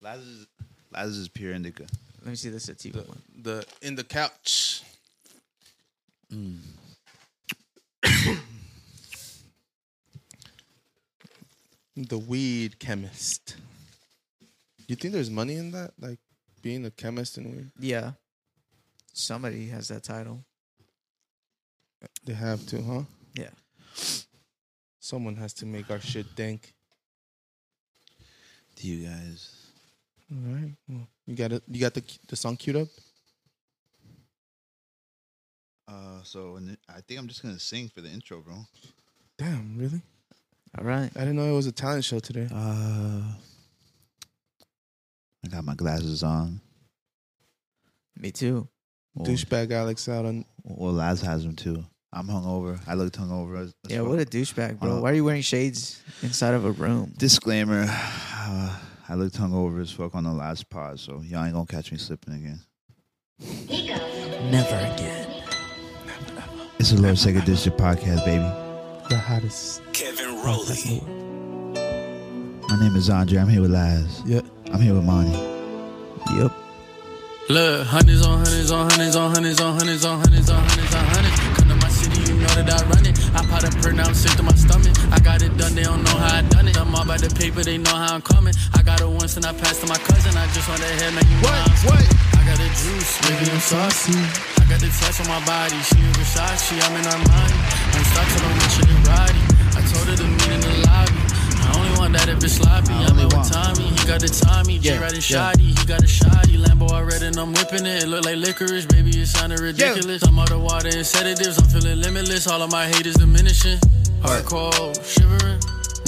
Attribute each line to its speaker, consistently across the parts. Speaker 1: Lazarus, Lazarus is pure indica.
Speaker 2: Let me see this sativa one.
Speaker 3: The in the couch. the weed chemist. You think there's money in that? Like being a chemist and weed?
Speaker 2: Yeah. Somebody has that title.
Speaker 3: They have to, huh?
Speaker 2: Yeah.
Speaker 3: Someone has to make our shit dank.
Speaker 1: Do you guys?
Speaker 3: All right. Well, you got it. You got the the song queued up.
Speaker 1: Uh, so in the- I think I'm just gonna sing for the intro, bro.
Speaker 3: Damn, really?
Speaker 2: All right.
Speaker 3: I didn't know it was a talent show today.
Speaker 1: Uh, I got my glasses on.
Speaker 2: Me too.
Speaker 3: Oh.
Speaker 1: Well,
Speaker 3: Douchebag Alex out on.
Speaker 1: well, Laz has them too. I'm hungover. I looked hungover. as- as
Speaker 2: Yeah,
Speaker 1: fuck.
Speaker 2: what a douchebag, bro.
Speaker 1: Uh,
Speaker 2: Why are you wearing shades inside of a room?
Speaker 1: disclaimer. Uh, I looked hungover as fuck on the last pod, so y'all ain't gonna catch me slipping again.
Speaker 2: Never again.
Speaker 1: It's the Lord Second District podcast, baby.
Speaker 3: The hottest.
Speaker 4: Kevin Rowley.
Speaker 1: My name is Andre. I'm here with Laz.
Speaker 3: Yeah.
Speaker 1: I'm here with Monty.
Speaker 2: Yep.
Speaker 4: Look, hundreds on hundreds on hundreds on hundreds on hundreds on hundreds on hundreds on hundreds. Come to my city, you know that I run it. I pot a print, now I'm sick to my stomach. I got it done, they don't know how I done it. I'm all by the paper, they know how I'm coming. I got it once and I passed to my cousin. I just want to head, man, you know how I'm
Speaker 3: What?
Speaker 4: I got the juice, baby, I'm saucy. I got the touch on my body. She in Versace, I'm in Armani. I'm stuck to the rich and Roddy. I told her to meet in the lobby. I only want that if it's sloppy.
Speaker 1: I
Speaker 4: I'm
Speaker 1: only
Speaker 4: in with
Speaker 1: want-
Speaker 4: Tommy. He got the Tommy. J
Speaker 2: Yeah,
Speaker 4: Ride and
Speaker 2: yeah.
Speaker 4: Shoddy. He got a Shoddy. Lambo, I read and I'm whipping it. It look like licorice, baby. It sounded ridiculous. I'm out of water and sedatives. I'm feeling limitless. All of my hate is diminishing. Heart cold, shivering.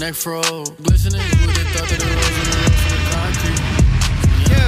Speaker 4: Neck froze, glistening. With the thought that it rose in the road from the concrete. I'm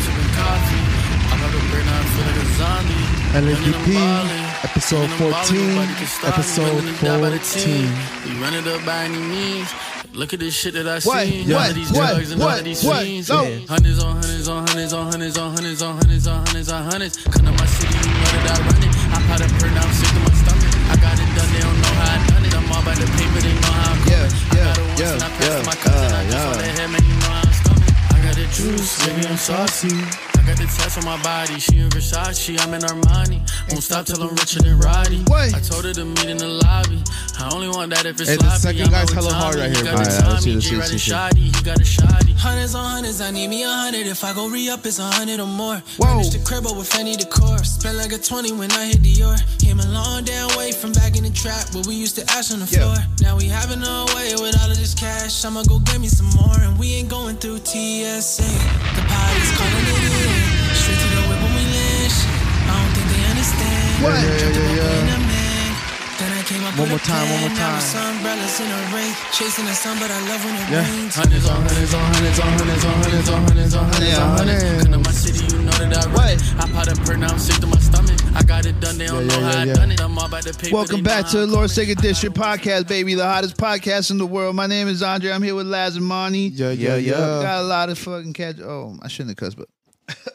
Speaker 4: sipping coffee. I'm out of breath, now I feel like a zombie.
Speaker 3: LFDP,
Speaker 4: Running and balling.
Speaker 3: episode
Speaker 4: Running and balling,
Speaker 3: 14,
Speaker 4: nobody can stop me.
Speaker 3: episode
Speaker 4: Willing to die by the
Speaker 3: 14.
Speaker 4: team. We run it up by any means. Look at this shit that I
Speaker 1: What?
Speaker 4: seen.
Speaker 1: What?
Speaker 4: None of these
Speaker 1: What?
Speaker 4: drugs and
Speaker 1: What?
Speaker 4: none of these
Speaker 1: What?
Speaker 4: fiends.
Speaker 1: No.
Speaker 4: Hundreds on hundreds on hundreds on hundreds on hundreds on hundreds on hundreds on hundreds. Come to my city, you know that I run it. I pot a print, I'm sick to my stomach. I got it done, they don't know how I done it. I'm all by the paper, they know how I'm
Speaker 1: Yeah,
Speaker 4: coming. I
Speaker 1: yeah,
Speaker 4: got it once
Speaker 1: yeah,
Speaker 4: and I passed
Speaker 1: yeah,
Speaker 4: to my cousin. I
Speaker 1: uh,
Speaker 4: just
Speaker 1: yeah.
Speaker 4: want to head, man, you know how I'm stomach. I got the juice, baby, I'm saucy. I got the tats on my body. She in Versace, I'm in Armani. Won't stop till I'm richer than Roddy.
Speaker 1: What?
Speaker 4: I told her to meet in the lobby. I only want that if it's
Speaker 3: Hey,
Speaker 4: sloppy.
Speaker 3: the second
Speaker 4: I'm
Speaker 3: guy's
Speaker 4: out with
Speaker 3: hella hard
Speaker 4: Tommy.
Speaker 3: right here,
Speaker 4: He
Speaker 3: bro.
Speaker 4: got the
Speaker 1: Alright, let's see,
Speaker 4: Tommy,
Speaker 1: let's see, let's
Speaker 4: J Ride and
Speaker 1: see.
Speaker 4: shoddy. He got a shoddy. Hundreds on hundreds, I need me a hundred. If I go re up, it's a hundred or more.
Speaker 1: Whoa.
Speaker 4: Furnish the crib up with Fanny decor. Spend like a 20 when I hit Dior. Came a long damn way from back in the trap where we used to ash on the
Speaker 1: Yeah.
Speaker 4: floor. Now we having our way with all of this cash. I'ma go get me some more, and we ain't going through TSA. The pilots calling it in. Straight to the whip when we land. Shit, I don't think they understand.
Speaker 1: What?
Speaker 4: Dropped
Speaker 1: Yeah,
Speaker 4: the
Speaker 3: yeah,
Speaker 4: bubble
Speaker 3: yeah.
Speaker 4: in a man. Then I came up
Speaker 3: One
Speaker 4: with
Speaker 3: more time,
Speaker 4: a
Speaker 3: one more
Speaker 4: plan. Now
Speaker 3: time.
Speaker 4: it's umbrellas in a rain. Chasing the sun, but I love when it
Speaker 3: Yeah.
Speaker 4: rains. Hundreds on hundreds on hundreds on hundreds on hundreds on hundreds on hundreds on hundreds. Come to my city, you know that I run it. I pot a print, now I'm sick to my stomach. I got it done, they don't
Speaker 3: Yeah, yeah,
Speaker 4: know
Speaker 3: yeah,
Speaker 4: how
Speaker 3: yeah.
Speaker 4: I done it. I'm all about the paper.
Speaker 1: Welcome
Speaker 4: they
Speaker 1: back
Speaker 4: know
Speaker 1: to
Speaker 4: how
Speaker 1: the
Speaker 4: I'm
Speaker 1: Lord
Speaker 4: coming.
Speaker 1: Second District podcast, baby, the hottest podcast in the world. My name is Andre. I'm here with Laz and Monty.
Speaker 3: Yeah, yeah,
Speaker 1: We
Speaker 3: yeah.
Speaker 1: Got a lot of fucking catch. Oh, I shouldn't have cussed, but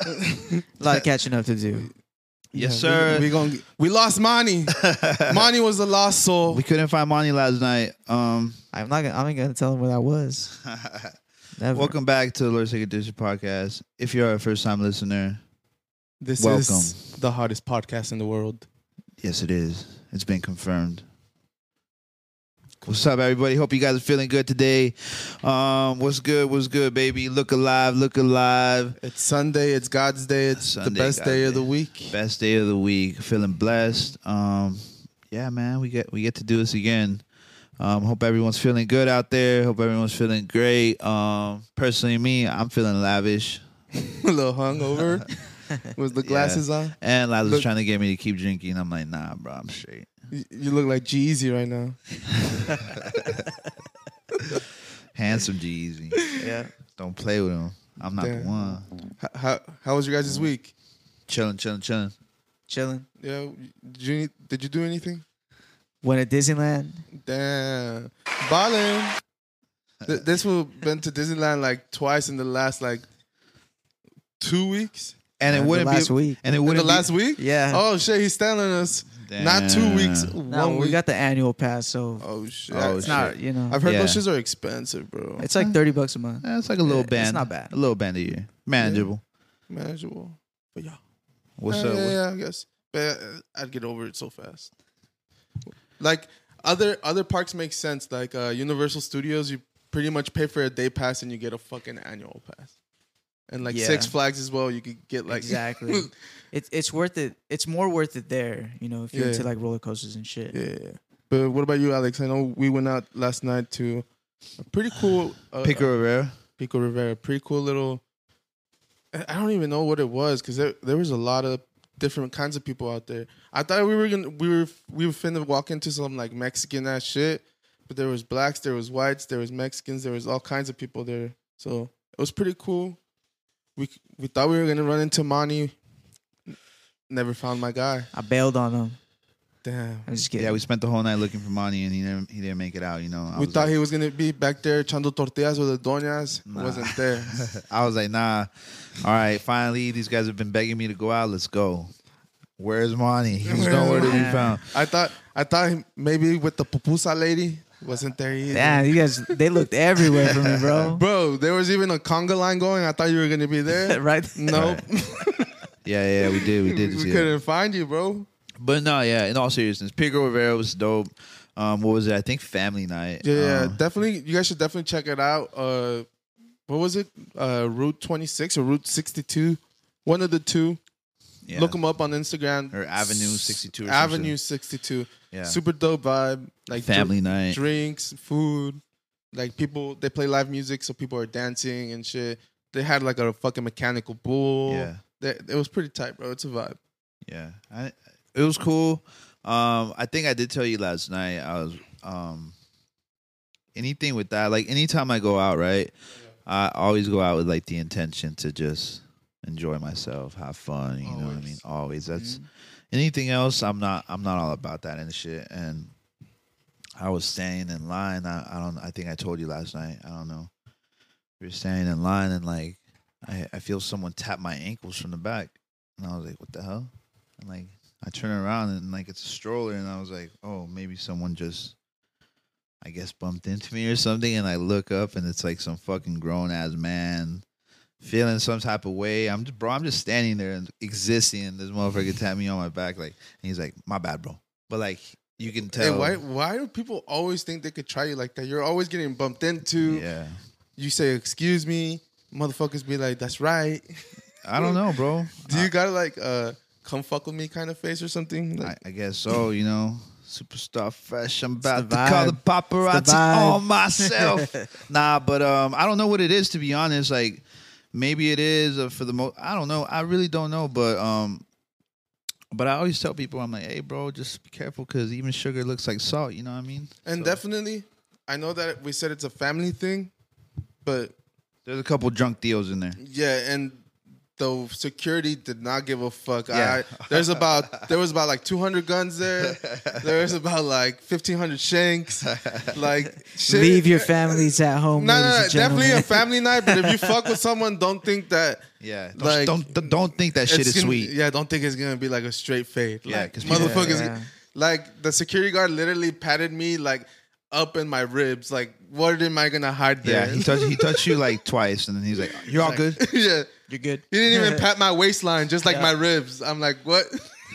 Speaker 2: A lot of catching up to do.
Speaker 1: yes,
Speaker 3: Yeah,
Speaker 1: sir.
Speaker 3: We,
Speaker 1: We,
Speaker 3: we gonna we lost Monty. Monty was the lost soul.
Speaker 1: couldn't find Monty last night. Um,
Speaker 2: I'm not gonna, I'm not gonna tell him where I was. Never.
Speaker 1: welcome back to the Lord Second District podcast. If you're a first time listener,
Speaker 3: This is
Speaker 1: Welcome.
Speaker 3: the hottest podcast in the world.
Speaker 1: yes, it is. It's been confirmed. What's up, everybody? Hope you guys are feeling good today. Um, what's good? What's good, baby? Look alive. Look alive.
Speaker 3: It's Sunday. It's God's day. It's the
Speaker 1: Sunday,
Speaker 3: best
Speaker 1: God's
Speaker 3: day of the
Speaker 1: day.
Speaker 3: week.
Speaker 1: best day of the week. Feeling blessed. Um, yeah, man, we get we get to do this again. Um, hope everyone's feeling good out there. Hope everyone's feeling great. Um, personally, me, I'm feeling lavish,
Speaker 3: a little hungover. With the glasses on,
Speaker 1: and Lazarus
Speaker 3: Look-
Speaker 1: trying to get me to keep drinking. I'm like, nah, bro, I'm straight.
Speaker 3: you, you look like Jeezy right now.
Speaker 1: Handsome Jeezy.
Speaker 2: Yeah.
Speaker 1: Don't play with him. I'm not
Speaker 3: Damn.
Speaker 1: the one.
Speaker 3: How, how, how was your guys' week?
Speaker 1: Chilling, chilling, chilling.
Speaker 2: Chilling.
Speaker 3: Yeah, did you, did you do anything?
Speaker 2: Went to Disneyland.
Speaker 3: Damn, ballin'. Th- this will been to Disneyland like twice in the last like two weeks.
Speaker 1: And it
Speaker 2: Uh, the
Speaker 1: wouldn't
Speaker 2: Uh, last
Speaker 1: be
Speaker 2: week.
Speaker 1: And it
Speaker 3: In
Speaker 1: wouldn't
Speaker 3: the last
Speaker 1: be,
Speaker 3: week,
Speaker 2: Yeah.
Speaker 3: Oh shit, he's telling us. Not two weeks.
Speaker 1: Damn.
Speaker 2: No,
Speaker 3: one
Speaker 2: we
Speaker 3: week.
Speaker 2: got the annual pass, so
Speaker 3: Oh shit!
Speaker 1: Oh,
Speaker 2: it's not. You know,
Speaker 3: I've heard those
Speaker 1: Yeah.
Speaker 3: shits are expensive, bro.
Speaker 2: it's like thirty bucks a month.
Speaker 1: Eh, it's like a little
Speaker 2: It's
Speaker 1: band.
Speaker 2: not bad.
Speaker 1: A little band a year, manageable.
Speaker 3: manageable. But yeah,
Speaker 1: What's
Speaker 3: yeah,
Speaker 1: up?
Speaker 3: Yeah,
Speaker 1: with-
Speaker 3: yeah, I guess. But uh, I'd get over it so fast. Like other other parks make sense. Like uh, Universal Studios, you pretty much pay for a day pass and you get a fucking annual pass. And like
Speaker 2: Yeah.
Speaker 3: Six Flags as well, you could get like
Speaker 2: exactly. it's it's worth it. It's more worth it there. You know, if you're
Speaker 3: Yeah.
Speaker 2: into like roller coasters and shit.
Speaker 3: yeah. But what about you, Alex? I know we went out last night to a pretty cool uh,
Speaker 1: Pico Rivera.
Speaker 3: Pico Rivera. Pretty cool little. I I don't even know what it was because there there was a lot of different kinds of people out there. I thought we were gonna we were we were finna walk into some like Mexican ass shit, but there was blacks, there was whites, there was Mexicans, there was all kinds of people there. So it was pretty cool. We we thought we were gonna run into Monty. Never found my guy.
Speaker 2: I bailed on them.
Speaker 3: Damn.
Speaker 2: I'm just kidding.
Speaker 1: Yeah, we spent the whole night looking for Monty, and he never, he didn't make it out. You know, I
Speaker 3: We
Speaker 1: was
Speaker 3: thought he was gonna be back there chando tortillas with the doñas.
Speaker 1: Nah.
Speaker 3: Wasn't there.
Speaker 1: like, I was like, nah. All right, finally, these guys have been begging me to go out. Let's go. Where's Monty? He's nowhere to be
Speaker 2: Monty?
Speaker 1: found.
Speaker 3: I thought I thought maybe with the pupusa lady wasn't there either.
Speaker 2: Damn, you guys, they looked everywhere for me, bro.
Speaker 3: Bro, there was even a conga line going. I thought you were gonna be there.
Speaker 2: right?
Speaker 3: Nope.
Speaker 1: Yeah, yeah, we did, we
Speaker 3: we,
Speaker 1: did. see that.
Speaker 3: couldn't find you, bro.
Speaker 1: But no, yeah. In all seriousness, Pico Rivera was dope. Um, what was it? I think Family Night.
Speaker 3: Yeah, yeah,
Speaker 1: Um,
Speaker 3: definitely. You guys should definitely check it out. Uh, what was it? Uh, Route twenty six or Route sixty two? One of the two.
Speaker 1: yeah.
Speaker 3: Look them up on Instagram
Speaker 1: Or Avenue 62 or some
Speaker 3: Avenue sixty two.
Speaker 1: Yeah.
Speaker 3: Super dope vibe. Like dr-
Speaker 1: family night.
Speaker 3: drinks, food. Like people, they play live music, so people are dancing and shit. They had like a fucking mechanical bull.
Speaker 1: Yeah,
Speaker 3: They, it was pretty tight, bro. It's a vibe.
Speaker 1: yeah. I, it was cool. Um, I think I did tell you last night. I was um, anything with that. Like anytime I go out, right? I always go out with like the intention to just enjoy myself, have fun. You know what I
Speaker 3: Always.
Speaker 1: mean? Always. That's anything else. I'm not. I'm not all about that and shit. And I was standing in line. I, I don't. I think I told you last night. I don't know. We were standing in line and like I, I feel someone tap my ankles from the back, and I was like, "What the hell?" And like I turn around and like it's a stroller, and I was like, "Oh, maybe someone just." I guess bumped into me or something, and I look up and it's like some fucking grown ass man feeling some type of way. I'm just, bro, I'm just standing there and existing, and this motherfucker tapped me on my back, like, and he's like, "My bad, bro," but like you can tell.
Speaker 3: Hey, why why do people always think they could try you like that? You're always getting bumped into.
Speaker 1: Yeah.
Speaker 3: You say excuse me, motherfuckers be like, that's right.
Speaker 1: I don't know, bro.
Speaker 3: Do you gotta like uh come fuck with me kind of face or something?
Speaker 1: I,
Speaker 3: Like,
Speaker 1: I guess so, you know. Superstar fresh. I'm about
Speaker 2: the
Speaker 1: to call the
Speaker 2: vibe. It's
Speaker 1: paparazzi
Speaker 2: the vibe.
Speaker 1: on myself. nah, but um, I don't know what it is to be honest. Like maybe it is uh, for the most. I don't know. I really don't know. But um, but I always tell people, I'm like, hey, bro, just be careful because even sugar looks like salt. You know what I mean?
Speaker 3: and definitely, I know that we said it's a family thing, but
Speaker 1: There's a couple drunk deals in there.
Speaker 3: yeah, and the security did not give a fuck.
Speaker 1: Yeah.
Speaker 3: I, there's about there was about like 200 guns there. there was about like 1500 shanks. Like shit.
Speaker 2: Leave your families at home.
Speaker 3: No,
Speaker 2: ladies
Speaker 3: no, no.
Speaker 2: and gentlemen.
Speaker 3: Definitely a family night. But if you fuck with someone, don't think that.
Speaker 1: Yeah. Don't
Speaker 3: Like-
Speaker 1: don't, don't think that shit
Speaker 3: it's
Speaker 1: is
Speaker 3: gonna-
Speaker 1: sweet.
Speaker 3: Yeah, don't think it's gonna be like a straight fade.
Speaker 1: Yeah,
Speaker 3: like,
Speaker 1: 'cause people-
Speaker 3: motherfuckers.
Speaker 2: Yeah, yeah.
Speaker 3: Like the security guard literally patted me like up in my ribs. Like, what am I gonna hide
Speaker 1: Yeah.
Speaker 3: there?
Speaker 1: he touched he touched you like twice, and then he's like, "You're all good."
Speaker 3: yeah.
Speaker 2: You're good.
Speaker 3: He didn't even pat my waistline, just like my ribs. I'm like, what?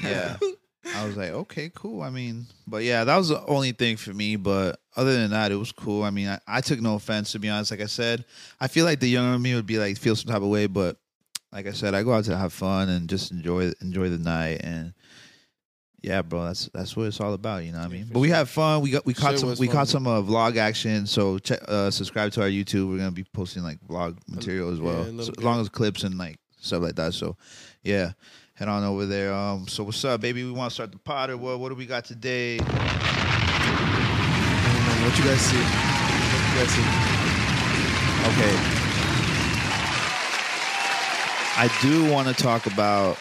Speaker 1: yeah. I was like, okay, cool. I mean, but yeah, that was the only thing for me. But other than that, it was cool. I mean, I, I took no offense to be honest. Like I said, I feel like the younger me would be like feel some type of way, but like I said, I go out to have fun and just enjoy enjoy the night and yeah, bro, that's that's what it's all about, you know what I mean? But we had fun. We got we caught
Speaker 3: Sure
Speaker 1: some
Speaker 3: was
Speaker 1: we
Speaker 3: fun.
Speaker 1: caught some uh, vlog action. So check uh subscribe to our YouTube. We're gonna be posting like vlog material as well.
Speaker 3: a little
Speaker 1: so, as
Speaker 3: bit.
Speaker 1: long as clips and like stuff like that. So yeah. Head on over there. Um so what's up, baby? We wanna start the pot or what what do we got today?
Speaker 3: what you guys see? What you guys see?
Speaker 1: Okay. I do want to talk about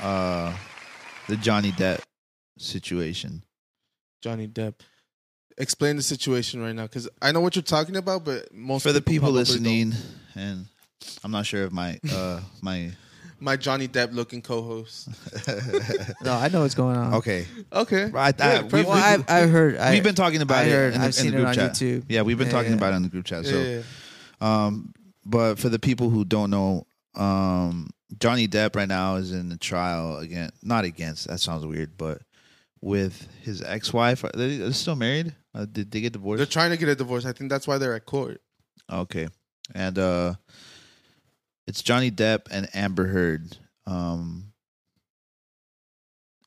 Speaker 1: uh, the Johnny Depp situation.
Speaker 3: Johnny Depp. Explain the situation right now, because I know what you're talking about, but most
Speaker 1: For the people
Speaker 3: probably don't.
Speaker 1: listening, and I'm not sure if my uh, my
Speaker 3: my Johnny Depp looking co-host.
Speaker 2: No, I know what's going on.
Speaker 1: Okay.
Speaker 3: Okay,
Speaker 1: Right,
Speaker 3: Good,
Speaker 1: I- we-
Speaker 3: perfect.
Speaker 2: Well, I've, I've heard. I,
Speaker 1: we've been talking about
Speaker 2: I
Speaker 1: it
Speaker 2: heard-
Speaker 1: in the,
Speaker 2: I've
Speaker 1: in
Speaker 2: seen
Speaker 1: the
Speaker 2: it
Speaker 1: group
Speaker 2: on
Speaker 1: chat.
Speaker 2: YouTube.
Speaker 1: Yeah, we've been
Speaker 2: Yeah,
Speaker 1: talking
Speaker 2: yeah.
Speaker 1: about it in the group chat. So,
Speaker 3: Yeah.
Speaker 1: um, but for the people who don't know, um, Johnny Depp right now is in the trial again. Not against. That sounds weird, but with his ex-wife. Are they, are they still married? Uh, did they get divorced?
Speaker 3: They're trying to get a divorce. I think that's why they're at court.
Speaker 1: Okay. And uh it's Johnny Depp and Amber Heard. Um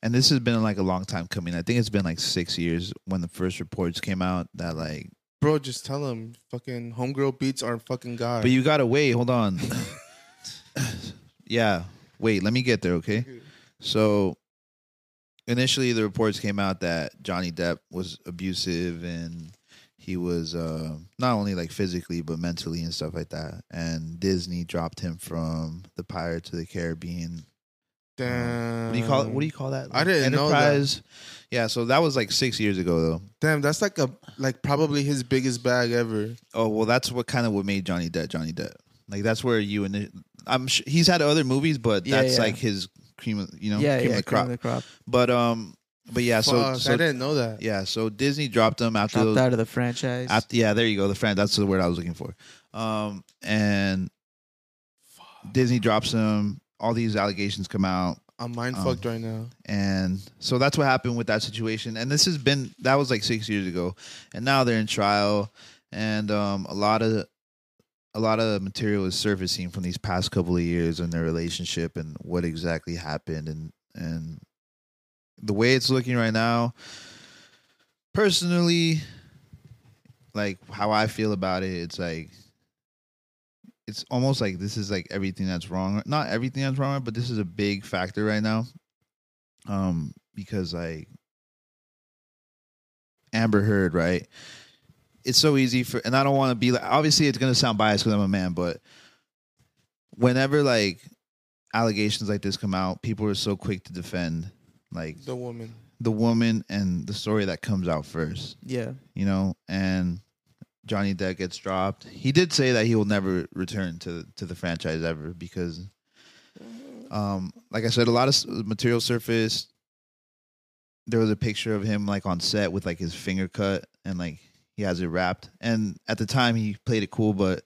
Speaker 1: and this has been like a long time coming. I think it's been like 6 years when the first reports came out that like
Speaker 3: Bro, just tell them fucking homegirl beats aren't fucking god.
Speaker 1: but you got to wait, hold on. yeah. Wait, let me get there, okay? So initially the reports came out that Johnny Depp was abusive and he was uh, not only like physically but mentally and stuff like that. And Disney dropped him from the Pirates of the Caribbean.
Speaker 3: damn.
Speaker 1: What do you call it? What do you call that?
Speaker 3: I didn't know that.
Speaker 1: Enterprise. Yeah, so that was like six years ago though.
Speaker 3: Damn, that's like a like probably his biggest bag ever.
Speaker 1: Oh well, that's what kind of what made Johnny Depp Johnny Depp. Like that's where you and I'm sure he's had other movies, but
Speaker 2: Yeah,
Speaker 1: that's
Speaker 2: yeah.
Speaker 1: like his cream, of, you know,
Speaker 2: yeah,
Speaker 1: cream
Speaker 2: yeah,
Speaker 1: of the crop.
Speaker 2: the crop.
Speaker 1: But um, but yeah, so,
Speaker 3: Fuck,
Speaker 1: so
Speaker 3: I didn't know that.
Speaker 1: Yeah, so Disney dropped them after
Speaker 2: Dropped
Speaker 1: those.
Speaker 2: out of the franchise.
Speaker 1: After, yeah, there you go. The fan. That's the word I was looking for. Um, and Disney drops them. All these allegations come out,
Speaker 3: I'm mind fucked
Speaker 1: Um.
Speaker 3: right now.
Speaker 1: and so that's what happened with that situation. And this has been that was like six years ago, and now they're in trial, and um, a lot of a lot of material is surfacing from these past couple of years and their relationship and what exactly happened and and the way it's looking right now personally like how i feel about it it's like it's almost like this is like everything that's wrong not everything that's wrong but this is a big factor right now um because like amber heard right it's so easy for and i don't want to be like obviously it's going to sound biased because i'm a man but whenever like allegations like this come out people are so quick to defend like
Speaker 3: The woman.
Speaker 1: the woman and the story that comes out first,
Speaker 2: yeah,
Speaker 1: you know, and Johnny Depp gets dropped. He did say that he will never return to to the franchise ever because um like I said a lot of s- material surfaced. There was a picture of him like on set with like his finger cut and like he has it wrapped. And at the time he played it cool, but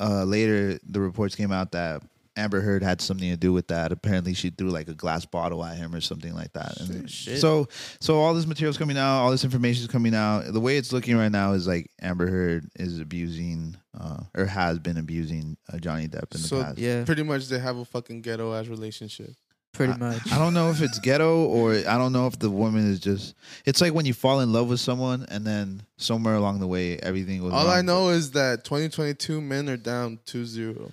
Speaker 1: uh later the reports came out that Amber Heard had something to do with that. Apparently she threw like a glass bottle at him or something like that. And
Speaker 2: Shit.
Speaker 1: so so all this material's coming out, all this information is coming out. The way it's looking right now is like Amber Heard is abusing uh or has been abusing uh, Johnny Depp in the
Speaker 3: So-
Speaker 1: past.
Speaker 2: yeah,
Speaker 3: Pretty much they have a fucking ghetto ass relationship.
Speaker 2: pretty much.
Speaker 1: I don't know if it's ghetto or I don't know if the woman is just. It's like when you fall in love with someone and then somewhere along the way everything goes.
Speaker 3: All
Speaker 1: wrong.
Speaker 3: I know is that 2022 men are down 2-0.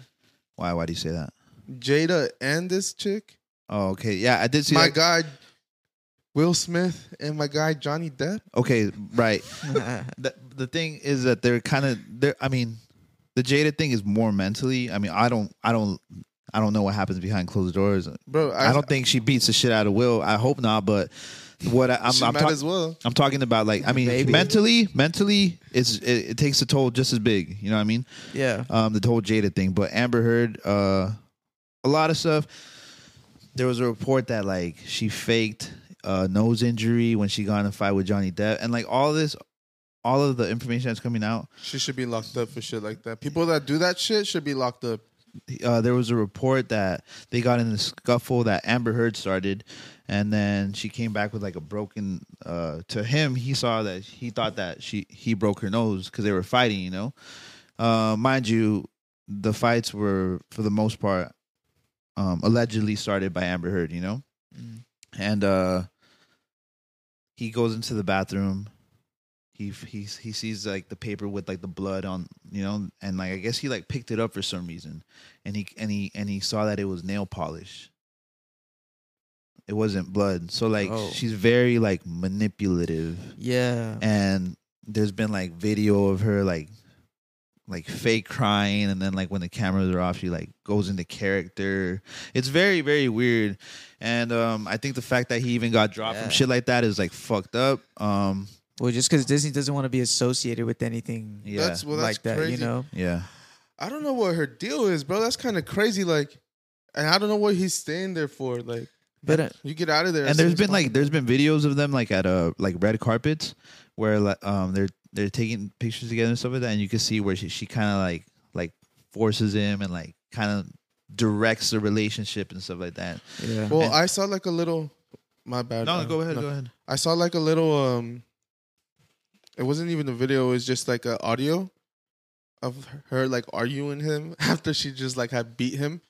Speaker 1: Why? Why do you say that?
Speaker 3: Jada and this chick,
Speaker 1: Oh, okay. Yeah, I did see.
Speaker 3: my
Speaker 1: that.
Speaker 3: guy Will Smith and my guy Johnny Depp.
Speaker 1: Okay, right. the, the thing is that they're kind of they're I mean, the Jada thing is more mentally. I mean, I don't, I don't, I don't know what happens behind closed doors.
Speaker 3: Bro, I,
Speaker 1: I, don't think she beats the shit out of Will. I hope not. But what I, I'm,
Speaker 3: she
Speaker 1: I'm
Speaker 3: might
Speaker 1: talk-
Speaker 3: as well.
Speaker 1: I'm talking about like I mean
Speaker 2: Maybe.
Speaker 1: mentally, mentally it's it, it takes a toll just as big. You know what I mean?
Speaker 2: yeah,
Speaker 1: Um, the whole Jada thing, but Amber Heard, uh, a lot of stuff. There was a report that like she faked a nose injury when she got in a fight with Johnny Depp, and like all this, all of the information that's coming out.
Speaker 3: She should be locked up for shit like that. People that do that shit should be locked up.
Speaker 1: Uh, there was a report that they got in a scuffle that Amber Heard started, and then she came back with like a broken. Uh, to him, he saw that he thought that she he broke her nose because they were fighting. You know, uh, mind you, the fights were for the most part um, allegedly started by Amber Heard. You know, and uh, he goes into the bathroom. He he he sees like the paper with like the blood on, you know, and like I guess he like picked it up for some reason, and he and he and he saw that it was nail polish. It wasn't blood, so like
Speaker 2: Oh.
Speaker 1: she's very like manipulative,
Speaker 2: yeah.
Speaker 1: and there's been like video of her like like fake crying, and then like when the cameras are off, she like goes into character. It's very very weird, and um I think the fact that he even got dropped
Speaker 2: Yeah.
Speaker 1: from shit like that is like fucked up. Um,
Speaker 2: Well, just because Disney doesn't want to be associated with anything
Speaker 1: yeah,
Speaker 3: That's well, that's
Speaker 2: like that,
Speaker 3: crazy.
Speaker 2: you know.
Speaker 1: yeah.
Speaker 3: I don't know what her deal is, bro. That's kind of crazy. Like, and I don't know what he's staying there for. Like,
Speaker 2: But uh,
Speaker 3: you get out of there. as
Speaker 1: and
Speaker 3: soon
Speaker 1: there's
Speaker 3: as
Speaker 1: been
Speaker 3: possible.
Speaker 1: like there's been videos of them like at uh like red carpets where like, um they're they're taking pictures together and stuff like that, and you can see where she, she kind of like like forces him and like kind of directs the relationship and stuff like that.
Speaker 2: yeah.
Speaker 3: Well,
Speaker 1: and-
Speaker 3: I saw like a little. My bad.
Speaker 1: No,
Speaker 3: uh,
Speaker 1: go ahead,
Speaker 3: no.
Speaker 1: go ahead.
Speaker 3: I saw like a little. um It wasn't even a video. It was just like a audio of her like arguing him after she just like had beat him,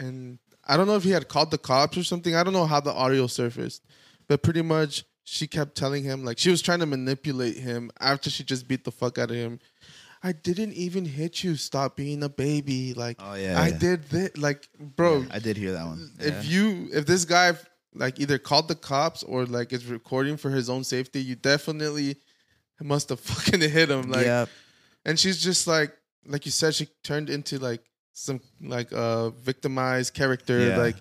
Speaker 3: and I don't know if he had called the cops or something. I don't know how the audio surfaced, but pretty much she kept telling him like she was trying to manipulate him after she just beat the fuck out of him. I didn't even hit you. Stop being a baby. Like
Speaker 1: Oh, yeah,
Speaker 3: I
Speaker 1: yeah.
Speaker 3: did this. Like bro,
Speaker 1: I did hear that one. Yeah.
Speaker 3: if you if this guy like either called the cops or like is recording for his own safety, you definitely must have fucking hit him. Like,
Speaker 2: yeah.
Speaker 3: and she's just like, like you said, she turned into like some like uh victimized character.
Speaker 1: Yeah.
Speaker 3: Like,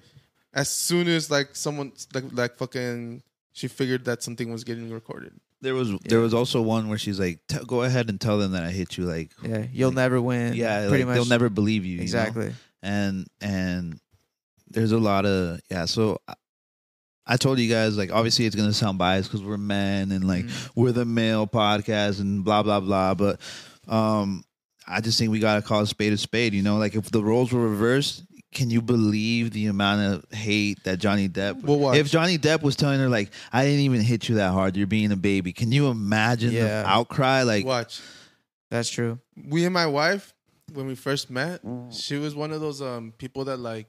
Speaker 3: as soon as like someone like like fucking, she figured that something was getting recorded.
Speaker 1: there was there was also one where she's like, "Tell- "Go ahead and tell them that I hit you." Like,
Speaker 2: Yeah. You'll
Speaker 1: Like,
Speaker 2: never win.
Speaker 1: yeah,
Speaker 2: Pretty
Speaker 1: like,
Speaker 2: much.
Speaker 1: they'll never believe you. you know?
Speaker 2: Exactly.
Speaker 1: and and there's a lot of yeah so I, I told you guys like obviously it's gonna sound biased because we're men and like we're the male podcast and blah blah blah but um i just think we gotta call a spade a spade you know like if the roles were reversed can you believe the amount of hate that johnny depp
Speaker 3: Well, watch.
Speaker 1: if johnny depp was telling her like i didn't even hit you that hard you're being a baby can you imagine
Speaker 2: Yeah.
Speaker 1: the outcry like
Speaker 3: Watch.
Speaker 2: That's true.
Speaker 3: we and my wife when we first met she was one of those um people that like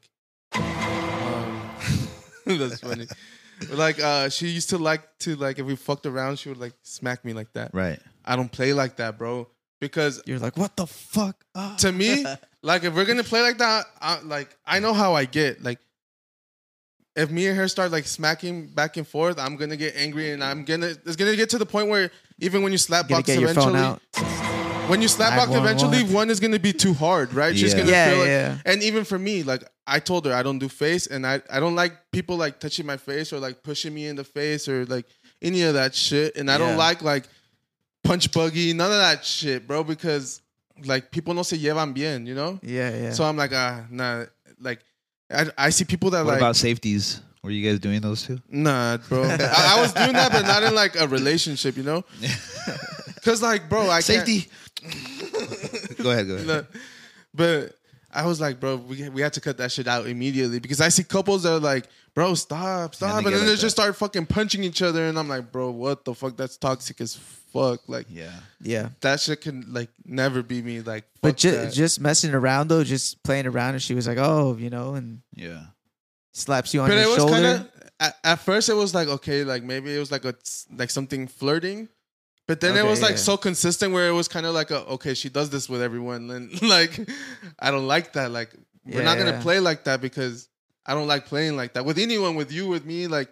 Speaker 3: um, that's funny like uh she used to like to like if we fucked around she would like smack me like that
Speaker 1: right
Speaker 3: i don't play like that bro because
Speaker 2: You're like, what the fuck? Ah.
Speaker 3: to me like if we're gonna play like that I, like i know how i get like if me and her start like smacking back and forth i'm gonna get angry and i'm gonna it's gonna get to the point where even when you slap
Speaker 2: Gonna
Speaker 3: box
Speaker 2: get your
Speaker 3: eventually
Speaker 2: phone out.
Speaker 3: when you slap
Speaker 2: Nine
Speaker 3: back
Speaker 2: one
Speaker 3: eventually
Speaker 2: one.
Speaker 3: one is going to be too hard right she's
Speaker 1: Yeah.
Speaker 3: going to
Speaker 2: Yeah,
Speaker 3: feel like,
Speaker 2: yeah.
Speaker 3: and even for me like i told her i don't do face and I, I don't like people like touching my face or like pushing me in the face or like any of that shit and i
Speaker 2: Yeah.
Speaker 3: don't like like punch buggy none of that shit bro because like people no se llevan bien you know
Speaker 2: Yeah. Yeah.
Speaker 3: so i'm like ah nah like i, I see people that
Speaker 1: what
Speaker 3: like
Speaker 1: about safeties were you guys doing those too
Speaker 3: Nah, bro. I, I was doing that, but not in like a relationship, you know. Cause like, bro, I can't-
Speaker 1: safety go ahead go ahead
Speaker 3: Look, but I was like, bro, we we had to cut that shit out immediately because I see couples that are like, bro, stop, stop,
Speaker 1: they
Speaker 3: and
Speaker 1: get
Speaker 3: then they
Speaker 1: like
Speaker 3: just start fucking punching each other, and I'm like, bro, what the fuck? That's toxic as fuck. Like
Speaker 1: yeah
Speaker 2: yeah.
Speaker 3: that shit can like never be me. Like,
Speaker 2: But
Speaker 3: fuck
Speaker 2: ju-
Speaker 3: that.
Speaker 2: just messing around though, just playing around, and she was like, "Oh, you know," and
Speaker 1: Yeah.
Speaker 2: slaps you on
Speaker 3: but
Speaker 2: your
Speaker 3: it was
Speaker 2: shoulder.
Speaker 3: kind of at, at first it was like okay, like maybe it was like a like something flirting. But then it
Speaker 2: Okay,
Speaker 3: was like
Speaker 2: yeah.
Speaker 3: so consistent where it was kind of like a okay, she does this with everyone, and like I don't like that. Like we're not gonna
Speaker 2: Yeah.
Speaker 3: play like that because I don't like playing like that with anyone, with you, with me. Like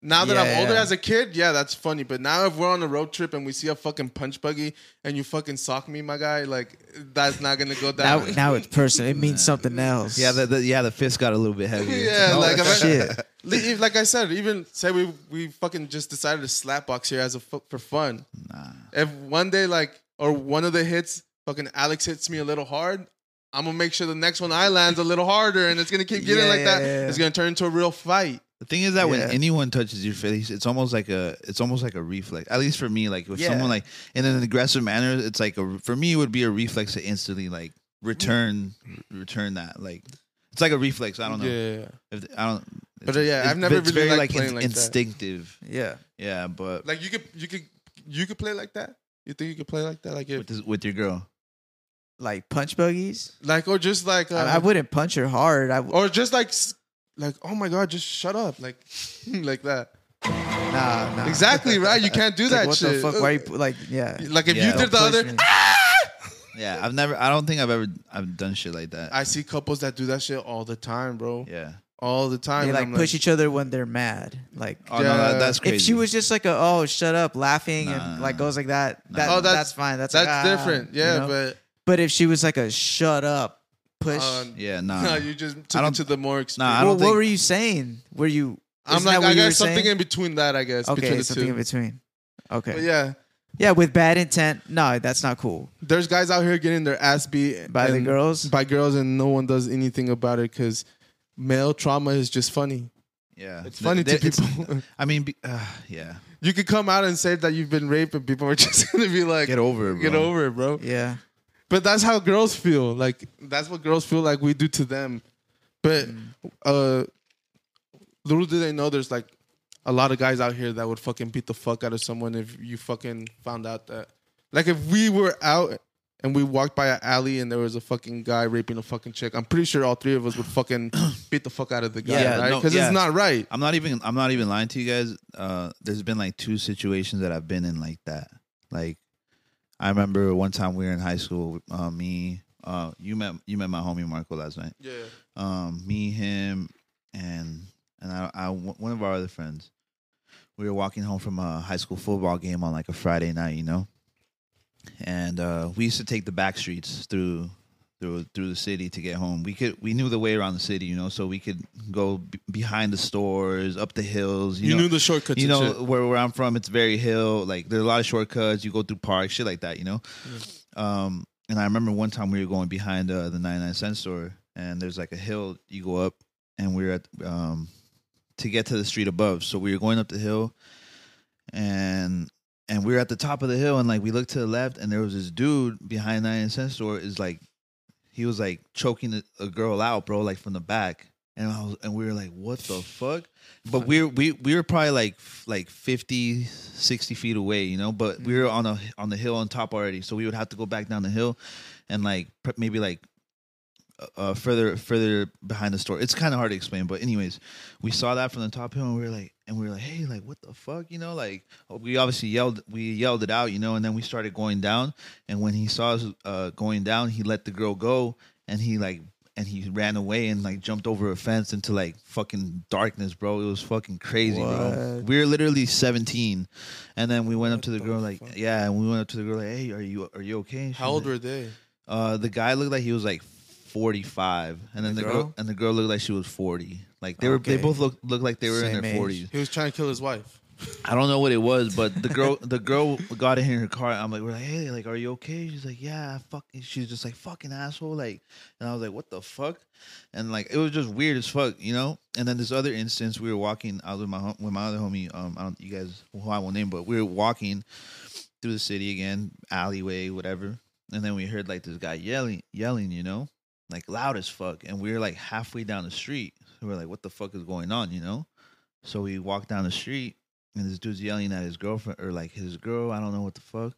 Speaker 3: now that
Speaker 2: Yeah,
Speaker 3: I'm older
Speaker 2: yeah.
Speaker 3: as a kid, yeah, that's funny. But now if we're on a road trip and we see a fucking punch buggy and you fucking sock me, my guy, like that's not gonna go
Speaker 2: now,
Speaker 3: down.
Speaker 2: now it's personal. It means something else.
Speaker 1: Yeah, the, the yeah, the fist got a little bit heavy.
Speaker 3: Yeah,
Speaker 2: Oh,
Speaker 3: like if I-
Speaker 2: shit.
Speaker 3: Li- if- like I said, even say we we fucking just decided to slap box here as a fu- for fun.
Speaker 1: Nah.
Speaker 3: If one day like or one of the hits, fucking Alex hits me a little hard, I'm gonna make sure the next one I land's a little harder, and it's gonna keep getting
Speaker 2: Yeah,
Speaker 3: like
Speaker 2: yeah,
Speaker 3: that.
Speaker 2: yeah, yeah.
Speaker 3: It's gonna turn into a real fight.
Speaker 1: The thing is that when
Speaker 2: Yeah.
Speaker 1: anyone touches your face, it's almost like a it's almost like a reflex. At least for me, like with
Speaker 2: Yeah.
Speaker 1: someone like in an aggressive manner, it's like a for me it would be a reflex to instantly like return return that. Like it's like a reflex. I don't know.
Speaker 3: Yeah,
Speaker 1: If, I don't.
Speaker 3: But, uh, yeah,
Speaker 1: it's-
Speaker 3: I've never
Speaker 1: it's
Speaker 3: really
Speaker 1: very like,
Speaker 3: liked playing
Speaker 1: in-
Speaker 3: like that.
Speaker 1: instinctive.
Speaker 2: yeah.
Speaker 1: Yeah, but
Speaker 3: like you could you could you could play like that. You think you could play like that? Like if
Speaker 1: with, this, with your girl,
Speaker 2: Like punch buggies.
Speaker 3: like or just like uh,
Speaker 2: I, I wouldn't punch her hard. I w-
Speaker 3: or just like s- like oh my god, just shut up, like like that.
Speaker 2: nah, nah.
Speaker 3: Exactly right. You can't do
Speaker 2: It's like,
Speaker 3: that
Speaker 2: what
Speaker 3: shit.
Speaker 2: the fuck? Why you p- like yeah?
Speaker 3: Like if
Speaker 1: Yeah.
Speaker 3: you
Speaker 2: Don't
Speaker 3: did the
Speaker 2: push
Speaker 3: other,
Speaker 2: me.
Speaker 1: yeah, I've never. I don't think I've ever I've done shit like that.
Speaker 3: I see couples that do that shit all the time, bro.
Speaker 1: yeah.
Speaker 3: All the time.
Speaker 2: They
Speaker 3: And
Speaker 2: like
Speaker 3: I'm
Speaker 2: push each other when they're mad. Like
Speaker 1: Oh no, that,
Speaker 3: Yeah.
Speaker 1: that's crazy.
Speaker 2: if she was just like a oh shut up laughing
Speaker 1: Nah.
Speaker 2: and like goes like that,
Speaker 1: Nah.
Speaker 2: that
Speaker 1: Oh,
Speaker 2: that's,
Speaker 3: that's-
Speaker 2: fine. That's
Speaker 3: That's
Speaker 2: like, ah,
Speaker 3: different. Yeah,
Speaker 2: you know?
Speaker 3: but
Speaker 2: but if she was like a shut up push,
Speaker 3: um,
Speaker 1: yeah, nah.
Speaker 3: no, you just
Speaker 1: I
Speaker 3: took
Speaker 1: don't-
Speaker 3: it to the more extreme.
Speaker 1: Nah, I
Speaker 2: well,
Speaker 1: don't
Speaker 2: what
Speaker 1: think-
Speaker 2: were you saying? Were you?
Speaker 3: I'm
Speaker 2: isn't
Speaker 3: like,
Speaker 2: that what
Speaker 3: I
Speaker 2: you were
Speaker 3: got something
Speaker 2: saying?
Speaker 3: in between that, I guess. between
Speaker 2: Okay,
Speaker 3: the
Speaker 2: something
Speaker 3: two.
Speaker 2: in between. Okay,
Speaker 3: But yeah,
Speaker 2: Yeah, with bad intent. No, that's not cool.
Speaker 3: there's guys out here getting their ass beat
Speaker 2: By the
Speaker 3: and-
Speaker 2: girls?
Speaker 3: by girls, and no one does anything about it because male trauma is just funny.
Speaker 1: Yeah,
Speaker 3: It's funny
Speaker 1: Th-
Speaker 3: to
Speaker 1: th- it's-
Speaker 3: people.
Speaker 1: I mean, be, uh, yeah,
Speaker 3: You could come out and say that you've been raped, and people are just gonna be like,
Speaker 1: get over it. Bro.
Speaker 3: "Get over it, bro."
Speaker 2: Yeah.
Speaker 3: But that's how girls feel. Like that's what girls feel like we do to them. But
Speaker 1: Mm.
Speaker 3: uh little do they know there's like a lot of guys out here that would fucking beat the fuck out of someone if you fucking found out that like if we were out and we walked by an alley and there was a fucking guy raping a fucking chick, I'm pretty sure all three of us would fucking beat the fuck out of the guy,
Speaker 1: Yeah,
Speaker 3: right?
Speaker 1: no,
Speaker 3: Because
Speaker 1: yeah.
Speaker 3: it's not right.
Speaker 1: I'm not even. I'm not even lying to you guys. Uh, there's been like two situations that I've been in like that. Like, I remember one time we were in high school. Uh, me, uh, you met you met my homie Marco last night.
Speaker 3: Yeah.
Speaker 1: um, me, him, and and I, I- one of our other friends. We were walking home from a high school football game on like a Friday night, you know, and uh, we used to take the back streets through through through the city to get home. We could we knew the way around the city, you know, so we could go b- behind the stores, up the hills.
Speaker 3: You,
Speaker 1: You, know,
Speaker 3: knew the shortcuts.
Speaker 1: you
Speaker 3: and
Speaker 1: know
Speaker 3: shit.
Speaker 1: where, where I'm from, it's very hill. Like there's a lot of shortcuts. You go through parks, shit like that. You know. Um, and I remember one time we were going behind uh, the 99 cent store, and there's like a hill you go up, and we were at um to get to the street above. So we were going up the hill, and and we were at the top of the hill, and like we looked to the left, and there was this dude behind 99 cent store is like he was like choking a- a girl out, bro, like from the back. And I was, and we were like, what the fuck? But we were, we we were probably like f- like 50, 60 feet away, you know. But we were on a on the hill on top already, so we would have to go back down the hill, and like pr- maybe like uh, uh, further further behind the store. It's kind of hard to explain, but anyways, we saw that from the top hill, and we were like, and we were like, hey, like what the fuck, you know? Like uh, we obviously yelled, we yelled it out, you know, and then we started going down. And when he saw us uh, going down, he let the girl go, and he like and he ran away and like jumped over a fence into like fucking darkness, bro. It was fucking crazy, bro.
Speaker 2: What?
Speaker 1: We were literally seventeen, and then we went up to the
Speaker 3: the
Speaker 1: girl like,
Speaker 3: fuck?
Speaker 1: yeah, and we went up to the girl like, hey, are you are you okay? She
Speaker 3: How
Speaker 1: was
Speaker 3: old
Speaker 1: like-
Speaker 3: were they?
Speaker 1: uh, the guy looked like he was like forty five, and then the,
Speaker 2: The
Speaker 1: girl?
Speaker 2: girl?
Speaker 1: and the girl looked like she was forty. Like they were, they
Speaker 2: Okay.
Speaker 1: both looked looked like they were in
Speaker 2: Same
Speaker 1: their
Speaker 2: age.
Speaker 1: forties.
Speaker 3: He was trying to kill his wife.
Speaker 1: I don't know what it was, but the girl, the girl got in her car. I'm like, we're like, hey, like, are you okay? She's like, yeah, I fucking. She's just like fucking asshole, like, and I was like, what the fuck? And like, it was just weird as fuck, you know. And then this other instance, we were walking. I was with my hom- with my other homie. Um, I don't you guys who I won't name, but we were walking through the city again, alleyway, whatever. And then we heard like this guy yelling, yelling, you know, like loud as fuck. And we were like halfway down the street. We were like, what the fuck is going on, you know? So we walked down the street and this dude's yelling at his girlfriend or like his girl, I don't know what the fuck,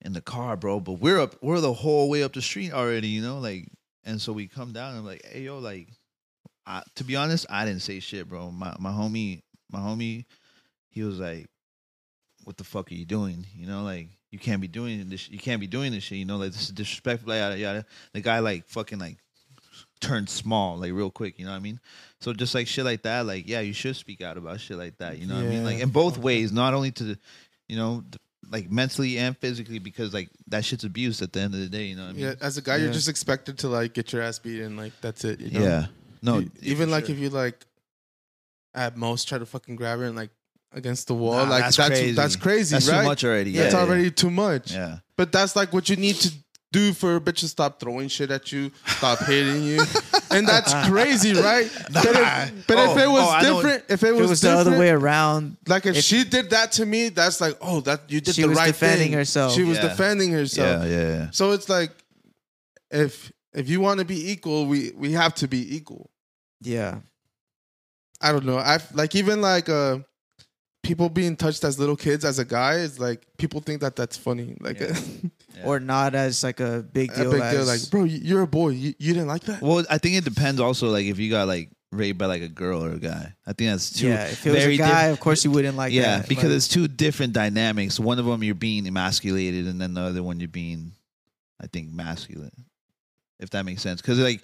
Speaker 1: in the car, bro. But we're up, we're the whole way up the street already, you know, like, and so we come down. And I'm like, hey yo, like, I, to be honest, I didn't say shit, bro. My my homie, my homie, he was like, what the fuck are you doing? You know, like. You can't be doing this. You can't be doing this shit. You know, like this is disrespectful. Like, yada yada. The guy like fucking like turned small like real quick. You know what I mean? So just like shit like that, like yeah, you should speak out about shit like that. You know what I mean?
Speaker 3: Yeah,
Speaker 1: Like in both ways, not only to, you know, th- like mentally and physically, because like that shit's abuse at the end of the day. You know what I mean?
Speaker 3: Yeah, as a guy, you're
Speaker 2: Yeah.
Speaker 3: just expected to like get your ass beaten, like that's it. You know?
Speaker 1: Yeah. No.
Speaker 3: E- even like if you like, at most try to fucking grab her and like against the wall, like that's that's crazy,
Speaker 1: That's
Speaker 3: right?
Speaker 1: too much already.
Speaker 3: that's
Speaker 1: yeah,
Speaker 3: already too much.
Speaker 1: Yeah. yeah.
Speaker 3: But that's like what you need to do for a bitch to stop throwing shit at you, stop hitting you, and that's crazy, right? But if, but
Speaker 1: Oh,
Speaker 3: if it was
Speaker 1: oh, I know-
Speaker 3: different, if it
Speaker 2: If
Speaker 3: was,
Speaker 2: it was the other
Speaker 3: different,
Speaker 2: way around,
Speaker 3: Like if,
Speaker 2: If-
Speaker 3: she did that to me, that's like, oh, that you did
Speaker 2: She
Speaker 3: the
Speaker 2: was
Speaker 3: right
Speaker 2: defending
Speaker 3: thing.
Speaker 2: herself.
Speaker 3: She was
Speaker 1: Yeah.
Speaker 3: defending herself.
Speaker 1: Yeah. Yeah.
Speaker 3: So it's like if if you want to be equal, we we have to be equal.
Speaker 2: yeah.
Speaker 3: I don't know. I like even like uh people being touched as little kids as a guy is like people think that that's funny. Like
Speaker 1: Yeah. Yeah.
Speaker 2: Or not as like a big
Speaker 3: a,
Speaker 2: deal.
Speaker 3: big
Speaker 2: as,
Speaker 3: deal. Like, bro, you- you're a boy. You, you didn't like that.
Speaker 1: Well, I think it depends also like if you got like raped by like a girl or a guy. I think that's two
Speaker 2: yeah, if it was
Speaker 1: very
Speaker 2: a guy,
Speaker 1: diff-
Speaker 2: of course you wouldn't like
Speaker 1: yeah,
Speaker 2: that.
Speaker 1: because
Speaker 2: Like,
Speaker 1: it's two different dynamics. One of them you're being emasculated, and then the other one you're being, I think, masculine. If that makes sense, because like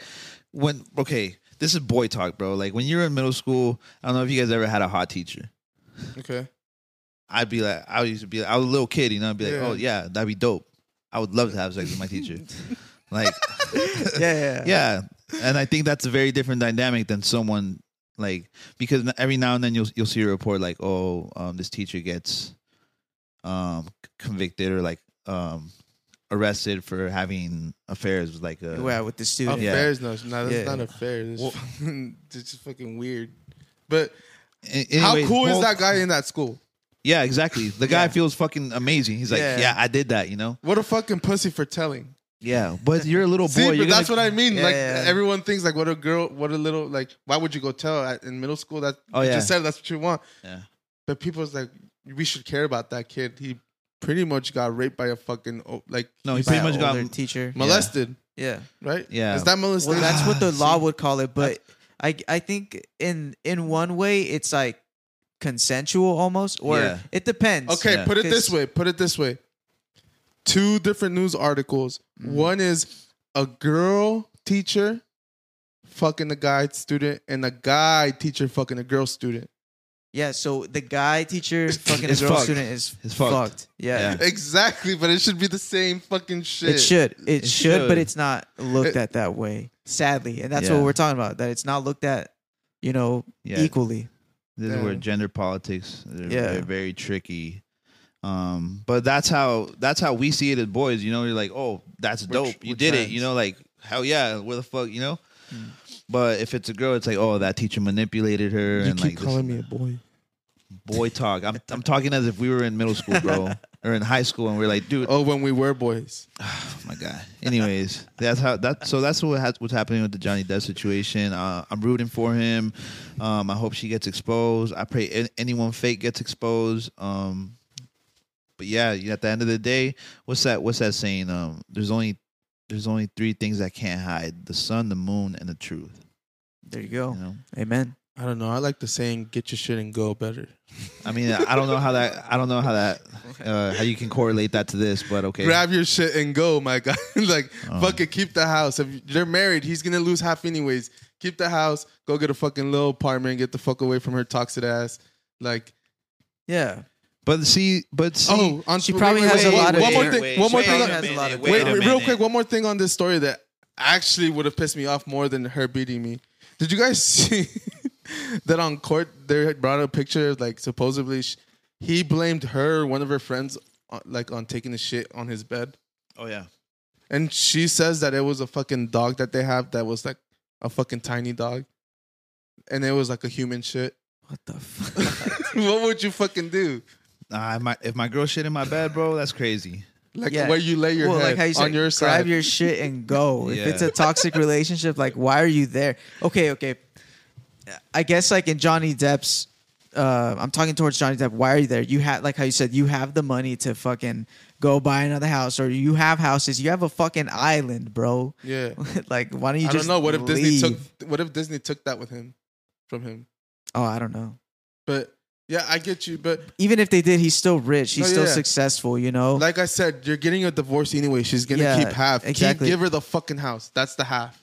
Speaker 1: when okay, this is boy talk, bro. Like when you're in middle school, I don't know if you guys ever had a hot teacher.
Speaker 3: Okay.
Speaker 1: I'd be like, I used to be, I was a little kid, you know. I'd be like,
Speaker 3: Yeah.
Speaker 1: oh yeah, that'd be dope. I would love to have sex with my teacher. like,
Speaker 2: yeah, yeah,
Speaker 1: yeah, and I think that's a very different dynamic than someone like because n- every now and then you'll you'll see a report like, oh, um, this teacher gets um, c- convicted or like um, arrested for having affairs with like a
Speaker 2: Well, with the student.
Speaker 1: yeah.
Speaker 3: Affairs, no, it's not, that's
Speaker 2: Yeah.
Speaker 3: not a fair. It's,
Speaker 1: Well-
Speaker 3: fucking, it's just fucking weird. But
Speaker 1: A-
Speaker 3: how
Speaker 1: anyways,
Speaker 3: cool is
Speaker 1: well-
Speaker 3: that guy in that school?
Speaker 1: Yeah, exactly. The guy
Speaker 2: Yeah.
Speaker 1: feels fucking amazing. He's like,
Speaker 2: Yeah.
Speaker 1: yeah. I did that, you know?
Speaker 3: What a fucking pussy for telling.
Speaker 1: Yeah, but you're a little boy.
Speaker 3: See,
Speaker 1: you're
Speaker 3: but
Speaker 1: gonna-
Speaker 3: that's what I mean.
Speaker 2: Yeah,
Speaker 3: like
Speaker 2: yeah.
Speaker 3: everyone thinks, like, what a girl, what a little, like, why would you go tell at, in middle school that?
Speaker 1: Oh,
Speaker 3: you
Speaker 1: yeah.
Speaker 3: just said that's what you want.
Speaker 1: Yeah.
Speaker 3: But people's like, we should care about that kid. He pretty much got raped by a fucking oh, like
Speaker 1: No, he
Speaker 2: By
Speaker 1: pretty
Speaker 2: an
Speaker 1: much got.
Speaker 2: older teacher.
Speaker 3: molested,
Speaker 2: Yeah.
Speaker 3: right?
Speaker 1: Yeah.
Speaker 3: is that molestation?
Speaker 2: Well, that's what the law would call it, but I I think in in one way it's like consensual almost, or
Speaker 1: Yeah.
Speaker 2: it depends.
Speaker 3: Okay,
Speaker 1: Yeah.
Speaker 3: put it this
Speaker 2: 'Cause-
Speaker 3: way. Put it this way. Two different news articles.
Speaker 1: Mm-hmm.
Speaker 3: One is a girl teacher fucking a guy student, and a guy teacher fucking a girl student.
Speaker 2: Yeah. So the guy teacher fucking
Speaker 1: Is
Speaker 2: a girl
Speaker 1: fucked.
Speaker 2: student is
Speaker 1: Is
Speaker 2: fucked.
Speaker 1: fucked.
Speaker 2: Yeah.
Speaker 3: Exactly, but it should be the same fucking shit.
Speaker 2: It should. It,
Speaker 1: It
Speaker 2: should, but
Speaker 1: should.
Speaker 2: it's not looked
Speaker 3: It-
Speaker 2: at that way, sadly, and that's
Speaker 1: Yeah.
Speaker 2: what we're talking about. That it's not looked at, you know,
Speaker 1: Yeah.
Speaker 2: equally.
Speaker 1: This is where
Speaker 3: Yeah.
Speaker 1: gender politics they're,
Speaker 2: Yeah.
Speaker 1: they're very tricky. Um, but that's how that's how we see it as boys. You know, you're like, oh, that's
Speaker 3: We're
Speaker 1: dope.
Speaker 3: tr-
Speaker 1: you
Speaker 3: we're
Speaker 1: did it.
Speaker 3: trans.
Speaker 1: You know, like hell yeah. Where the fuck, you know?
Speaker 2: Mm.
Speaker 1: But if it's a girl, it's like, oh, that teacher manipulated her.
Speaker 3: You
Speaker 1: and
Speaker 3: keep
Speaker 1: like this
Speaker 3: calling
Speaker 1: and
Speaker 3: me
Speaker 1: that.
Speaker 3: a boy.
Speaker 1: boy talk. I'm I'm talking as if we were in middle school, bro, or in high school, and we're like, dude,
Speaker 3: Oh, when we were boys.
Speaker 1: Oh my god. Anyways, that's how that. So that's what has, what's happening with the Johnny Depp situation. Uh, I'm rooting for him. Um, I hope she gets exposed. I pray an- anyone fake gets exposed. Um, but yeah, you know, at the end of the day, what's that? What's that saying? Um, there's only there's only three things that can't hide: the sun, the moon, and the truth.
Speaker 2: There you
Speaker 3: Oh.
Speaker 2: go.
Speaker 1: You know.
Speaker 2: Amen.
Speaker 3: I don't know. I like the saying "get your shit and go" better.
Speaker 1: I mean, I don't know how that. I don't know how that. Uh, how you can correlate that to this, but okay.
Speaker 3: Grab your shit and go, my guy. like
Speaker 1: Oh.
Speaker 3: fucking keep the house. If they're married, he's gonna lose half anyways. Keep the house. Go get a fucking little apartment and get the fuck away from her toxic ass. Like
Speaker 2: Yeah.
Speaker 1: But see, but see,
Speaker 3: oh, on
Speaker 2: She probably has a
Speaker 3: one-
Speaker 2: lot of
Speaker 3: one more
Speaker 2: inner-
Speaker 3: thing. one more
Speaker 2: she
Speaker 3: thing.
Speaker 2: probably
Speaker 3: on-
Speaker 2: has a lot of
Speaker 3: Wait,
Speaker 2: a
Speaker 3: wait, real quick, one more thing on this story that actually would have pissed me off more than her beating me. Did you guys see that on court they had brought a picture of, like supposedly sh- he blamed her, one of her friends, on, like on taking a shit on his bed,
Speaker 1: Oh yeah.
Speaker 3: and she says that it was a fucking dog that they have that was like a fucking tiny dog, and it was like a human shit.
Speaker 2: What the fuck?
Speaker 3: what would you fucking do?
Speaker 1: Nah, my, if my girl shit in my bed, bro, that's crazy.
Speaker 3: Like
Speaker 2: Yeah.
Speaker 3: where you lay your
Speaker 2: well,
Speaker 3: head
Speaker 2: like how you
Speaker 3: on
Speaker 2: said,
Speaker 3: your
Speaker 2: grab
Speaker 3: side.
Speaker 2: your shit and go. If
Speaker 1: Yeah.
Speaker 2: it's a toxic relationship, like why are you there? Okay, okay. I guess like in Johnny Depp's, uh, I'm talking towards Johnny Depp. Why are you there? You had like how you said you have the money to fucking go buy another house, or you have houses. You have a fucking island, bro.
Speaker 3: yeah.
Speaker 2: like why don't you
Speaker 3: I
Speaker 2: just
Speaker 3: don't know. What if
Speaker 2: leave?
Speaker 3: Disney took? What if Disney took that with him, from him?
Speaker 2: Oh, I don't know.
Speaker 3: But yeah, I get you. But
Speaker 2: Even if they did, he's still rich. He's
Speaker 3: No,
Speaker 2: still
Speaker 3: Oh, yeah.
Speaker 2: successful. You know.
Speaker 3: like I said, you're getting a divorce anyway. She's gonna
Speaker 2: Oh. Yeah,
Speaker 3: keep half. Keep-
Speaker 2: exactly.
Speaker 3: give her the fucking house. That's the half.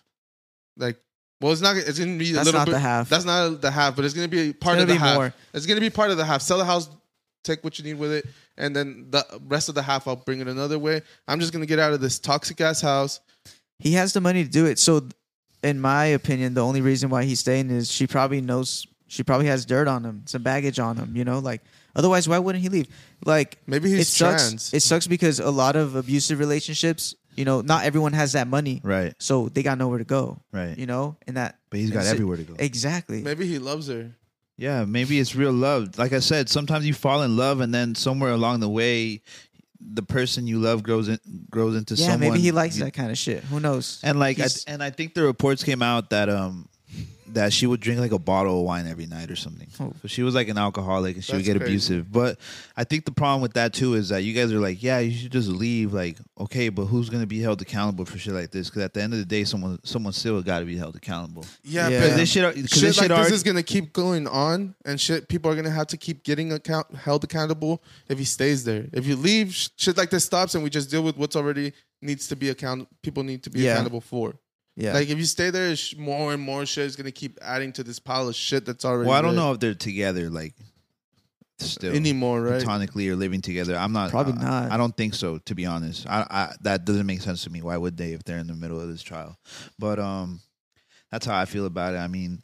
Speaker 3: Like, well, it's not. It's gonna be a
Speaker 2: That's
Speaker 3: little
Speaker 2: not
Speaker 3: bit.
Speaker 2: the half.
Speaker 3: That's not the half, but it's gonna be part
Speaker 2: gonna
Speaker 3: of the
Speaker 2: be
Speaker 3: half.
Speaker 2: more.
Speaker 3: It's gonna be part of the half. Sell the house, take what you need with it, and then the rest of the half, I'll bring it another way. I'm just gonna get out of this toxic ass house.
Speaker 2: he has the money to do it. So, in my opinion, the only reason why he's staying is she probably knows she probably has dirt on him, some baggage on him. You know, like otherwise, why wouldn't he leave? Like
Speaker 3: Maybe he's
Speaker 2: it sucks.
Speaker 3: trans.
Speaker 2: It sucks because a lot of abusive relationships, you know, not everyone has that money,
Speaker 1: Right,
Speaker 2: so they got nowhere to go.
Speaker 1: right.
Speaker 2: You know, and that
Speaker 1: But he's got
Speaker 2: and so-
Speaker 1: everywhere to go.
Speaker 2: Exactly.
Speaker 3: Maybe he loves her.
Speaker 1: Yeah, maybe it's real love. Like I said, sometimes you fall in love, and then somewhere along the way, the person you love grows in, grows into
Speaker 2: yeah,
Speaker 1: someone.
Speaker 2: maybe he likes
Speaker 1: you-
Speaker 2: that kind of shit. Who knows?
Speaker 1: And like, I,
Speaker 2: He's-
Speaker 1: and I think the reports came out that um that she would drink like a bottle of wine every night or something.
Speaker 2: Oh.
Speaker 1: So she was like an alcoholic, and she would
Speaker 3: That's
Speaker 1: get
Speaker 3: crazy.
Speaker 1: abusive. But I think the problem with that too is that you guys are like, yeah, you should just leave. Like, okay, but who's gonna be held accountable for shit like this? Because at the end of the day, someone someone still got to be held accountable.
Speaker 3: Yeah,
Speaker 2: Yeah.
Speaker 3: but
Speaker 1: Because this shit, because
Speaker 3: shit
Speaker 1: this
Speaker 3: like
Speaker 1: shit
Speaker 3: this
Speaker 1: already,
Speaker 3: is gonna keep going on, and shit, people are gonna have to keep getting account held accountable if he stays there. If you leave, sh- shit like this stops, and we just deal with what's already needs to be account. People need to be
Speaker 2: Yeah.
Speaker 3: accountable for.
Speaker 2: yeah,
Speaker 3: Like if you stay there, sh- more and more shit is gonna keep adding to this pile of shit that's already.
Speaker 1: Well, I don't
Speaker 3: there
Speaker 1: know if they're together, like still
Speaker 3: anymore, right?
Speaker 1: platonically or living together. I'm not
Speaker 2: Probably
Speaker 1: I-
Speaker 2: not.
Speaker 1: I don't think so, to be honest. I, I that doesn't make sense to me. Why would they if they're in the middle of this trial? But um, that's how I feel about it. I mean,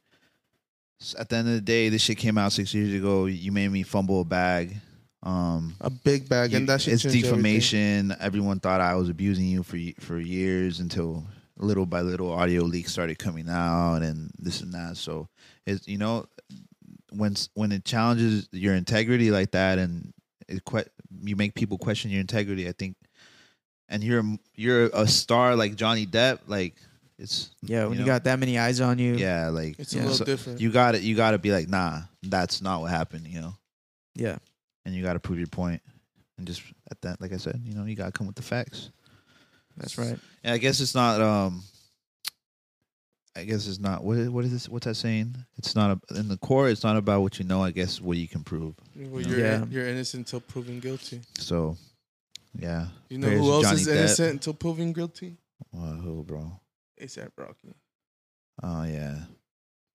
Speaker 1: s- at the end of the day, this shit came out six years ago. You made me fumble a bag. Um,
Speaker 3: a big bag,
Speaker 1: you-
Speaker 3: and that shit.
Speaker 1: it's
Speaker 3: changed
Speaker 1: defamation. Everyone thought I was abusing you for y- for years until little by little audio leaks started coming out and this and that. So it's you know when s- when it challenges your integrity like that and it que- you make people question your integrity. I think, and you're a- you're a star like Johnny Depp. Like it's
Speaker 2: Yeah, when
Speaker 1: know?
Speaker 2: you, got that many eyes on you.
Speaker 1: yeah like
Speaker 3: It's
Speaker 2: Yeah.
Speaker 3: a little
Speaker 1: So
Speaker 3: different.
Speaker 1: you got to You got to be like nah, that's not what happened. You know
Speaker 2: Yeah.
Speaker 1: and you got to prove your point. And just at that, like I said, you know, you got to come with the facts.
Speaker 2: That's right.
Speaker 1: And I guess it's not. um I guess it's not. What is, what is this? What's that saying? It's not a, in the core. It's not about what you know. I guess what you can prove.
Speaker 3: well,
Speaker 1: Yeah.
Speaker 3: you're
Speaker 2: Yeah.
Speaker 3: you're innocent until proven guilty.
Speaker 1: So, yeah.
Speaker 3: You know
Speaker 1: Prayers
Speaker 3: who
Speaker 1: to
Speaker 3: else
Speaker 1: Johnny
Speaker 3: is
Speaker 1: Depp.
Speaker 3: innocent until proven guilty?
Speaker 1: Oh, who, bro?
Speaker 3: ASAP Rocky.
Speaker 1: Oh yeah,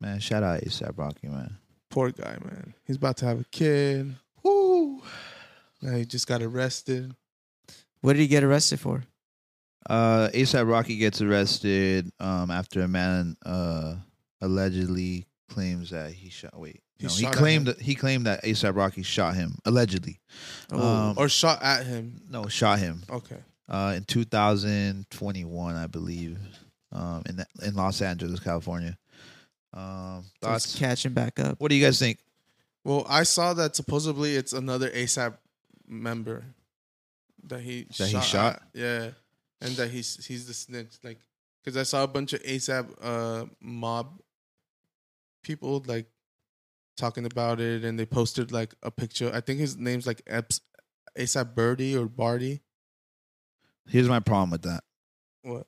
Speaker 1: man. Shout out ASAP Rocky, man.
Speaker 3: Poor guy, man. He's about to have a kid.
Speaker 1: Woo.
Speaker 3: Now he just got arrested.
Speaker 2: What did he get arrested for?
Speaker 1: Uh, ASAP Rocky gets arrested um, after a man uh, allegedly claims that he shot. Wait,
Speaker 3: He
Speaker 1: no, he
Speaker 3: shot at
Speaker 1: claimed
Speaker 3: him.
Speaker 1: that he claimed that ASAP Rocky shot him allegedly.
Speaker 2: Oh,
Speaker 1: Um,
Speaker 3: or shot at him.
Speaker 1: No, shot him
Speaker 3: Okay.
Speaker 1: uh, in 2021, I believe, um, in that, in Los Angeles, California. Um,
Speaker 2: So it's
Speaker 1: thoughts?
Speaker 2: catching back up.
Speaker 1: What do you guys think?
Speaker 3: Well, I saw that supposedly it's another ASAP member that he
Speaker 1: That he
Speaker 3: shot
Speaker 1: shot?
Speaker 3: at. Yeah, and that he's he's the snitch. Like, because I saw a bunch of ASAP uh, mob people like talking about it, and they posted like a picture. I think his name's like Eps, ASAP Birdie or Barty.
Speaker 1: Here's my problem with that.
Speaker 3: What?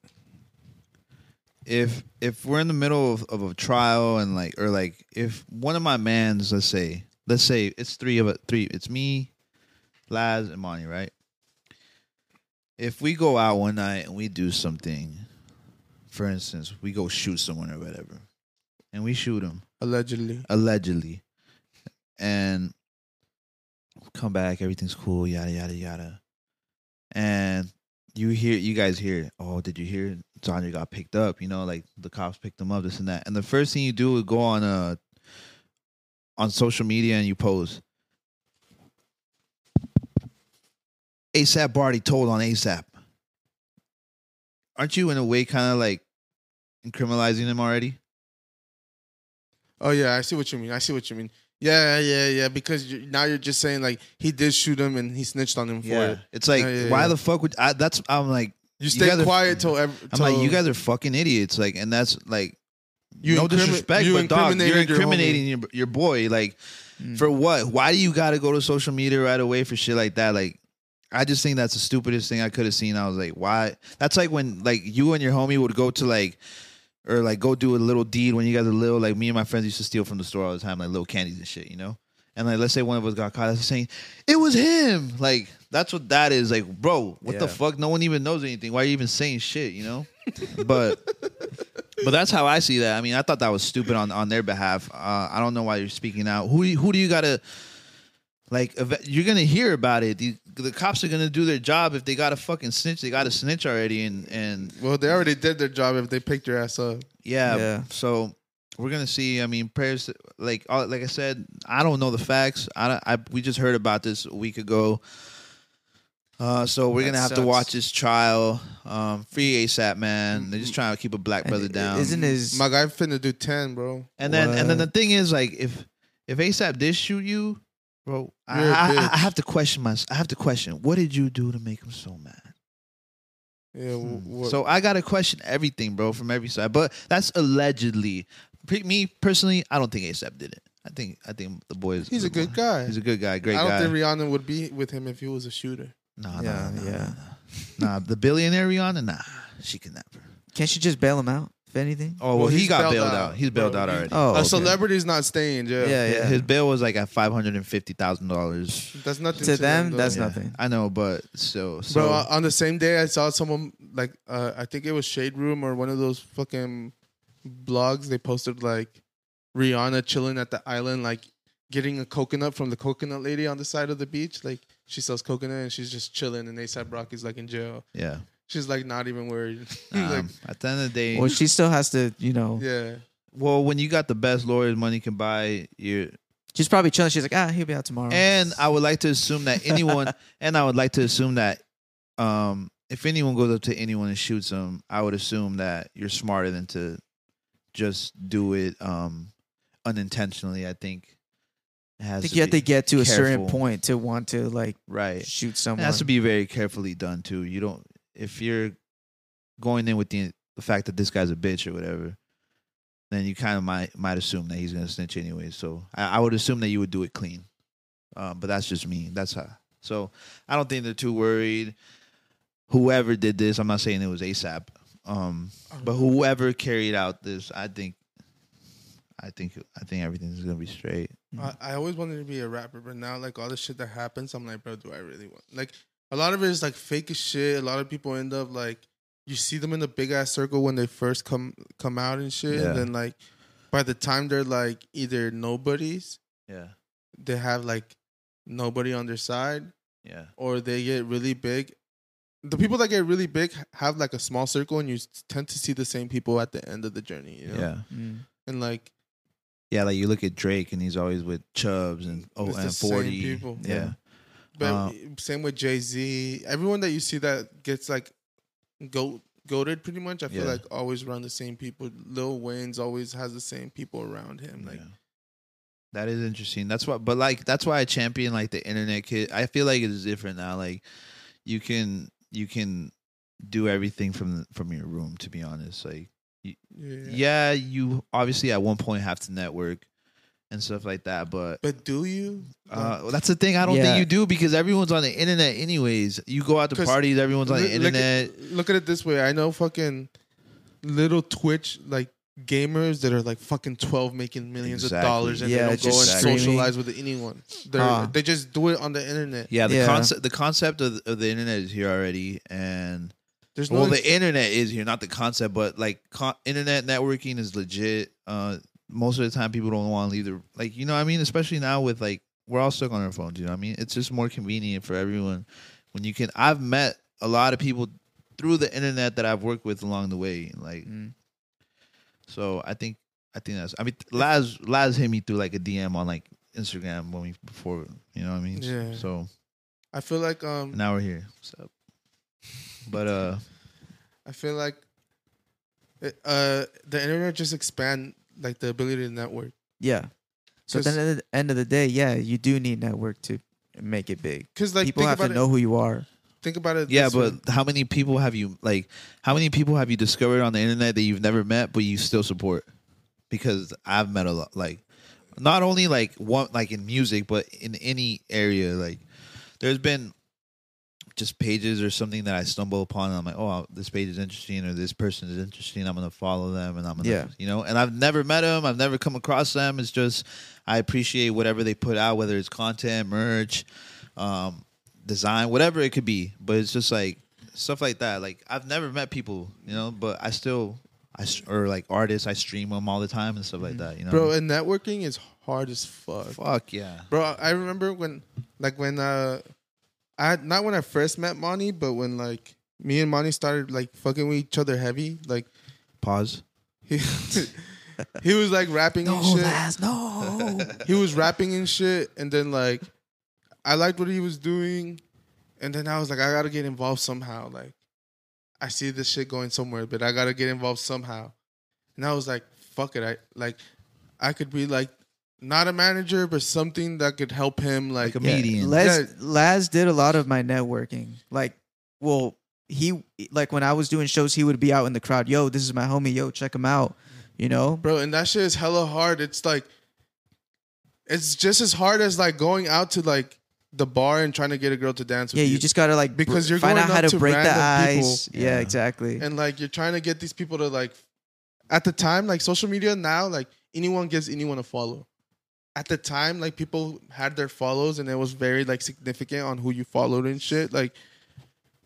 Speaker 1: if if we're in the middle of, of a trial and like or like if one of my mans let's say let's say it's three of us three it's me laz and monty right if we go out one night and we do something for instance we go shoot someone or whatever and we shoot him
Speaker 3: Allegedly,
Speaker 1: allegedly and come back everything's cool yada yada yada and you hear you guys hear oh did you hear Johnny got picked up you know like the cops picked him up this and that and the first thing you do is go on uh on social media and you post ASAP Barty told on ASAP aren't you in a way kind of like criminalizing him already
Speaker 3: Oh yeah, I see what you mean. I see what you mean. Yeah, yeah, yeah. Because you now you're just saying like he did shoot him and he snitched on him for it.
Speaker 1: It's like,
Speaker 3: Yeah, yeah,
Speaker 1: why
Speaker 3: yeah.
Speaker 1: the fuck would I? That's I'm like,
Speaker 3: You stay
Speaker 1: guys are-
Speaker 3: quiet till every.
Speaker 1: I'm like, you guys are fucking idiots. Like, and that's like,
Speaker 3: You
Speaker 1: no
Speaker 3: incrimi-
Speaker 1: disrespect,
Speaker 3: you
Speaker 1: but dog, you're
Speaker 3: incriminated your Mm.
Speaker 1: incriminating your, your, boy. Like, for what? Why do you got to go to social media right away for shit like that? Like, I just think that's the stupidest thing I could have seen. I was like, why? That's like when like you and your homie would go to like. Or like go do a little deed when you guys are little. Like me and my friends used to steal from the store all the time, like little candies and shit, you know. And like, let's say one of us got caught, that's saying it was him. Like that's what that is. Like, bro, what the
Speaker 2: Yeah.
Speaker 1: fuck? No one even knows anything. Why are you even saying shit? You know. but but that's how I see that. I mean, I thought that was stupid on on their behalf. Uh, I don't know why you're speaking out. Who do you, who do you gotta like? eve- You're gonna hear about it. The, the cops are gonna do their job if they got to fucking snitch. They got to snitch already, and and
Speaker 3: Well, they already did their job if they picked your ass up.
Speaker 1: yeah.
Speaker 2: Yeah.
Speaker 1: So we're gonna see. I mean, prayers. Like all, like I said, I don't know the facts. I, don't- I we just heard about this a week ago. Uh, so we're
Speaker 2: That
Speaker 1: gonna have to
Speaker 2: sucks.
Speaker 1: watch this trial. Um, free ASAP, man. They're just trying to keep a black
Speaker 2: Mm-hmm. And
Speaker 1: brother
Speaker 2: i-
Speaker 1: down.
Speaker 2: Isn't his
Speaker 3: My guy finna do ten, bro.
Speaker 1: And then and then the
Speaker 2: What?
Speaker 1: thing is like if if ASAP did shoot you, bro, I,
Speaker 3: You're a
Speaker 1: I, I-
Speaker 3: bitch.
Speaker 1: I have to question my I have to question what did you do to make him so mad?
Speaker 3: Yeah. w- w-
Speaker 1: Hmm. So I gotta question everything, bro, from every side. But that's allegedly. Pe- Me personally, I don't think ASAP did it. I think I think the boy is
Speaker 3: he's a good guy.
Speaker 1: He's a good guy, great
Speaker 3: I don't
Speaker 1: guy.
Speaker 3: think Rihanna would be with him if he was a shooter.
Speaker 1: nah,
Speaker 2: Yeah,
Speaker 1: nah, nah,
Speaker 2: yeah.
Speaker 1: nah, nah. The billionaire Rihanna, nah, she can never.
Speaker 2: Can't you just bail him out if anything?
Speaker 1: Oh well,
Speaker 3: Well,
Speaker 1: he
Speaker 3: he's
Speaker 1: got
Speaker 3: bailed
Speaker 1: bailed, out.
Speaker 3: out.
Speaker 1: He's bailed
Speaker 3: Bro,
Speaker 1: out
Speaker 3: he-
Speaker 1: already.
Speaker 2: Oh,
Speaker 3: a
Speaker 2: okay.
Speaker 3: celebrity's not staying. Yeah.
Speaker 2: Yeah, yeah.
Speaker 1: His bail was like at five hundred and fifty thousand dollars.
Speaker 3: That's nothing
Speaker 2: To them,
Speaker 3: though.
Speaker 2: that's nothing.
Speaker 1: I know, but so so.
Speaker 3: Bro, on the same day, I saw someone like uh, I think it was Shade Room or one of those fucking blogs. They posted like Rihanna chilling at the island, like getting a coconut from the coconut lady on the side of the beach. Like she sells coconut and she's just chilling, and ASAP Rocky's like in jail.
Speaker 1: yeah.
Speaker 3: She's like not even worried.
Speaker 1: Um,
Speaker 3: like,
Speaker 1: at the end of the day,
Speaker 2: Well, she still has to, you know.
Speaker 3: yeah,
Speaker 1: well, when you got the best lawyers money can buy, you
Speaker 2: She's probably chilling. She's like, ah, he'll be out tomorrow.
Speaker 1: And I would like to assume that anyone, and I would like to assume that um, if anyone goes up to anyone and shoots them, I would assume that you're smarter than to just do it um, unintentionally. I think it
Speaker 2: I
Speaker 1: has
Speaker 2: think
Speaker 1: to
Speaker 2: you have
Speaker 1: be-
Speaker 2: to get to a certain
Speaker 1: careful.
Speaker 2: point to want to like
Speaker 1: right.
Speaker 2: shoot
Speaker 1: It
Speaker 2: someone.
Speaker 1: has to be very carefully done too. You don't if you're going in with the the fact that this guy's a bitch or whatever, then you kind of might might assume that he's gonna snitch anyway. So I, I would assume that you would do it clean, um, but that's just me. That's how. So I don't think they're too worried. Whoever did this, I'm not saying it was ASAP, um, but whoever carried out this, I think, I think, I think everything's gonna be straight.
Speaker 3: I, I always wanted to be a rapper, but now like all the shit that happens, I'm like, bro, do I really want? Like a lot of it is like fake as shit. A lot of people end up like you see them in the big ass circle when they first come come out and shit,
Speaker 1: Yeah.
Speaker 3: and then like by the time they're like either nobodies,
Speaker 1: Yeah,
Speaker 3: they have like nobody on their side,
Speaker 1: yeah,
Speaker 3: or they get really big. The people that get really big have like a small circle, and you s- tend to see the same people at the end of the journey. You know?
Speaker 1: yeah.
Speaker 2: Mm.
Speaker 3: and like
Speaker 1: Yeah, like you look at Drake and he's always with Chubbs and oh
Speaker 3: It's the
Speaker 1: and
Speaker 3: same
Speaker 1: forty.
Speaker 3: people.
Speaker 1: Yeah.
Speaker 3: Yeah. But
Speaker 1: Uh,
Speaker 3: same with Jay Z. Everyone that you see that gets like goat goaded pretty much. I feel
Speaker 1: Yeah.
Speaker 3: like always around the same people. Lil Wayne's always has the same people around him. Like
Speaker 1: yeah. That is interesting. That's why but like that's why I champion like the internet kid. I feel like it is different now. Like you can you can do everything from from your room to be honest. Like
Speaker 3: yeah.
Speaker 1: yeah, you obviously at one point have to network and stuff like that, but
Speaker 3: But do you?
Speaker 1: uh, well, that's the thing. I don't
Speaker 2: Yeah.
Speaker 1: think you do because everyone's on the internet, anyways. You go out to
Speaker 3: 'Cause
Speaker 1: parties, everyone's on the
Speaker 3: Look- look at-
Speaker 1: internet.
Speaker 3: Look at, it this way. I know fucking little Twitch like gamers that are like fucking twelve making millions
Speaker 1: Exactly.
Speaker 3: of dollars and
Speaker 2: Yeah,
Speaker 3: they don't go
Speaker 1: just
Speaker 3: and
Speaker 1: streaming.
Speaker 3: socialize with anyone. They
Speaker 2: Ah.
Speaker 3: are they just do it on the internet.
Speaker 1: Yeah, the
Speaker 2: Yeah.
Speaker 1: concept the concept of, of the internet is here already, and
Speaker 3: There's no
Speaker 1: well, the internet is here, not the concept, but like con- internet networking is legit. Uh, most of the time, people don't want to leave their like, you know what I mean? Especially now with like we're all stuck on our phones. You know what I mean? It's just more convenient for everyone when you can. I've met a lot of people through the internet that I've worked with along the way. Like,
Speaker 2: Mm.
Speaker 1: so I think I think that's. I mean, Laz Laz hit me through like a DM on like Instagram when we before. You know what I mean?
Speaker 3: Yeah.
Speaker 1: So
Speaker 3: I feel like um
Speaker 1: now we're here. What's up? But uh,
Speaker 3: I feel like it, uh, the internet just expand like the ability to network.
Speaker 2: Yeah. So at the
Speaker 3: Just-
Speaker 2: end of the, end of the day, yeah, you do need network to make it big.
Speaker 3: Cause like
Speaker 2: People
Speaker 3: think
Speaker 2: have
Speaker 3: about
Speaker 2: to
Speaker 3: it,
Speaker 2: know who you are.
Speaker 3: Think about it.
Speaker 1: yeah,
Speaker 3: this
Speaker 1: but
Speaker 3: way.
Speaker 1: how many people have you like? How many people have you discovered on the internet that you've never met but you still support? Because I've met a lot, like not only like one like in music, but in any area. Like there's been just pages or something that I stumble upon, and I'm like, oh, this page is interesting, or this person is interesting. I'm gonna follow them, and I'm gonna,
Speaker 2: Yeah.
Speaker 1: you know, and I've never met them, I've never come across them. It's just I appreciate whatever they put out, whether it's content, merch, um, design, whatever it could be. But it's just like stuff like that. Like I've never met people, you know, but I still, I s- or like artists, I stream them all the time and stuff like that, you know.
Speaker 3: Mm-hmm. bro, and networking is hard as fuck.
Speaker 1: fuck yeah,
Speaker 3: Bro, I remember when, like when uh, I had- not when I first met Monty, but when like me and Monty started like fucking with each other heavy. Like
Speaker 1: pause.
Speaker 3: he, he was like rapping and
Speaker 1: Oh,
Speaker 3: shit.
Speaker 2: no.
Speaker 3: he was rapping and shit, and then like I liked what he was doing, and then I was like, I gotta get involved somehow. Like I see this shit going somewhere, but I gotta get involved somehow. And I was like, fuck it, I like I could be like not a manager, but something that could help him.
Speaker 1: Like
Speaker 3: Like,
Speaker 1: a comedian.
Speaker 2: Laz, Laz did a lot of my networking. Like, well, he like when I was doing shows, he would be out in the crowd. Yo, this is my homie. Yo, check him out. You know,
Speaker 3: bro, and that shit is hella hard. It's like it's just as hard as like going out to like the bar and trying to get a girl to dance with
Speaker 2: yeah,
Speaker 3: you.
Speaker 2: you just gotta like br-
Speaker 3: Because you're
Speaker 2: find
Speaker 3: going
Speaker 2: out how
Speaker 3: up
Speaker 2: to,
Speaker 3: to
Speaker 2: break the
Speaker 3: random people.
Speaker 2: ice. Yeah,
Speaker 1: Yeah.
Speaker 2: exactly.
Speaker 3: and like you're trying to get these people to like at the time like social media now like anyone gives anyone a follow at the time like people had their follows and it was very like significant on who you followed and shit like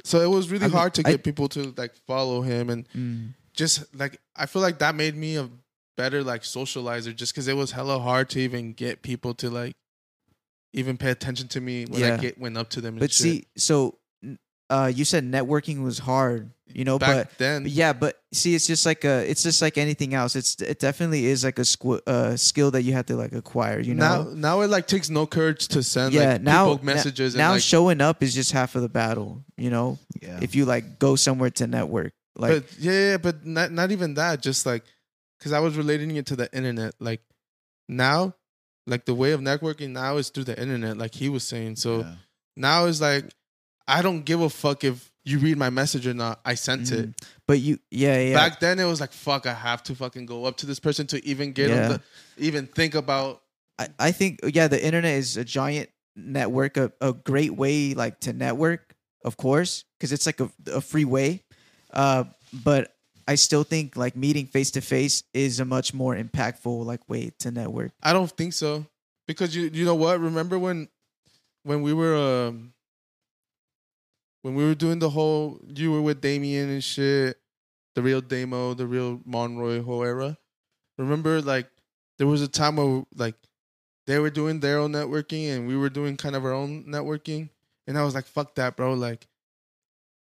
Speaker 3: so it was really
Speaker 2: I mean,
Speaker 3: hard to
Speaker 2: I-
Speaker 3: get people to like follow him and
Speaker 2: Mm.
Speaker 3: just like i feel like that made me a better like socializer just because it was hella hard to even get people to like even pay attention to me when i
Speaker 2: Yeah.
Speaker 3: get went up to them and
Speaker 2: But
Speaker 3: shit.
Speaker 2: see, so n- uh, you said networking was hard. you know
Speaker 3: Back
Speaker 2: but
Speaker 3: then.
Speaker 2: but yeah but see it's just like a it's just like anything else it's it definitely is like a squ- uh, skill that you have to like acquire you know
Speaker 3: now now it like takes no courage to send
Speaker 2: yeah
Speaker 3: like
Speaker 2: now
Speaker 3: people messages
Speaker 2: now
Speaker 3: and like
Speaker 2: showing up is just half of the battle you know
Speaker 1: Yeah.
Speaker 2: if you like go somewhere to network like
Speaker 3: but yeah, yeah, yeah, but not not even that. Just like, because I was relating it to the internet. Like now, like the way of networking now is through the internet. Like he was saying. So
Speaker 1: Yeah.
Speaker 3: now it's like, I don't give a fuck if you read my message or not. I sent it.
Speaker 2: mm, but you yeah yeah
Speaker 3: Back then, it was like, fuck, I have to fucking go up to this person to even get
Speaker 2: Yeah.
Speaker 3: them to even think about.
Speaker 2: I, I think uh, yeah, the internet is a giant network, a, a great way like to network, of course, because it's like a, a free way. Uh, but I still think like meeting face to face is a much more impactful like way to network.
Speaker 3: I don't think so because you you know what? Remember when when we were um when we were doing the whole you were with Damien and shit, the real Damo, the real Monroy whole era. Remember like there was a time where like they were doing their own networking and we were doing kind of our own networking and I was like fuck that bro like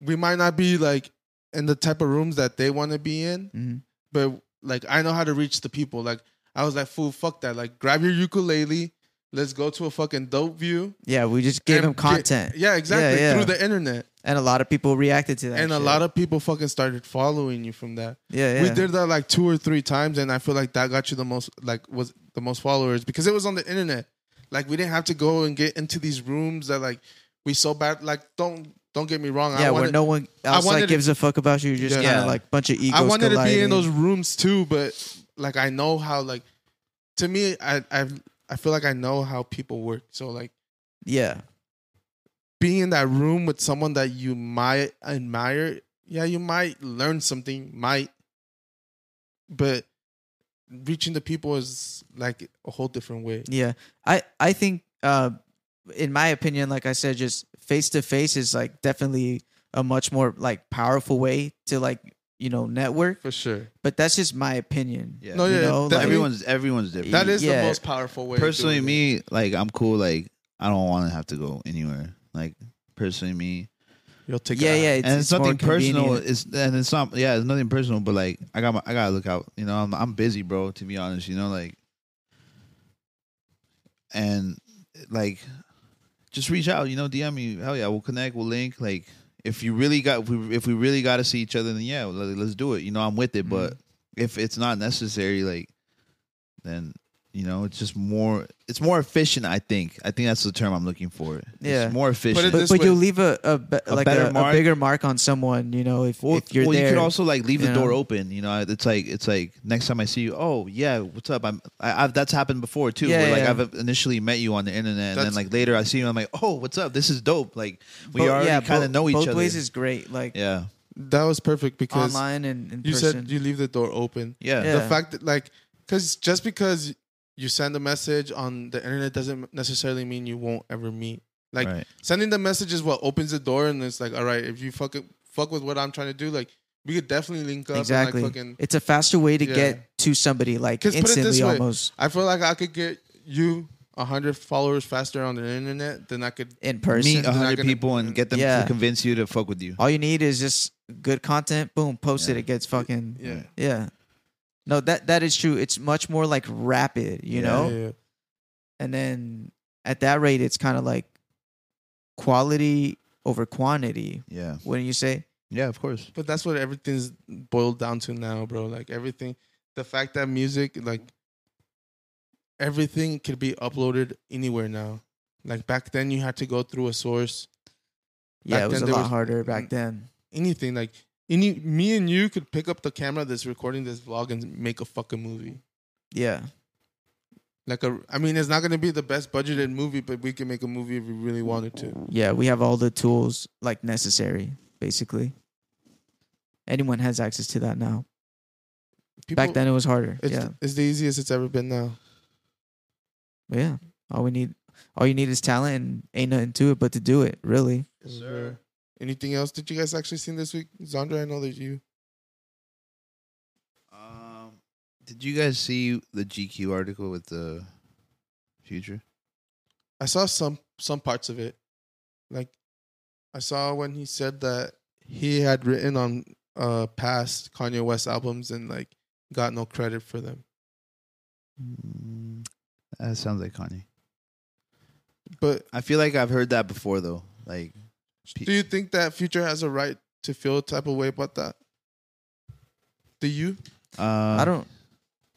Speaker 3: we might not be like in the type of rooms that they want to be in
Speaker 2: Mhm.
Speaker 3: but like I know how to reach the people. Like I was like, fool, fuck that. Like grab your ukulele, let's go to a fucking dope view.
Speaker 2: Yeah, we just gave
Speaker 3: and
Speaker 2: them
Speaker 3: get-
Speaker 2: content,
Speaker 3: yeah, exactly.
Speaker 2: yeah.
Speaker 3: Through the internet.
Speaker 2: and a lot of people reacted to that.
Speaker 3: and a lot of people fucking started following you from that.
Speaker 2: yeah, yeah.
Speaker 3: We did that like two or three times and I feel like that got you the most like was the most followers because it was on the internet. Like we didn't have to go and get into these rooms that like we so bad like don't don't get me wrong.
Speaker 2: yeah, where
Speaker 3: wanted-
Speaker 2: no one else
Speaker 3: wanted
Speaker 2: like
Speaker 3: to-
Speaker 2: gives a fuck about you. You're just
Speaker 3: Yeah.
Speaker 2: kind of like bunch of egos.
Speaker 3: I wanted to be
Speaker 2: colliding.
Speaker 3: in those rooms too, but like I know how like to me I I I feel like I know how people work. So like
Speaker 2: Yeah,
Speaker 3: being in that room with someone that you might admire, yeah, you might learn something, might but reaching the people is like a whole different way.
Speaker 2: Yeah, I I think uh, in my opinion, like I said, just face to face is like definitely a much more like powerful way to like you know network.
Speaker 3: For sure.
Speaker 2: But that's just my opinion.
Speaker 1: Yeah.
Speaker 3: No,
Speaker 2: You
Speaker 3: yeah,
Speaker 2: know,
Speaker 3: that-
Speaker 2: like-
Speaker 1: everyone's everyone's different.
Speaker 3: That is
Speaker 2: Yeah.
Speaker 3: the most powerful way. of
Speaker 1: personally
Speaker 3: doing
Speaker 1: me
Speaker 3: it.
Speaker 1: like i'm cool like i don't want to have to go anywhere like personally me
Speaker 3: you'll take
Speaker 2: yeah,
Speaker 3: a-
Speaker 2: yeah, it's,
Speaker 1: and it's,
Speaker 2: it's more
Speaker 1: nothing personal
Speaker 2: convenient.
Speaker 1: it's and it's not yeah it's nothing personal but like i got my i gotta look out you know i'm, I'm busy bro to be honest you know like and like just reach out you know dm me hell yeah we'll connect we'll link like if you really got if we, if we really got to see each other then yeah let, let's do it you know i'm with it but
Speaker 2: Mm-hmm.
Speaker 1: if it's not necessary like then you know it's just more it's more efficient i think i think that's the term i'm looking for
Speaker 2: Yeah.
Speaker 1: it's more efficient
Speaker 3: it
Speaker 2: But,
Speaker 3: this
Speaker 2: but
Speaker 3: way.
Speaker 2: you'll leave a, a, be- like
Speaker 1: better
Speaker 2: a, a
Speaker 1: mark.
Speaker 2: bigger mark on someone, you know, if,
Speaker 1: Well,
Speaker 2: if you're
Speaker 1: well,
Speaker 2: there.
Speaker 1: you could also like leave
Speaker 2: you
Speaker 1: the door
Speaker 2: know?
Speaker 1: open. You know, it's like it's like next time I see you, oh yeah, what's up? I'm I, I've that's happened before too.
Speaker 2: Yeah,
Speaker 1: where like
Speaker 2: yeah.
Speaker 1: I've initially met you on the internet, and then
Speaker 3: That's-
Speaker 1: like later I see you, I'm like, oh, what's up? This is dope. Like we
Speaker 2: Bo-
Speaker 1: already
Speaker 2: yeah,
Speaker 1: kind
Speaker 2: bo-
Speaker 1: of know each
Speaker 2: both
Speaker 1: other.
Speaker 2: ways is great, like
Speaker 1: yeah,
Speaker 3: That was perfect because
Speaker 2: online and in
Speaker 3: you
Speaker 2: person.
Speaker 3: said you leave the door open.
Speaker 1: yeah,
Speaker 2: Yeah.
Speaker 3: the fact that like because just because you send a message on the internet doesn't necessarily mean you won't ever meet like
Speaker 1: Right.
Speaker 3: sending the message is what opens the door and it's like all right if you fuck, it, fuck with what i'm trying to do like we could definitely link up
Speaker 2: exactly.
Speaker 3: and like fucking
Speaker 2: it's a faster way to
Speaker 3: Yeah.
Speaker 2: get to somebody like
Speaker 3: because put it
Speaker 2: instantly
Speaker 3: this way
Speaker 2: almost
Speaker 3: i feel like i could get you 100 followers faster on the internet than i could
Speaker 2: in person.
Speaker 1: meet a
Speaker 3: not
Speaker 1: hundred
Speaker 3: gonna-
Speaker 1: people and get them
Speaker 2: Yeah.
Speaker 1: to convince you to fuck with you.
Speaker 2: All you need is just good content. Boom, post it. It gets fucking yeah.
Speaker 3: yeah
Speaker 2: No, that that is true. It's much more like rapid, you
Speaker 1: Yeah.
Speaker 2: know.
Speaker 3: yeah,
Speaker 2: And then at that rate, it's kind of like quality over quantity.
Speaker 1: Yeah,
Speaker 2: Wouldn't you say?
Speaker 1: yeah, of course.
Speaker 3: But that's what everything's boiled down to now, bro. Like everything, the fact that music, like everything, could be uploaded anywhere now. Like back then, you had to go through a source.
Speaker 2: Yeah,
Speaker 3: Back
Speaker 2: it was a
Speaker 3: then,
Speaker 2: lot
Speaker 3: there was- Mm.
Speaker 2: harder back then.
Speaker 3: Anything like any, me and you could pick up the camera that's recording this vlog and make a fucking movie.
Speaker 2: Yeah,
Speaker 3: Like a, I mean, it's not gonna be the best budgeted movie, but we can make a movie if we really wanted to.
Speaker 2: yeah. We have all the tools like necessary, basically. Anyone has access to that now.
Speaker 3: People,
Speaker 2: Back then, it was harder.
Speaker 3: it's,
Speaker 2: yeah,
Speaker 3: it's the easiest it's ever been now.
Speaker 2: but yeah. All we need, all you need is talent, and ain't nothing to it but to do it. Really.
Speaker 1: sir.
Speaker 3: Anything else? Did you guys actually seen this week, Zandra? I know that you.
Speaker 1: Um, did you guys see the GQ article with the future?
Speaker 3: I saw some some parts of it. Like I saw when he said that he had written on uh past Kanye West albums and like got no credit for them.
Speaker 1: Mm, That sounds like Kanye.
Speaker 3: But
Speaker 1: I feel like I've heard that before though. Like
Speaker 3: do you think that Future has a right to feel a type of way about that? Do you?
Speaker 1: uh,
Speaker 2: I don't.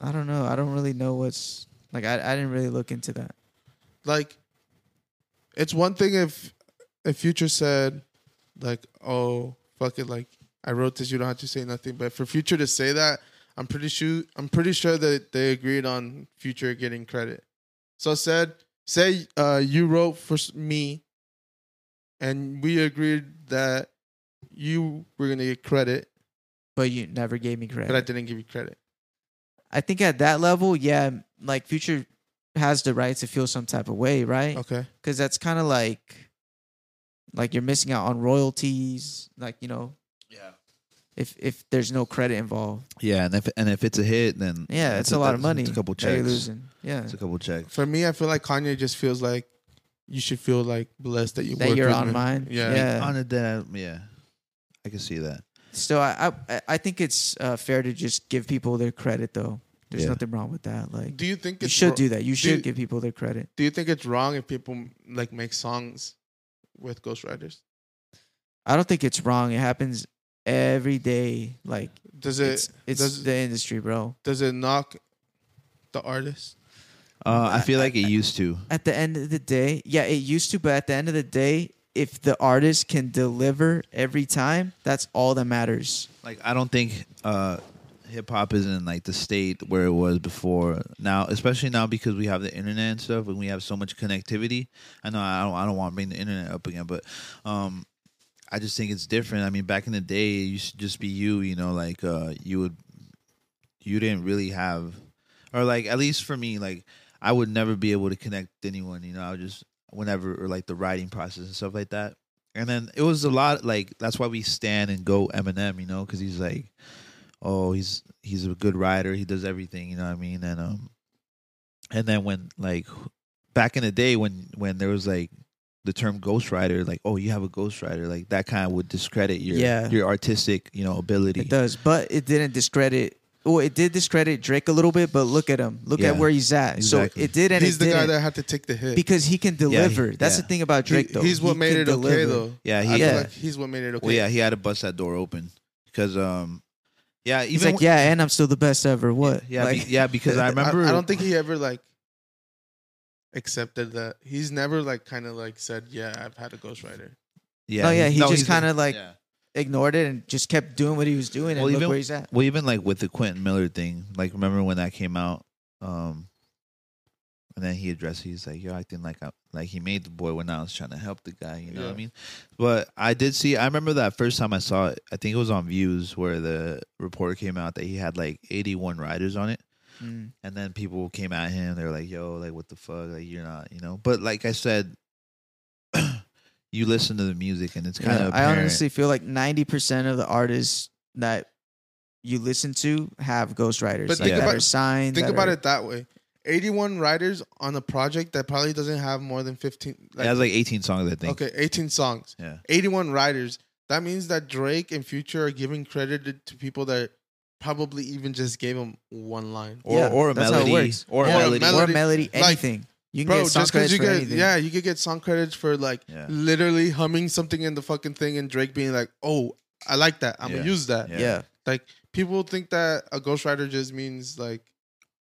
Speaker 2: I don't know. I don't really know what's like. I I didn't really look into that.
Speaker 3: like it's one thing if if future said like oh fuck it like i wrote this you don't have to say nothing but for future to say that i'm pretty sure i'm pretty sure that they agreed on future getting credit so said say uh you wrote for s- me and we agreed that you were going to get credit
Speaker 2: But you never gave me credit.
Speaker 3: but i didn't give you credit
Speaker 2: I think at that level, yeah, like Future has the right to feel some type of way, right?
Speaker 3: okay
Speaker 2: Because that's kind of like, like you're missing out on royalties. Like you know,
Speaker 1: Yeah.
Speaker 2: if if there's no credit involved,
Speaker 1: Yeah, and if and if it's a hit, then
Speaker 2: yeah,
Speaker 1: that's
Speaker 2: it's a, lot of
Speaker 1: that's-
Speaker 2: money.
Speaker 1: It's a couple
Speaker 2: that you're
Speaker 1: checks.
Speaker 2: losing. Yeah,
Speaker 1: It's a couple checks.
Speaker 3: for me i feel like kanye just feels like you should feel like blessed that you
Speaker 2: that
Speaker 3: worked
Speaker 2: you're
Speaker 3: with
Speaker 2: on
Speaker 3: me.
Speaker 2: mine.
Speaker 3: Yeah.
Speaker 1: On a dead, yeah, I can see that.
Speaker 2: So I I, I think it's uh, fair to just give people their credit though. There's
Speaker 1: Yeah.
Speaker 2: nothing wrong with that. Like
Speaker 3: do you think
Speaker 2: you
Speaker 3: it's
Speaker 2: should do
Speaker 3: wro-
Speaker 2: that. You should
Speaker 3: Dude.
Speaker 2: give people their credit.
Speaker 3: Do you think it's wrong if people like make songs with ghostwriters?
Speaker 2: I don't think it's wrong. It happens every day. Like
Speaker 3: Does it
Speaker 2: it's it's
Speaker 3: does-
Speaker 2: the industry, bro.
Speaker 3: does it knock the artist?
Speaker 1: Uh, I
Speaker 2: I-
Speaker 1: feel like it used to.
Speaker 2: At the end of the day, yeah, it used to, but at the end of the day, if the artist can deliver every time, that's all that matters.
Speaker 1: Like I don't think uh, hip hop is in like the state where it was before now, especially now because we have the internet and stuff, and we have so much connectivity. I know I don't I don't want to bring the internet up again, but um, I just think it's different. I mean, back in the day, it used to just be you. You know, like uh, you would you didn't really have, or like at least for me, like I would never be able to connect anyone. You know, I would just whenever or like the writing process and stuff like that. And then it was a lot like that's why we stand and go Eminem, you know, because he's like, oh, he's he's a good writer. He does everything, you know what I mean? And um, and then when like back in the day when when there was like the term ghostwriter, like oh, you have a ghostwriter, like that kind of would discredit your
Speaker 2: Yeah.
Speaker 1: your artistic you know ability.
Speaker 2: It does, but it didn't discredit. Well, it did discredit Drake a little bit, but look at him. Look at
Speaker 1: Yeah,
Speaker 2: where he's at. So
Speaker 1: exactly.
Speaker 2: it did, and
Speaker 3: he's
Speaker 2: it
Speaker 3: the guy
Speaker 2: didn't.
Speaker 3: that had to take the hit.
Speaker 2: because he can
Speaker 1: he-
Speaker 2: deliver. That's
Speaker 1: yeah.
Speaker 2: the thing about Drake,
Speaker 3: He-
Speaker 2: though.
Speaker 3: he's what
Speaker 2: He
Speaker 3: made
Speaker 2: can
Speaker 3: it okay,
Speaker 2: deliver.
Speaker 3: though.
Speaker 1: Yeah, he-
Speaker 3: I feel
Speaker 2: Yeah.
Speaker 3: like he's what made it okay.
Speaker 1: Well, yeah, he had to bust that door open because um, yeah, even
Speaker 2: He's like,
Speaker 1: when-
Speaker 2: yeah, and I'm still the best ever. What?
Speaker 1: yeah,
Speaker 2: like,
Speaker 1: be- yeah, because I remember
Speaker 3: I, don't think he ever like accepted that. He's never like kind of like said, "Yeah, I've had a ghostwriter."
Speaker 1: yeah,
Speaker 2: no, yeah, he just
Speaker 1: he's the-
Speaker 2: kind of like
Speaker 1: yeah.
Speaker 2: ignored it and just kept doing what he was doing and
Speaker 1: Well,
Speaker 2: look
Speaker 1: even-
Speaker 2: where he's at.
Speaker 1: Well, even like with the Quentin Miller thing, like remember when that came out, um, and then he addressed, he's like, "Yo, acting like I like he made the boy when I was trying to help the guy." You know what I
Speaker 3: Yeah.
Speaker 1: mean? But I did see. I remember that first time I saw it. I think it was on Views where the report came out that he had like 81 riders on it.
Speaker 2: Mm.
Speaker 1: And then people came at him. They were like, "Yo, like what the fuck? Like you're not, you know." But like I said, you listen to the music, and it's kind
Speaker 2: Yeah,
Speaker 1: of.
Speaker 2: I honestly feel like 90% of the artists that you listen to have ghostwriters. But like,
Speaker 3: But
Speaker 1: think
Speaker 2: that
Speaker 3: about-
Speaker 2: are signed.
Speaker 3: Think
Speaker 2: that
Speaker 3: about
Speaker 2: are-
Speaker 3: it that way: eighty-one writers on a project that probably doesn't have more than fifteen.
Speaker 1: That was like 18 songs, I think.
Speaker 3: okay, eighteen songs.
Speaker 1: Yeah.
Speaker 3: 81 writers. That means that Drake and Future are giving credit to- to people that probably even just gave him one line.
Speaker 1: Or,
Speaker 2: Yeah,
Speaker 1: or a
Speaker 2: that's how it
Speaker 1: melody.
Speaker 2: works.
Speaker 1: Or, a melody.
Speaker 2: Or melody,
Speaker 3: Like,
Speaker 2: anything. you can
Speaker 3: Bro,
Speaker 2: get song
Speaker 3: just because
Speaker 2: credits
Speaker 3: you
Speaker 2: for
Speaker 3: get
Speaker 2: anything.
Speaker 3: yeah, you could get song credits for like
Speaker 1: Yeah.
Speaker 3: literally humming something in the fucking thing and Drake being like, "Oh, I like that. I'm
Speaker 1: Yeah.
Speaker 3: gonna use that."
Speaker 1: Yeah.
Speaker 2: yeah.
Speaker 3: Like people think that a ghostwriter just means like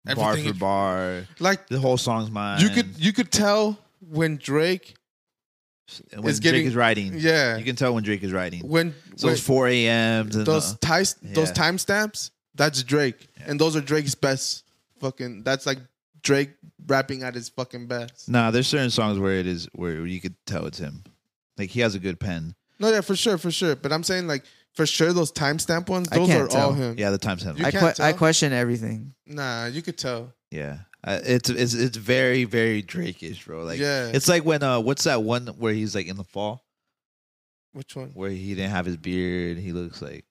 Speaker 1: bar for
Speaker 3: everything is-
Speaker 1: bar.
Speaker 3: like
Speaker 1: The whole song's mine.
Speaker 3: you could you could tell when Drake
Speaker 1: And when
Speaker 3: it's
Speaker 1: Drake
Speaker 3: getting-
Speaker 1: is writing.
Speaker 3: yeah
Speaker 1: You can tell when Drake is writing.
Speaker 3: when,
Speaker 1: So
Speaker 3: when
Speaker 1: it's 4 a.m. and
Speaker 3: those
Speaker 2: uh-uh.
Speaker 1: the-
Speaker 3: ties those
Speaker 1: yeah.
Speaker 3: timestamps that's drake and those are drake's best fucking that's like drake rapping at his fucking best
Speaker 1: Nah, there's certain songs where it is where you could tell it's him. Like he has a good pen.
Speaker 3: no yeah for sure for sure but i'm saying like for sure those timestamp ones
Speaker 2: I
Speaker 3: those
Speaker 2: can't
Speaker 3: are
Speaker 2: tell.
Speaker 3: all him
Speaker 1: Yeah, the time's him.
Speaker 3: You
Speaker 2: I,
Speaker 3: can't
Speaker 2: que- I
Speaker 3: tell.
Speaker 2: question everything.
Speaker 3: nah you could tell
Speaker 1: yeah. I, it's it's it's very very Drake-ish, bro. Like
Speaker 3: Yeah.
Speaker 1: it's like when uh what's that one where he's like in the fall
Speaker 3: which one
Speaker 1: where he didn't have his beard, he looks like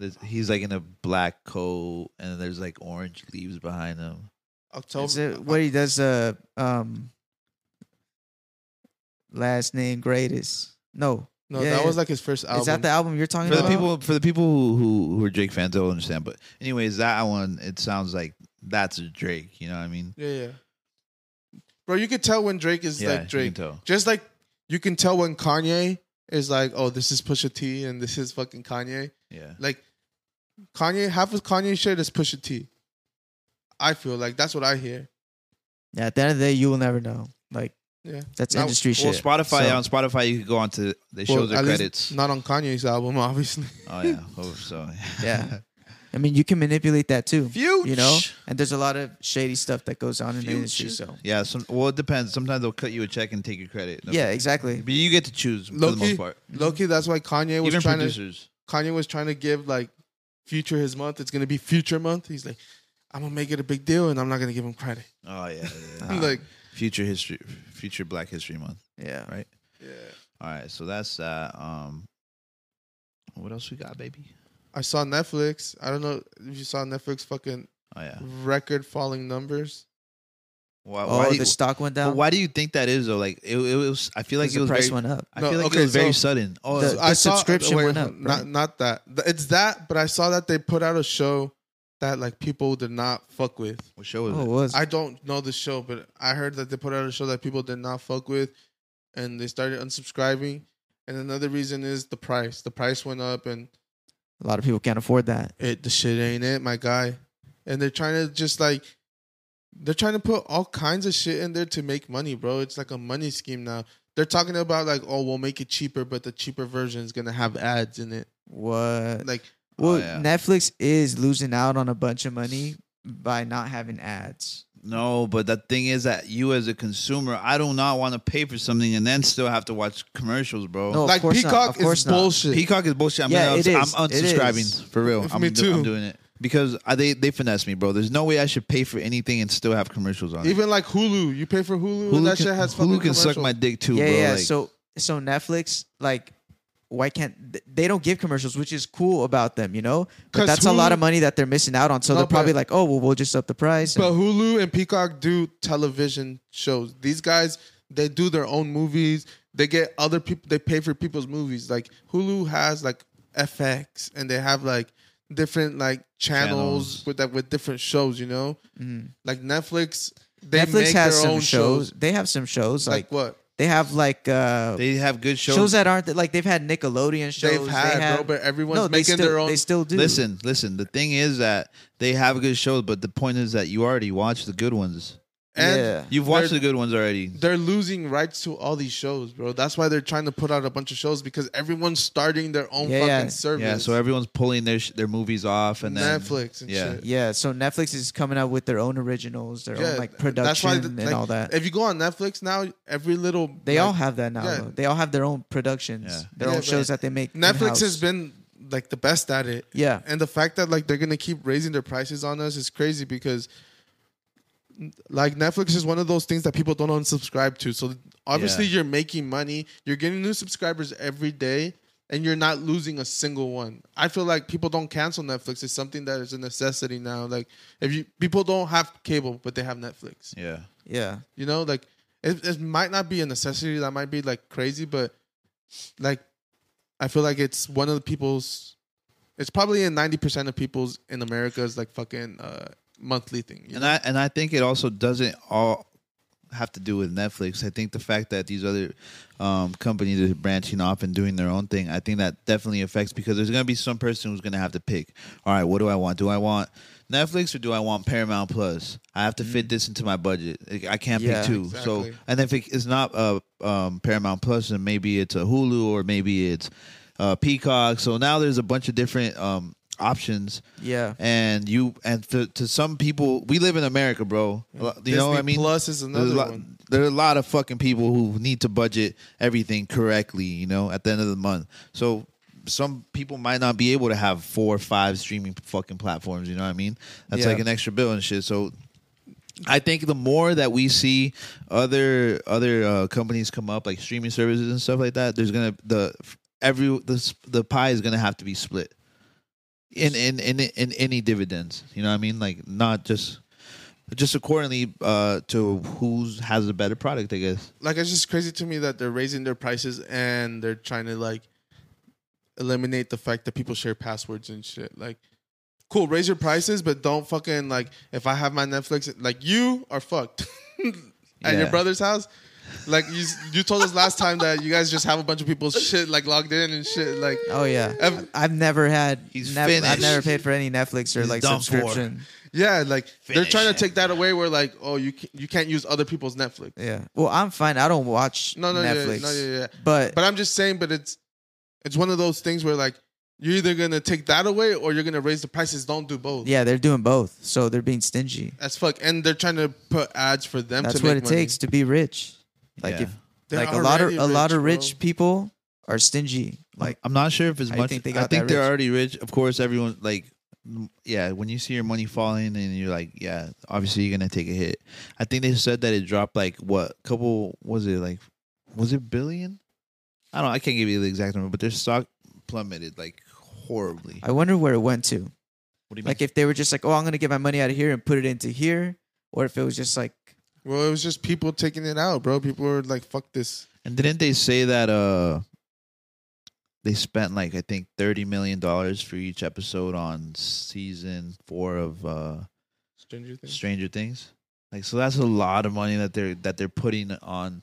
Speaker 1: there's- he's like in a black coat and there's like orange leaves behind him.
Speaker 2: Is
Speaker 3: october
Speaker 2: it what he does? Uh, um, last name greatest. No,
Speaker 3: No,
Speaker 2: Yeah,
Speaker 3: that
Speaker 2: yeah.
Speaker 3: was like his first album.
Speaker 2: Is that the album you're talking
Speaker 1: for the
Speaker 2: about?
Speaker 1: people for the people who, who who are Drake fans, they'll understand. But anyways, that one it sounds like that's Drake. You know what I mean?
Speaker 3: Yeah, yeah. Bro, you could tell when Drake is
Speaker 1: yeah,
Speaker 3: like Drake.
Speaker 1: You can tell.
Speaker 3: Just like you can tell when Kanye is like, oh, this is Pusha T and this is fucking Kanye.
Speaker 1: Yeah,
Speaker 3: Like Kanye, half of Kanye shit is Pusha T. I feel like that's what I hear.
Speaker 2: Yeah, at the end of the day, you will never know. Like,
Speaker 3: Yeah.
Speaker 2: that's
Speaker 3: Now-
Speaker 2: industry
Speaker 1: Well,
Speaker 2: shit.
Speaker 1: Spotify
Speaker 2: So-
Speaker 1: on Spotify you could go on to they show
Speaker 3: Well,
Speaker 1: their
Speaker 3: at least
Speaker 1: credits.
Speaker 3: Not on Kanye's album, obviously.
Speaker 1: oh yeah, oh, so
Speaker 2: Yeah. I mean, you can manipulate that too.
Speaker 1: Future.
Speaker 2: You know, and there's a lot of shady stuff that goes on in the industry.
Speaker 1: Future.
Speaker 2: So
Speaker 1: Yeah, some, well, it depends. Sometimes they'll cut you a check and take your credit.
Speaker 2: yeah, exactly.
Speaker 1: but you get to choose for the
Speaker 3: Loki.
Speaker 1: most part.
Speaker 3: Loki, that's why Kanye was
Speaker 1: Even
Speaker 3: trying
Speaker 1: producers.
Speaker 3: to Kanye was trying to give like Future his month. It's gonna be Future month. He's like, I'm gonna make it a big deal and I'm not gonna give him credit.
Speaker 1: oh yeah, yeah, yeah.
Speaker 3: like,
Speaker 1: future history, future Black History Month.
Speaker 2: Yeah,
Speaker 1: Right.
Speaker 3: yeah.
Speaker 1: All right, so that's that. Um, what else we got, baby?
Speaker 3: I saw Netflix. I don't know if you saw Netflix fucking
Speaker 1: Oh yeah.
Speaker 3: record falling numbers.
Speaker 1: Why,
Speaker 2: Oh,
Speaker 1: why do
Speaker 2: the
Speaker 1: you,
Speaker 2: stock went
Speaker 1: but
Speaker 2: down.
Speaker 1: why do you think that is though? Like it, it was. I feel like
Speaker 2: 'Cause
Speaker 1: it
Speaker 2: the
Speaker 1: was
Speaker 2: price
Speaker 1: very.
Speaker 2: went up.
Speaker 1: I
Speaker 3: No,
Speaker 1: feel like
Speaker 3: okay,
Speaker 1: it was very
Speaker 3: so-
Speaker 1: sudden. Oh,
Speaker 2: The-
Speaker 1: I-
Speaker 2: subscription
Speaker 3: wait,
Speaker 2: went up,
Speaker 3: Not,
Speaker 2: right?
Speaker 3: not that. Th- It's that, but I saw that they put out a show that like people did not fuck with.
Speaker 1: what show was
Speaker 2: Oh, it
Speaker 1: it?
Speaker 2: was.
Speaker 3: I don't know the show, but I heard that they put out a show that people did not fuck with, and they started unsubscribing. And another reason is the price. The price went up, and
Speaker 2: a lot of people can't afford that.
Speaker 3: it the shit ain't it, my guy. And they're trying to just like they're trying to put all kinds of shit in there to make money, bro. It's like a money scheme now. They're talking about like, oh, we'll make it cheaper, but the cheaper version is gonna have ads in it.
Speaker 2: What?
Speaker 3: Like,
Speaker 2: Well,
Speaker 1: yeah.
Speaker 2: Netflix is losing out on a bunch of money by not having ads.
Speaker 1: No, but the thing is that you as a consumer, I do not want to pay for something and then still have to watch commercials, bro.
Speaker 2: No, of
Speaker 3: like
Speaker 2: course not. Of
Speaker 3: Peacock
Speaker 2: course
Speaker 3: is
Speaker 2: not.
Speaker 3: bullshit.
Speaker 1: Peacock is bullshit. I'm,
Speaker 2: Yeah,
Speaker 1: gonna,
Speaker 2: it is.
Speaker 1: I'm
Speaker 2: It
Speaker 1: unsubscribing
Speaker 2: is.
Speaker 1: for real.
Speaker 3: If
Speaker 1: I'm,
Speaker 3: me
Speaker 1: do-
Speaker 3: too.
Speaker 1: I'm doing it because I, they they finesse me, bro. There's no way I should pay for anything and still have commercials on it.
Speaker 3: even like Hulu, you pay for Hulu, and
Speaker 1: Hulu
Speaker 3: that
Speaker 1: can,
Speaker 3: shit has
Speaker 1: Hulu
Speaker 3: fucking
Speaker 1: can suck
Speaker 3: commercials.
Speaker 1: my dick too,
Speaker 2: yeah,
Speaker 1: bro.
Speaker 2: yeah.
Speaker 1: like,
Speaker 2: so, so Netflix, like, why can't th- they don't give commercials, which is cool about them, you know?
Speaker 3: 'Cause
Speaker 2: But that's a lot
Speaker 3: who-
Speaker 2: of money that they're missing out on. So
Speaker 3: No,
Speaker 2: they're probably
Speaker 3: but-
Speaker 2: like, oh, well, we'll just up the price.
Speaker 3: But
Speaker 2: and-
Speaker 3: Hulu and Peacock do television shows. These guys, they do their own movies. They get other people. They pay for people's movies. Like Hulu has like FX, and they have like different like channels,
Speaker 1: Channels.
Speaker 3: with that with different shows. You know,
Speaker 2: Mhm.
Speaker 3: like Netflix. They
Speaker 2: Netflix
Speaker 3: make
Speaker 2: has
Speaker 3: their
Speaker 2: some
Speaker 3: own
Speaker 2: shows. They have some shows like,
Speaker 3: Like, what
Speaker 2: they have like uh,
Speaker 1: they have good shows.
Speaker 2: shows, that aren't like they've had Nickelodeon shows.
Speaker 3: they've had,
Speaker 2: they have,
Speaker 3: bro. But everyone's
Speaker 2: no, they
Speaker 3: making
Speaker 2: still,
Speaker 3: their own.
Speaker 2: They still do.
Speaker 1: Listen, listen. The thing is that they have good shows, but the point is that you already watched the good ones.
Speaker 3: and
Speaker 2: yeah.
Speaker 1: You've watched
Speaker 3: They're-
Speaker 1: the good ones already.
Speaker 3: they're losing rights to all these shows, bro. That's why they're trying to put out a bunch of shows because everyone's starting their own
Speaker 2: Yeah,
Speaker 3: fucking
Speaker 2: yeah.
Speaker 3: service.
Speaker 1: Yeah, so everyone's pulling their sh- their movies off, and then
Speaker 3: Netflix and
Speaker 1: yeah.
Speaker 3: shit.
Speaker 2: Yeah, so Netflix is coming out with their own originals, their own like
Speaker 3: th-
Speaker 2: production
Speaker 3: th-
Speaker 2: and
Speaker 3: like,
Speaker 2: all that.
Speaker 3: If you go on Netflix now, every little
Speaker 2: They
Speaker 3: like,
Speaker 2: all have that now.
Speaker 3: yeah.
Speaker 2: though. They all have their own productions,
Speaker 1: Yeah.
Speaker 2: their
Speaker 3: Yeah,
Speaker 2: own shows that
Speaker 3: but
Speaker 2: they make.
Speaker 3: Netflix
Speaker 2: is
Speaker 3: has been like the best at it.
Speaker 2: yeah,
Speaker 3: And the fact that like they're gonna keep raising their prices on us is crazy because like Netflix is one of those things that people don't unsubscribe to. So obviously
Speaker 1: Yeah.
Speaker 3: you're making money, you're getting new subscribers every day, and you're not losing a single one. I feel like people don't cancel Netflix. It's something that is a necessity now. Like if you people don't have cable, but they have Netflix.
Speaker 1: yeah.
Speaker 2: yeah,
Speaker 3: You know, like it, it might not be a necessity. That might be like crazy, but like I feel like it's one of the people's. It's probably in ninety percent of people's in America's like fucking uh, monthly thing. you
Speaker 1: and
Speaker 3: know?
Speaker 1: I and I think it also doesn't all have to do with Netflix. I think the fact that these other um, companies are branching off and doing their own thing, I think that definitely affects because there's gonna be some person who's gonna have to pick. All right, what do I want? Do I want Netflix or do I want Paramount Plus? I have to fit this into my budget. I- I can't
Speaker 2: Mm. Yeah,
Speaker 1: pick two.
Speaker 3: exactly.
Speaker 1: So and if it- it's not uh, um, Paramount Plus, then maybe it's a Hulu or maybe it's uh, Peacock. So now there's a bunch of different um, options
Speaker 2: yeah.
Speaker 1: and you and to, to some people we live in america bro A lot- you know what i
Speaker 3: Disney
Speaker 1: mean
Speaker 3: Plus is
Speaker 1: There's
Speaker 3: another
Speaker 1: a lot-
Speaker 3: one.
Speaker 1: there are a lot of fucking people who need to budget everything correctly you know at the end of the month so some people might not be able to have four or five streaming fucking platforms you know what i mean that's
Speaker 2: Yeah.
Speaker 1: like an extra bill and shit so I think the more that we see other other uh, companies come up, like streaming services and stuff like that, there's gonna the every the s- the pie is gonna have to be split in in in in any dividends. You know what I mean? Like not just just accordingly uh, to who has a better product, I guess.
Speaker 3: like it's just crazy to me that they're raising their prices and they're trying to like eliminate the fact that people share passwords and shit. Like, cool, raise your prices, but don't fucking like if I have my Netflix, like you are fucked at your
Speaker 1: Yeah.
Speaker 3: brother's house. Like you, you told us last time that you guys just have a bunch of people's shit like logged in and shit. Like,
Speaker 2: Oh yeah,
Speaker 3: Ev-
Speaker 2: I've never had.
Speaker 1: He's
Speaker 2: nev- I've
Speaker 1: finished.
Speaker 2: never paid for any Netflix or
Speaker 1: He's
Speaker 2: like
Speaker 1: done for.
Speaker 2: subscription.
Speaker 3: yeah, like they're
Speaker 1: Finish
Speaker 3: trying
Speaker 1: it.
Speaker 3: to take that away. Where like, oh, you ca- you can't use other people's Netflix.
Speaker 2: Yeah. Well, I'm fine. I don't watch
Speaker 3: No, no, yeah,
Speaker 2: Netflix.
Speaker 3: no, yeah, yeah.
Speaker 2: But,
Speaker 3: But I'm just saying, but it's it's one of those things where like you're either gonna take that away or you're gonna raise the prices. Don't do both.
Speaker 2: yeah, they're doing both, so they're being stingy.
Speaker 3: That's fuck. And they're trying to put ads for them
Speaker 2: That's
Speaker 3: to make
Speaker 2: what it
Speaker 3: money.
Speaker 2: takes to be rich. Like
Speaker 1: Yeah.
Speaker 2: if
Speaker 3: They're
Speaker 2: like a lot of
Speaker 3: already
Speaker 2: a lot of
Speaker 3: bro.
Speaker 2: rich people are stingy. Like
Speaker 1: Like I'm not sure if it's
Speaker 2: How you
Speaker 1: much.
Speaker 2: think they
Speaker 1: I
Speaker 2: got
Speaker 1: think
Speaker 2: that
Speaker 1: they're
Speaker 2: rich?
Speaker 1: already rich. Of course, everyone like, mm, yeah. When you see your money falling and you're like, yeah, obviously you're gonna take a hit. I think they said that it dropped like what couple was it like? Was it billion? I don't. I can't give you the exact number, but their stock plummeted like horribly.
Speaker 2: I wonder where it went to.
Speaker 1: What do you
Speaker 2: Like
Speaker 1: mean?
Speaker 2: if they were just like, oh, I'm gonna get my money out of here and put it into here, or if it was just like,
Speaker 3: Well, it was just people taking it out, bro. People were like, "Fuck this."
Speaker 1: and didn't they say that uh, they spent like I think thirty million dollars for each episode on season four of uh.
Speaker 3: Stranger Things.
Speaker 1: Stranger Things. Like so that's a lot of money that they're that they're putting on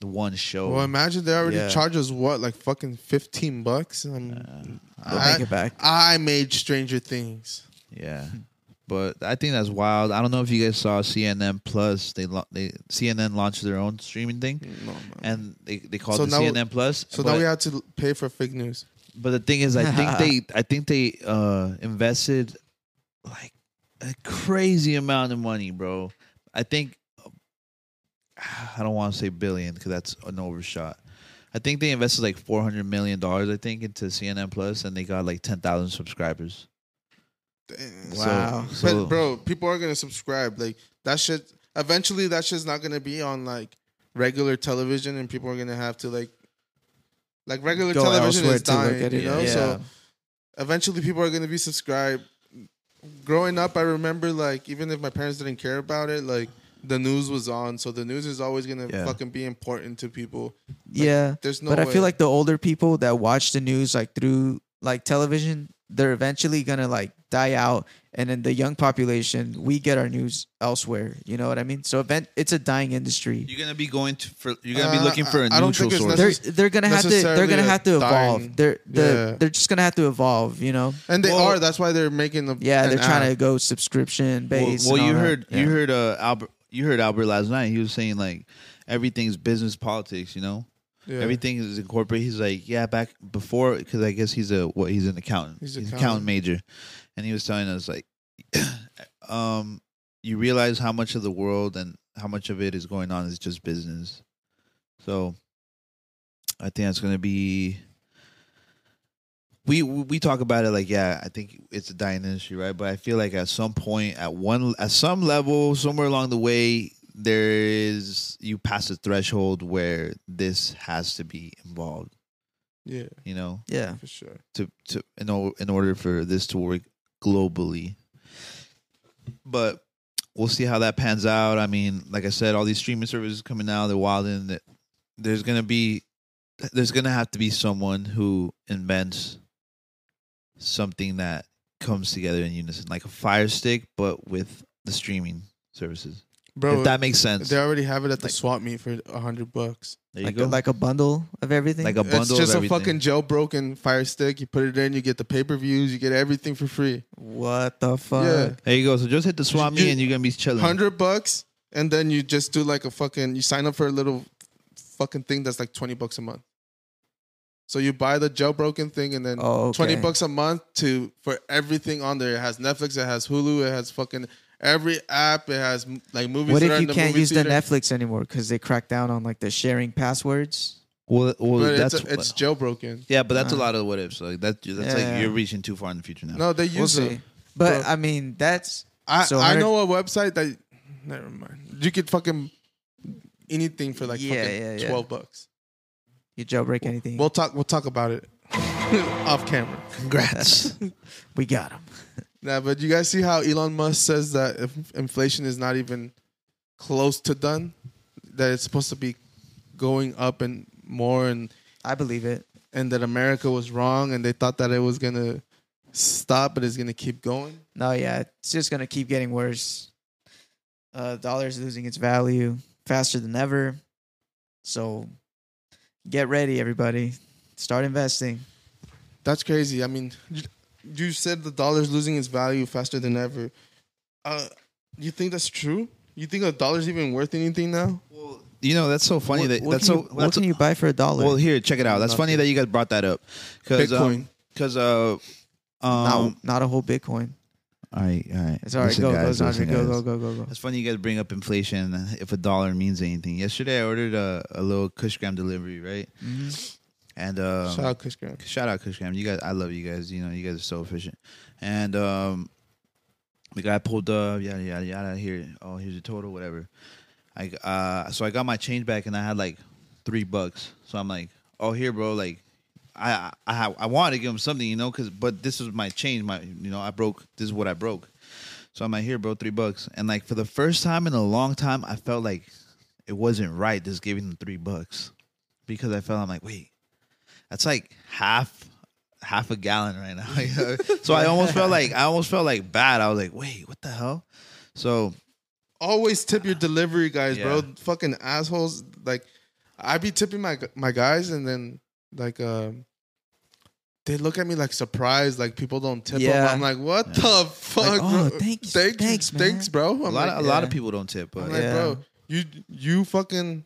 Speaker 1: the one show.
Speaker 3: Well, imagine they already
Speaker 1: Yeah.
Speaker 3: charge us what, like fucking fifteen bucks. Um,
Speaker 1: Uh,
Speaker 2: they'll
Speaker 1: I-
Speaker 2: make it back.
Speaker 3: I made Stranger Things.
Speaker 1: yeah. But I think that's wild. I don't know if you guys saw CNN Plus. They lo- they CNN launched their own streaming thing,
Speaker 2: Mm,
Speaker 3: No, man.
Speaker 1: and they, they called
Speaker 3: So
Speaker 1: it
Speaker 3: now-
Speaker 1: CNN Plus.
Speaker 3: so
Speaker 1: but,
Speaker 3: now we have to pay for fake news.
Speaker 1: but the thing is, I think they I think they uh, invested like a crazy amount of money, bro. I think I don't want to say billion because that's an overshot. I think they invested like four hundred million dollars. I think into CNN Plus, and they got like ten thousand subscribers.
Speaker 3: Damn.
Speaker 1: So-
Speaker 2: Wow.
Speaker 1: So,
Speaker 3: But bro, people are gonna subscribe. Like that shit. Eventually, that shit's not gonna be on like regular television, and people are gonna have to like, like regular
Speaker 2: Go
Speaker 3: television
Speaker 2: elsewhere
Speaker 3: is
Speaker 2: to look
Speaker 3: dying.
Speaker 2: at
Speaker 3: you
Speaker 2: it,
Speaker 3: know.
Speaker 2: yeah.
Speaker 3: So eventually, people are gonna be subscribed. Growing up, I remember like even if my parents didn't care about it, like the news was on, so the news is always gonna
Speaker 1: Yeah.
Speaker 3: fucking be important to people.
Speaker 2: yeah.
Speaker 3: There's no.
Speaker 2: but I
Speaker 3: way.
Speaker 2: feel like the older people that watch the news like through like television, they're eventually gonna like die out, and then the young population, we get our news elsewhere. You know what I mean? So event, it's a dying industry.
Speaker 1: you're gonna be going to for you're gonna
Speaker 3: Uh,
Speaker 1: be looking for a
Speaker 3: I- I don't
Speaker 1: neutral
Speaker 3: think it's
Speaker 1: source.
Speaker 3: necess-
Speaker 2: They're they're gonna have to they're
Speaker 3: necessarily
Speaker 2: gonna
Speaker 3: a
Speaker 2: have to evolve.
Speaker 3: dying-
Speaker 2: They're the
Speaker 3: Yeah.
Speaker 2: they're just gonna have to evolve. You know?
Speaker 3: and they
Speaker 1: Well-
Speaker 3: are. That's why they're making the.
Speaker 2: Yeah,
Speaker 3: an
Speaker 2: they're trying
Speaker 3: app.
Speaker 2: to go subscription
Speaker 1: Well,
Speaker 2: based.
Speaker 1: well,
Speaker 2: and
Speaker 1: you
Speaker 2: all that.
Speaker 1: heard
Speaker 2: Yeah.
Speaker 1: you heard uh, Albert you heard Albert last night. He was saying like everything's business politics. You know,
Speaker 3: Yeah.
Speaker 1: everything is incorporated. He's like, yeah, back before because I guess he's a what he's an accountant.
Speaker 3: He's
Speaker 1: He's,
Speaker 3: an
Speaker 1: an accountant major, and he was telling us like, um, you realize how much of the world and how much of it is going on is just business. So, I think that's gonna be. We we talk about it like yeah, I think it's a dying industry, right? But I feel like at some point, at one at some level, somewhere along the way, there is you pass a threshold where this has to be involved.
Speaker 3: Yeah,
Speaker 1: You know,
Speaker 2: Yeah.
Speaker 3: for sure.
Speaker 1: to to in, o- in order for this to work globally. But we'll see how that pans out. I mean, like I said, all these streaming services coming out, they're wild and that there's gonna be there's gonna have to be someone who invents something that comes together in unison, like a fire stick, but with the streaming services.
Speaker 3: Bro,
Speaker 1: if that makes sense.
Speaker 3: They
Speaker 1: There
Speaker 3: already have it at the
Speaker 1: Like-
Speaker 3: swap meet for a hundred bucks.
Speaker 1: you
Speaker 2: Like
Speaker 1: go.
Speaker 2: a, like a bundle of everything.
Speaker 1: Like a bundle
Speaker 3: It's
Speaker 1: of
Speaker 3: just a
Speaker 1: everything.
Speaker 3: fucking jailbroken fire stick. You put it in, you get the pay per views, you get everything for free.
Speaker 2: what the fuck?
Speaker 3: Yeah.
Speaker 1: there you go. So just hit the swap
Speaker 3: You-
Speaker 1: meet and you're gonna be chilling.
Speaker 3: Hundred bucks, and then you just do like a fucking. You sign up for a little fucking thing that's like twenty bucks a month. So you buy the jailbroken thing, and then
Speaker 2: Oh, okay.
Speaker 3: twenty bucks a month to for everything on there. It has Netflix, it has Hulu, it has fucking every app. It has m- like movies.
Speaker 2: What
Speaker 3: that are
Speaker 2: if
Speaker 3: in
Speaker 2: you
Speaker 3: the
Speaker 2: can't
Speaker 3: movie
Speaker 2: use
Speaker 3: theater.
Speaker 2: the Netflix anymore because they cracked down on like the sharing passwords?
Speaker 1: Well, well
Speaker 3: But
Speaker 1: that's
Speaker 3: it's, it's jailbroken.
Speaker 1: Yeah, but that's
Speaker 2: Uh,
Speaker 1: a lot of what ifs. Like that, that's
Speaker 2: yeah.
Speaker 1: like you're reaching too far in the future now.
Speaker 3: No, they
Speaker 2: We'll
Speaker 3: use it.
Speaker 2: see. But
Speaker 3: Well-
Speaker 2: I mean, that's
Speaker 3: I,
Speaker 2: So
Speaker 3: I
Speaker 2: 100
Speaker 3: know a website that never mind. You could fucking anything for like
Speaker 2: Yeah,
Speaker 3: fucking
Speaker 2: yeah, yeah.
Speaker 3: twelve bucks.
Speaker 2: you jailbreak anything.
Speaker 3: We'll talk we'll talk about it off camera.
Speaker 1: Congrats.
Speaker 2: we got him.
Speaker 3: Nah, but you guys see how Elon Musk says that if inflation is not even close to done, that it's supposed to be going up and more, and
Speaker 2: I believe it.
Speaker 3: and that America was wrong, and they thought that it was gonna stop, but it's gonna keep going.
Speaker 2: No, yeah, it's just gonna keep getting worse. Uh, dollar's losing its value faster than ever. So, get ready, everybody. Start investing.
Speaker 3: That's crazy. I mean, you- you said the dollar's losing its value faster than ever. Uh, you think that's true? You think a dollar's even worth anything now?
Speaker 1: You know that's so funny that
Speaker 2: What
Speaker 1: that's
Speaker 2: can
Speaker 1: so
Speaker 2: you, what
Speaker 1: that's
Speaker 2: can you buy for a dollar?
Speaker 1: well here check it out. That's funny that you guys brought that up because
Speaker 3: Bitcoin.
Speaker 1: because uh,
Speaker 2: not,
Speaker 1: um,
Speaker 2: not a whole Bitcoin.
Speaker 1: all right all right.
Speaker 2: It's all right.
Speaker 1: Listen,
Speaker 2: Go,
Speaker 1: guys, listen,
Speaker 2: go, Andre, go,
Speaker 1: guys.
Speaker 2: go, go, go, go.
Speaker 1: It's funny you guys bring up inflation if a dollar means anything. Yesterday I ordered a, a little Cushgram delivery, right?
Speaker 2: Mm-hmm.
Speaker 1: And um,
Speaker 3: Shout out Chris Graham.
Speaker 1: shout out Cushgram. You guys, I love you guys. You know, you guys are so efficient. And um, the guy pulled up, yada yada yada. Here, oh, here's your total, whatever. I uh, so I got my change back, and I had like three bucks. So I'm like, oh, here, bro, like. I I I- I wanted to give him something, you know, cause but this was my change, my you know I broke. This is what I broke, so I'm like, here, bro, three bucks. And like for the first time in a long time, I felt like it wasn't right just giving them three bucks because I felt I'm like, wait, that's like half half a gallon right now. you know? so I almost felt like I almost felt like bad. I was like, wait, what the hell? So
Speaker 3: Always tip your delivery guys, bro.
Speaker 1: Yeah.
Speaker 3: Fucking assholes. Like, I be tipping my my guys, and then like um, they look at me like surprised, like people don't tip
Speaker 2: Yeah.
Speaker 3: them. I'm like, what the fuck?
Speaker 2: oh,
Speaker 3: bro?
Speaker 2: thank you-
Speaker 3: thanks,
Speaker 2: thanks, man.
Speaker 3: thanks, bro. I'm
Speaker 1: a lot
Speaker 3: like,
Speaker 1: of, a lot of
Speaker 2: yeah.
Speaker 1: people don't tip, but
Speaker 3: I'm like,
Speaker 2: Yeah.
Speaker 3: bro, you you fucking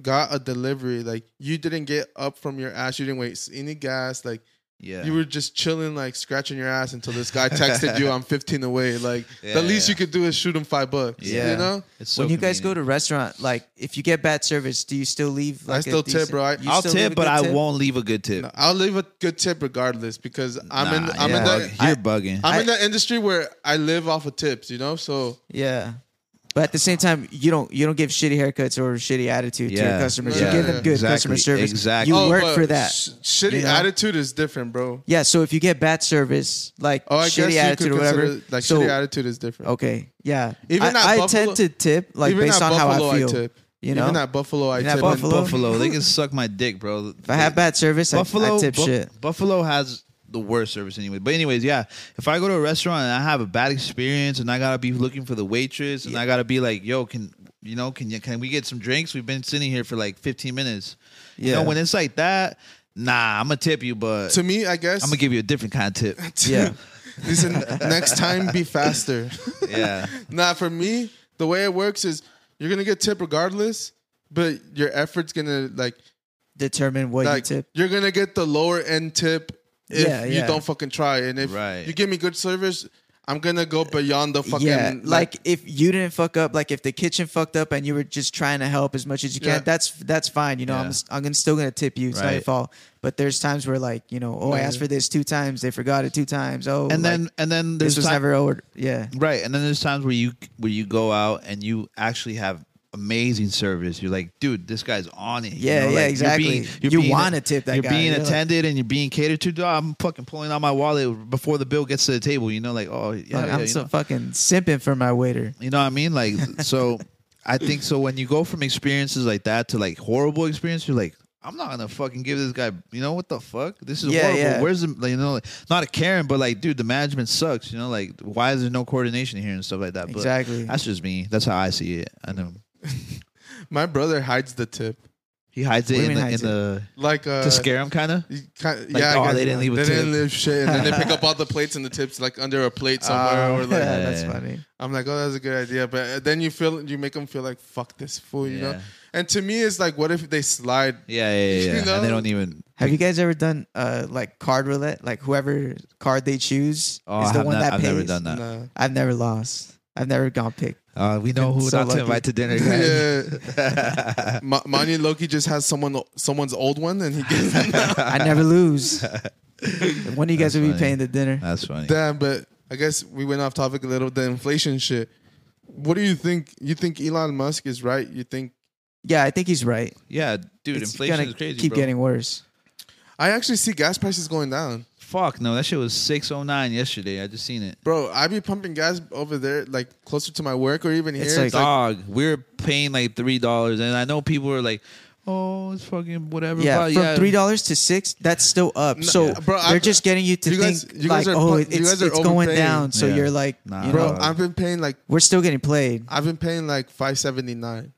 Speaker 3: got a delivery. Like you didn't get up from your ass. You didn't wait any gas. Like
Speaker 1: yeah,
Speaker 3: you were just chilling, like scratching your ass until this guy texted you, "I'm 15 away." Like
Speaker 1: Yeah,
Speaker 3: the least
Speaker 1: yeah.
Speaker 3: you could do is shoot him five bucks.
Speaker 1: Yeah.
Speaker 3: you know.
Speaker 1: it's so
Speaker 2: when you guys go to
Speaker 1: convenient.
Speaker 2: restaurant, like if you get bad service, do you still leave? Like, a
Speaker 3: still tip,
Speaker 2: decent-
Speaker 3: bro. I-
Speaker 2: you
Speaker 1: I'll
Speaker 2: still leave
Speaker 1: tip,
Speaker 2: a
Speaker 1: but
Speaker 2: good
Speaker 1: I
Speaker 2: tip?
Speaker 1: won't leave a good tip.
Speaker 3: I'll leave a good tip regardless because I'm in
Speaker 1: Nah,
Speaker 3: I'm
Speaker 1: you're
Speaker 2: yeah.
Speaker 3: in that
Speaker 1: bugging.
Speaker 2: I-
Speaker 1: you're bugging.
Speaker 3: I'm in
Speaker 2: I-
Speaker 3: that industry where I live off of tips, you know. So
Speaker 2: Yeah. But at the same time, you don't you don't give shitty haircuts or shitty attitude to
Speaker 1: Yeah.
Speaker 2: your customers.
Speaker 3: Yeah.
Speaker 2: You give them good
Speaker 1: Exactly.
Speaker 2: customer service.
Speaker 1: Exactly.
Speaker 2: You
Speaker 1: Oh,
Speaker 2: work
Speaker 3: but
Speaker 2: for that.
Speaker 3: sh- shitty
Speaker 2: you know?
Speaker 3: attitude is different, bro.
Speaker 2: yeah. So if you get bad service, like
Speaker 3: Oh, I guess
Speaker 2: shitty
Speaker 3: you
Speaker 2: attitude
Speaker 3: could
Speaker 2: or whatever,
Speaker 3: consider like
Speaker 2: so
Speaker 3: shitty attitude is different.
Speaker 2: okay, yeah.
Speaker 3: Even at
Speaker 2: I, I
Speaker 3: Buffalo-
Speaker 2: tend to tip like
Speaker 3: Even
Speaker 2: based
Speaker 3: at
Speaker 2: on
Speaker 3: Buffalo,
Speaker 2: how I feel.
Speaker 3: tip.
Speaker 2: you know,
Speaker 3: even at Buffalo, I
Speaker 2: Even at
Speaker 3: tip.
Speaker 1: Buffalo.
Speaker 2: Buffalo?
Speaker 1: they can suck my dick, bro.
Speaker 2: if I have bad service, I-
Speaker 1: Buffalo,
Speaker 2: I, tip
Speaker 1: Bu-
Speaker 2: shit.
Speaker 1: Buffalo has the worst service anyway. But anyways, yeah, if I go to a restaurant and I have a bad experience and I gotta be looking for the waitress and I gotta be like, yo, can you know, can you can we get some drinks? We've been sitting here for like 15 minutes. You know,
Speaker 2: Yeah.
Speaker 1: when it's like that, nah, I'm gonna tip you, but
Speaker 3: To me, I guess
Speaker 1: I'm gonna give you a different kind of tip.
Speaker 2: Yeah.
Speaker 3: Listen, next time be faster.
Speaker 1: yeah,
Speaker 3: nah, for me, the way it works is you're gonna get tip regardless, but your effort's gonna like
Speaker 2: Determine what
Speaker 3: like
Speaker 2: you tip.
Speaker 3: you're gonna get the lower end tip if
Speaker 2: Yeah,
Speaker 3: you
Speaker 2: yeah.
Speaker 3: don't fucking try. And if
Speaker 1: Right.
Speaker 3: you give me good service, I'm gonna go beyond the fucking
Speaker 2: yeah, like if you didn't fuck up, like if the kitchen fucked up and you were just trying to help as much as you
Speaker 3: Yeah.
Speaker 2: can, that's that's fine. You know,
Speaker 1: Yeah.
Speaker 2: I'm I'm gonna, still gonna tip you. It's not your
Speaker 1: Right.
Speaker 2: fault. But there's times where like you know, oh, I asked for this two times, they forgot it two times. Oh,
Speaker 1: and
Speaker 2: like,
Speaker 1: then and then
Speaker 2: this
Speaker 1: there's
Speaker 2: was
Speaker 1: ti-
Speaker 2: never ordered. Yeah,
Speaker 1: Right, and then there's times where you where you go out and you actually have amazing service. You're like, dude, this guy's on it.
Speaker 2: Yeah,
Speaker 1: you know,
Speaker 2: yeah,
Speaker 1: like,
Speaker 2: exactly.
Speaker 1: You're being, you're
Speaker 2: You
Speaker 1: being-
Speaker 2: wanna tip that
Speaker 1: You're
Speaker 2: guy,
Speaker 1: being
Speaker 2: you're like-
Speaker 1: attended and you're being catered to. Dog, I'm fucking pulling out my wallet before the bill gets to the table. You know, like, oh, yeah,
Speaker 2: Fuck,
Speaker 1: yeah,
Speaker 2: I'm
Speaker 1: you,
Speaker 2: so
Speaker 1: know,
Speaker 2: fucking simping for my waiter.
Speaker 1: you know what I mean? Like, so I think so. When you go from experiences like that to like horrible experience, you're like. I'm not gonna fucking give this guy. You know what the fuck? This is
Speaker 2: Yeah,
Speaker 1: horrible.
Speaker 2: yeah.
Speaker 1: Where's the like, you know like, not a Karen, but like, dude, the management sucks. You know, like, why is there no coordination here and stuff like that? But
Speaker 2: Exactly.
Speaker 1: that's just me. That's how I see it. I know
Speaker 3: my brother hides the tip.
Speaker 1: he hides it
Speaker 2: What do you
Speaker 1: in,
Speaker 2: mean
Speaker 1: the,
Speaker 2: hides
Speaker 1: in the
Speaker 3: Like uh
Speaker 1: to scare him, kind of.
Speaker 3: you Kind
Speaker 1: Like,
Speaker 3: yeah, I
Speaker 1: oh,
Speaker 3: guess-
Speaker 1: they didn't leave a
Speaker 3: they didn't
Speaker 1: tip.
Speaker 3: leave shit, and then they pick up all the plates and the tips like under a plate somewhere, or like
Speaker 2: yeah, that's
Speaker 1: Um, Yeah.
Speaker 2: funny.
Speaker 3: I'm like, oh, that's a good idea, but uh, then you feel you make them feel like fuck this fool, you know.
Speaker 1: Yeah.
Speaker 3: And to me, it's like, what if they slide?
Speaker 1: Yeah, yeah, yeah.
Speaker 3: You
Speaker 1: yeah.
Speaker 3: know?
Speaker 1: And they don't even.
Speaker 2: Have you guys ever done uh like card roulette? Like whoever card they choose
Speaker 1: Oh,
Speaker 2: is the
Speaker 1: I've,
Speaker 2: one
Speaker 1: not-
Speaker 2: that
Speaker 1: I've
Speaker 2: pays.
Speaker 1: never done that.
Speaker 3: Nah.
Speaker 2: I've never lost. I've never gone picked.
Speaker 1: Uh, we know who
Speaker 2: So
Speaker 1: not
Speaker 2: lucky.
Speaker 1: to invite to dinner. guys.
Speaker 3: Yeah, Ma- Mani Loki just has someone someone's old one, and he gets
Speaker 2: I never lose. One of you
Speaker 1: That's
Speaker 2: guys will be
Speaker 1: funny.
Speaker 2: paying the dinner.
Speaker 1: That's funny.
Speaker 3: damn. But I guess we went off topic a little. The inflation shit. What do you think? You think Elon Musk is right? You think?
Speaker 2: Yeah, I think he's right.
Speaker 1: yeah, dude,
Speaker 2: It's
Speaker 1: inflation
Speaker 2: gonna
Speaker 1: is crazy.
Speaker 2: Keep
Speaker 1: bro.
Speaker 2: getting worse.
Speaker 3: I actually see gas prices going down.
Speaker 1: fuck no, that shit was six oh nine yesterday. I just seen it.
Speaker 3: Bro, I be pumping gas over there, like closer to my work or even here.
Speaker 2: It's like-
Speaker 1: Dog, we are paying like three dollars, and I know people are like, "Oh, it's fucking whatever."
Speaker 2: Yeah,
Speaker 1: blah,
Speaker 2: from
Speaker 1: yeah.
Speaker 2: three dollars to six, that's still up. so
Speaker 3: yeah, bro,
Speaker 2: they're
Speaker 3: I-
Speaker 2: just getting you to
Speaker 3: you
Speaker 2: think
Speaker 3: guys- you guys
Speaker 2: like,
Speaker 3: are
Speaker 2: oh,
Speaker 3: pu- you
Speaker 2: it's,
Speaker 3: guys are
Speaker 2: it's going
Speaker 3: overpaying.
Speaker 2: down. So
Speaker 1: Yeah.
Speaker 2: you're like,
Speaker 1: Nah,
Speaker 2: you
Speaker 1: bro,
Speaker 2: know,
Speaker 3: bro, I've been paying like
Speaker 2: we're still getting played.
Speaker 3: I've been paying like five seventy nine.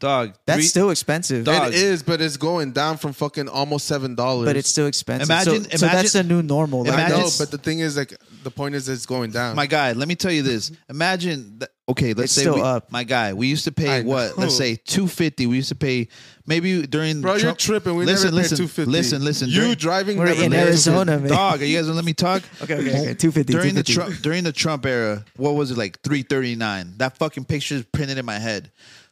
Speaker 1: dog.
Speaker 2: That's
Speaker 1: three-
Speaker 2: still expensive,
Speaker 1: Dog.
Speaker 3: It is, but it's going down from fucking almost seven dollars.
Speaker 2: but it's still expensive. Imagine, so,
Speaker 1: Imagine-
Speaker 2: so that's the
Speaker 1: imagine-
Speaker 2: new normal. Like,
Speaker 3: I
Speaker 1: imagine-
Speaker 3: know,
Speaker 2: that's-
Speaker 3: but the thing is, like, the point is, it's going down.
Speaker 1: My guy, let me tell you this. Imagine that, okay, let's
Speaker 2: It's
Speaker 1: say
Speaker 2: still
Speaker 1: we,
Speaker 2: up.
Speaker 1: my guy, we used to pay
Speaker 3: I
Speaker 1: what?
Speaker 3: know.
Speaker 1: Let's say 250. We used to pay maybe during
Speaker 3: Bro, you're
Speaker 1: Trump-
Speaker 3: tripping. We
Speaker 1: listen,
Speaker 3: never
Speaker 1: listen,
Speaker 3: paid two fifty.
Speaker 1: Listen, listen.
Speaker 3: You
Speaker 1: during-
Speaker 3: driving
Speaker 2: We're
Speaker 3: never
Speaker 2: in
Speaker 3: paid
Speaker 2: Arizona, man.
Speaker 1: Dog, are you guys gonna let me talk?
Speaker 2: okay, okay, okay, 250,
Speaker 1: During the
Speaker 2: 250.
Speaker 1: Trump during the Trump era, what was it like? Three thirty nine. That fucking picture is printed in my head.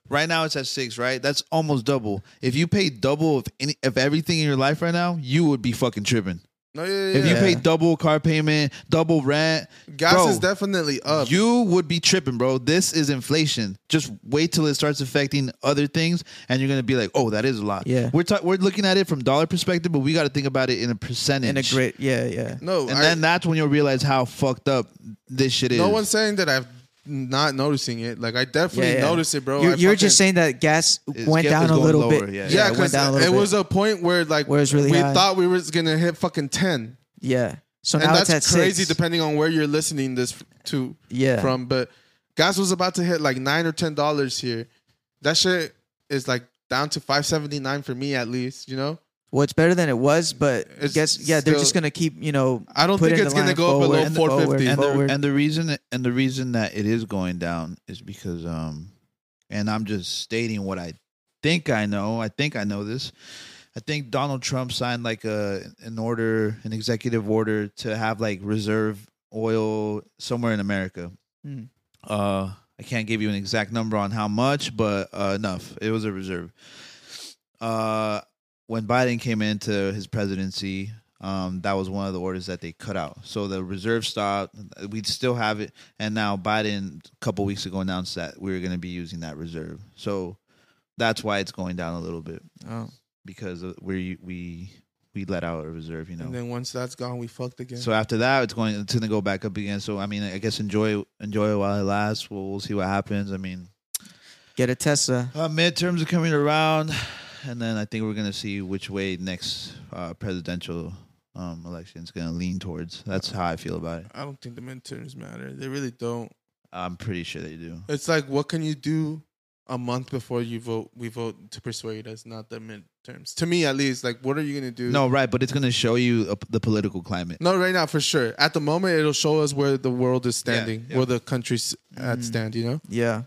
Speaker 1: Right now it's at six, right? That's almost double. If you pay double of any of everything in your life right now, you would be fucking tripping.
Speaker 3: No, yeah, yeah.
Speaker 1: If you
Speaker 3: yeah.
Speaker 1: pay double car payment, double rent,
Speaker 3: gas
Speaker 1: bro,
Speaker 3: is definitely up.
Speaker 1: you would be tripping, bro. This is inflation. Just wait till it starts affecting other things, and you're gonna be like, "Oh, that is a lot."
Speaker 2: Yeah.
Speaker 1: we're ta- we're looking at it from dollar perspective, but we got to think about it in a percentage.
Speaker 2: in a great, yeah, yeah.
Speaker 3: no,
Speaker 1: and
Speaker 3: I-
Speaker 1: then that's when you'll realize how fucked up this shit is.
Speaker 3: no one's saying that I've not noticing it. Like, I definitely
Speaker 2: Yeah, yeah.
Speaker 3: noticed it, bro.
Speaker 2: You're,
Speaker 3: I
Speaker 2: you're just saying
Speaker 3: fucking-
Speaker 2: that gas
Speaker 1: It's
Speaker 2: went
Speaker 1: get-
Speaker 2: down
Speaker 1: it's
Speaker 2: a
Speaker 1: going
Speaker 2: little
Speaker 1: lower,
Speaker 2: bit.
Speaker 1: yeah.
Speaker 3: Yeah,
Speaker 2: it
Speaker 3: because
Speaker 2: went down a
Speaker 3: it,
Speaker 2: little bit.
Speaker 3: was a point where like
Speaker 2: Where it's really
Speaker 3: we
Speaker 2: high.
Speaker 3: thought we were gonna hit fucking ten,
Speaker 2: yeah. So
Speaker 3: and
Speaker 2: now it's at
Speaker 3: that's crazy.
Speaker 2: six.
Speaker 3: Depending on where you're listening this f- to,
Speaker 2: Yeah.
Speaker 3: from. But gas was about to hit like nine or ten dollars here. That shit is like down to five seventy nine for me at least. You know,
Speaker 2: Well, it's better than it was, but I
Speaker 3: It's
Speaker 2: guess yeah, they're
Speaker 3: still-
Speaker 2: just gonna keep you know.
Speaker 3: I don't
Speaker 2: put
Speaker 3: think
Speaker 2: in
Speaker 3: it's
Speaker 2: the
Speaker 3: gonna
Speaker 2: line
Speaker 3: go below
Speaker 2: forward,
Speaker 3: 450.
Speaker 1: and
Speaker 2: Forward,
Speaker 1: the,
Speaker 2: forward.
Speaker 1: and the reason and the reason that it is going down is because um and I'm just stating what I think I know. I think I know this. I think Donald Trump signed like a an order, an executive order to have like reserve oil somewhere in America.
Speaker 2: Mm.
Speaker 1: Uh I can't give you an exact number on how much, but uh, enough. It was a reserve. Uh when Biden came into his presidency, um, that was one of the orders that they cut out. So the reserve stopped. We'd still have it, and now Biden a couple weeks ago announced that we were going to be using that reserve. So that's why it's going down a little bit
Speaker 2: oh.
Speaker 1: because of- we we we let out a reserve, you know.
Speaker 3: and then once that's gone, we fucked again.
Speaker 1: So after that, it's going it's going to go back up again. So I mean, I guess enjoy enjoy it while it lasts. We'll, we'll see what happens. I mean,
Speaker 2: Get a Tesla.
Speaker 1: uh, midterms are coming around, and then I think we're gonna see which way next uh, presidential um, election is gonna lean towards. That's how I feel about it.
Speaker 3: I don't think the midterms matter. They really don't.
Speaker 1: I'm pretty sure they do.
Speaker 3: It's like, what can you do a month before you vote? We vote to persuade us, not the midterms. To me, at least, like, what are you gonna do?
Speaker 1: No, right, but it's gonna show you uh, the political climate.
Speaker 3: no, right now for sure. At the moment, it'll show us where the world is standing,
Speaker 1: yeah.
Speaker 3: where the country's
Speaker 2: Mm-hmm.
Speaker 3: at stand. You know,
Speaker 2: Yeah,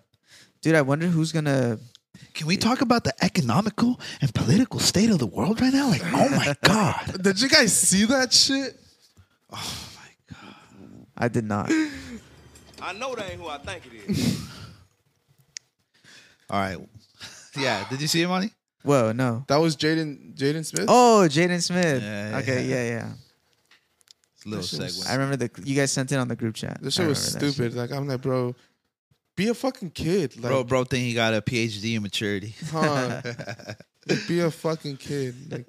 Speaker 2: dude, I wonder who's gonna.
Speaker 1: Can we talk about the economical and political state of the world right now? Like, oh my god,
Speaker 3: did you guys see that shit?
Speaker 2: I did not.
Speaker 5: I know that ain't who I think it is.
Speaker 1: all right, yeah. Did you see it, Monty?
Speaker 2: Whoa, no.
Speaker 3: That was Jaden Jaden Smith.
Speaker 2: Oh, Jaden Smith.
Speaker 1: Yeah,
Speaker 2: okay,
Speaker 1: yeah.
Speaker 2: yeah. yeah,
Speaker 1: It's a little
Speaker 3: That shit was-
Speaker 1: segue.
Speaker 2: I remember the you guys sent it on the group chat.
Speaker 3: this
Speaker 2: I
Speaker 3: shit was
Speaker 2: remember that
Speaker 3: stupid. Like I'm like, bro, be a fucking kid, like,
Speaker 1: Bro, bro, think he got a PhD in maturity.
Speaker 3: huh? Like, be a fucking kid. Like,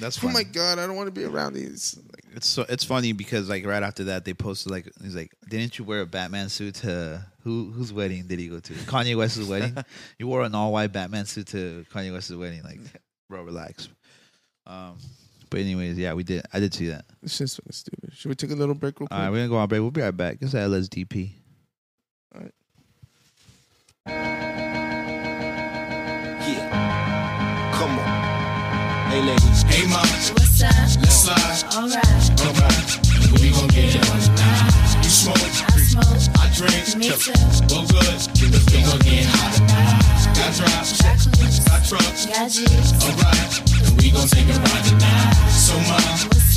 Speaker 1: That's
Speaker 3: oh
Speaker 1: funny.
Speaker 3: my god, I don't want to be around these. Like,
Speaker 1: It's so it's funny because like right after that they posted like he's like didn't you wear a Batman suit to who whose wedding did he go to Kanye West's wedding you wore an all white Batman suit to Kanye West's wedding like bro relax um but anyways yeah we did I did see that
Speaker 3: this shit's fucking stupid. Should we take a little break real quick?
Speaker 1: all right we're gonna go on break we'll be right back it's LSDP
Speaker 5: Yeah. Come on. Hey, ladies.
Speaker 6: Hey, mama. What's up? Let's slide. All right. All right. We gon' get it. You smoke. I smoke. I drink. Me too. Go good. We gon' get hot. Got drops. Got clues. Got trucks. Got jeeps. All right. We gon' take a ride tonight. So, mom. What's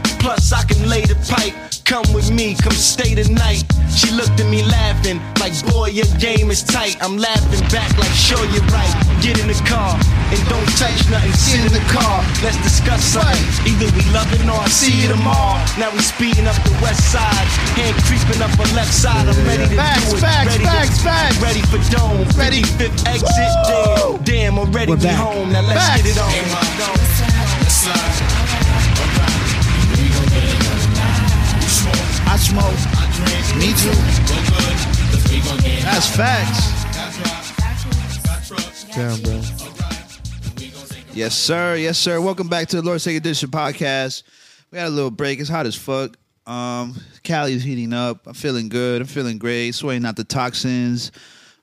Speaker 5: Plus, I can lay the pipe. Come with me, come stay the night. She looked at me laughing, like, boy, your game is tight. I'm laughing back, like, sure, you're right. Get in the car and don't touch nothing. Sit in the car, let's discuss something. Either we love it or I see you tomorrow. Now we speeding up the west side, hand creeping up the left side. I'm ready to
Speaker 7: Facts,
Speaker 5: do it.
Speaker 7: facts,
Speaker 5: ready
Speaker 7: facts,
Speaker 5: to,
Speaker 7: facts.
Speaker 5: Ready for dome. Ready, fifth exit.
Speaker 7: Woo!
Speaker 5: Damn, damn, already
Speaker 7: We're
Speaker 5: we
Speaker 7: back.
Speaker 5: home. Now let's
Speaker 7: Facts.
Speaker 5: get it on.
Speaker 1: I smoke. Me too. That's facts.
Speaker 3: Damn, bro.
Speaker 1: Yes, sir. Yes, sir. Welcome back to the Lord's Sake Edition podcast. We had a little break. It's hot as fuck. Um, Cali's heating up. I'm feeling good. I'm feeling great. Sweating out the toxins.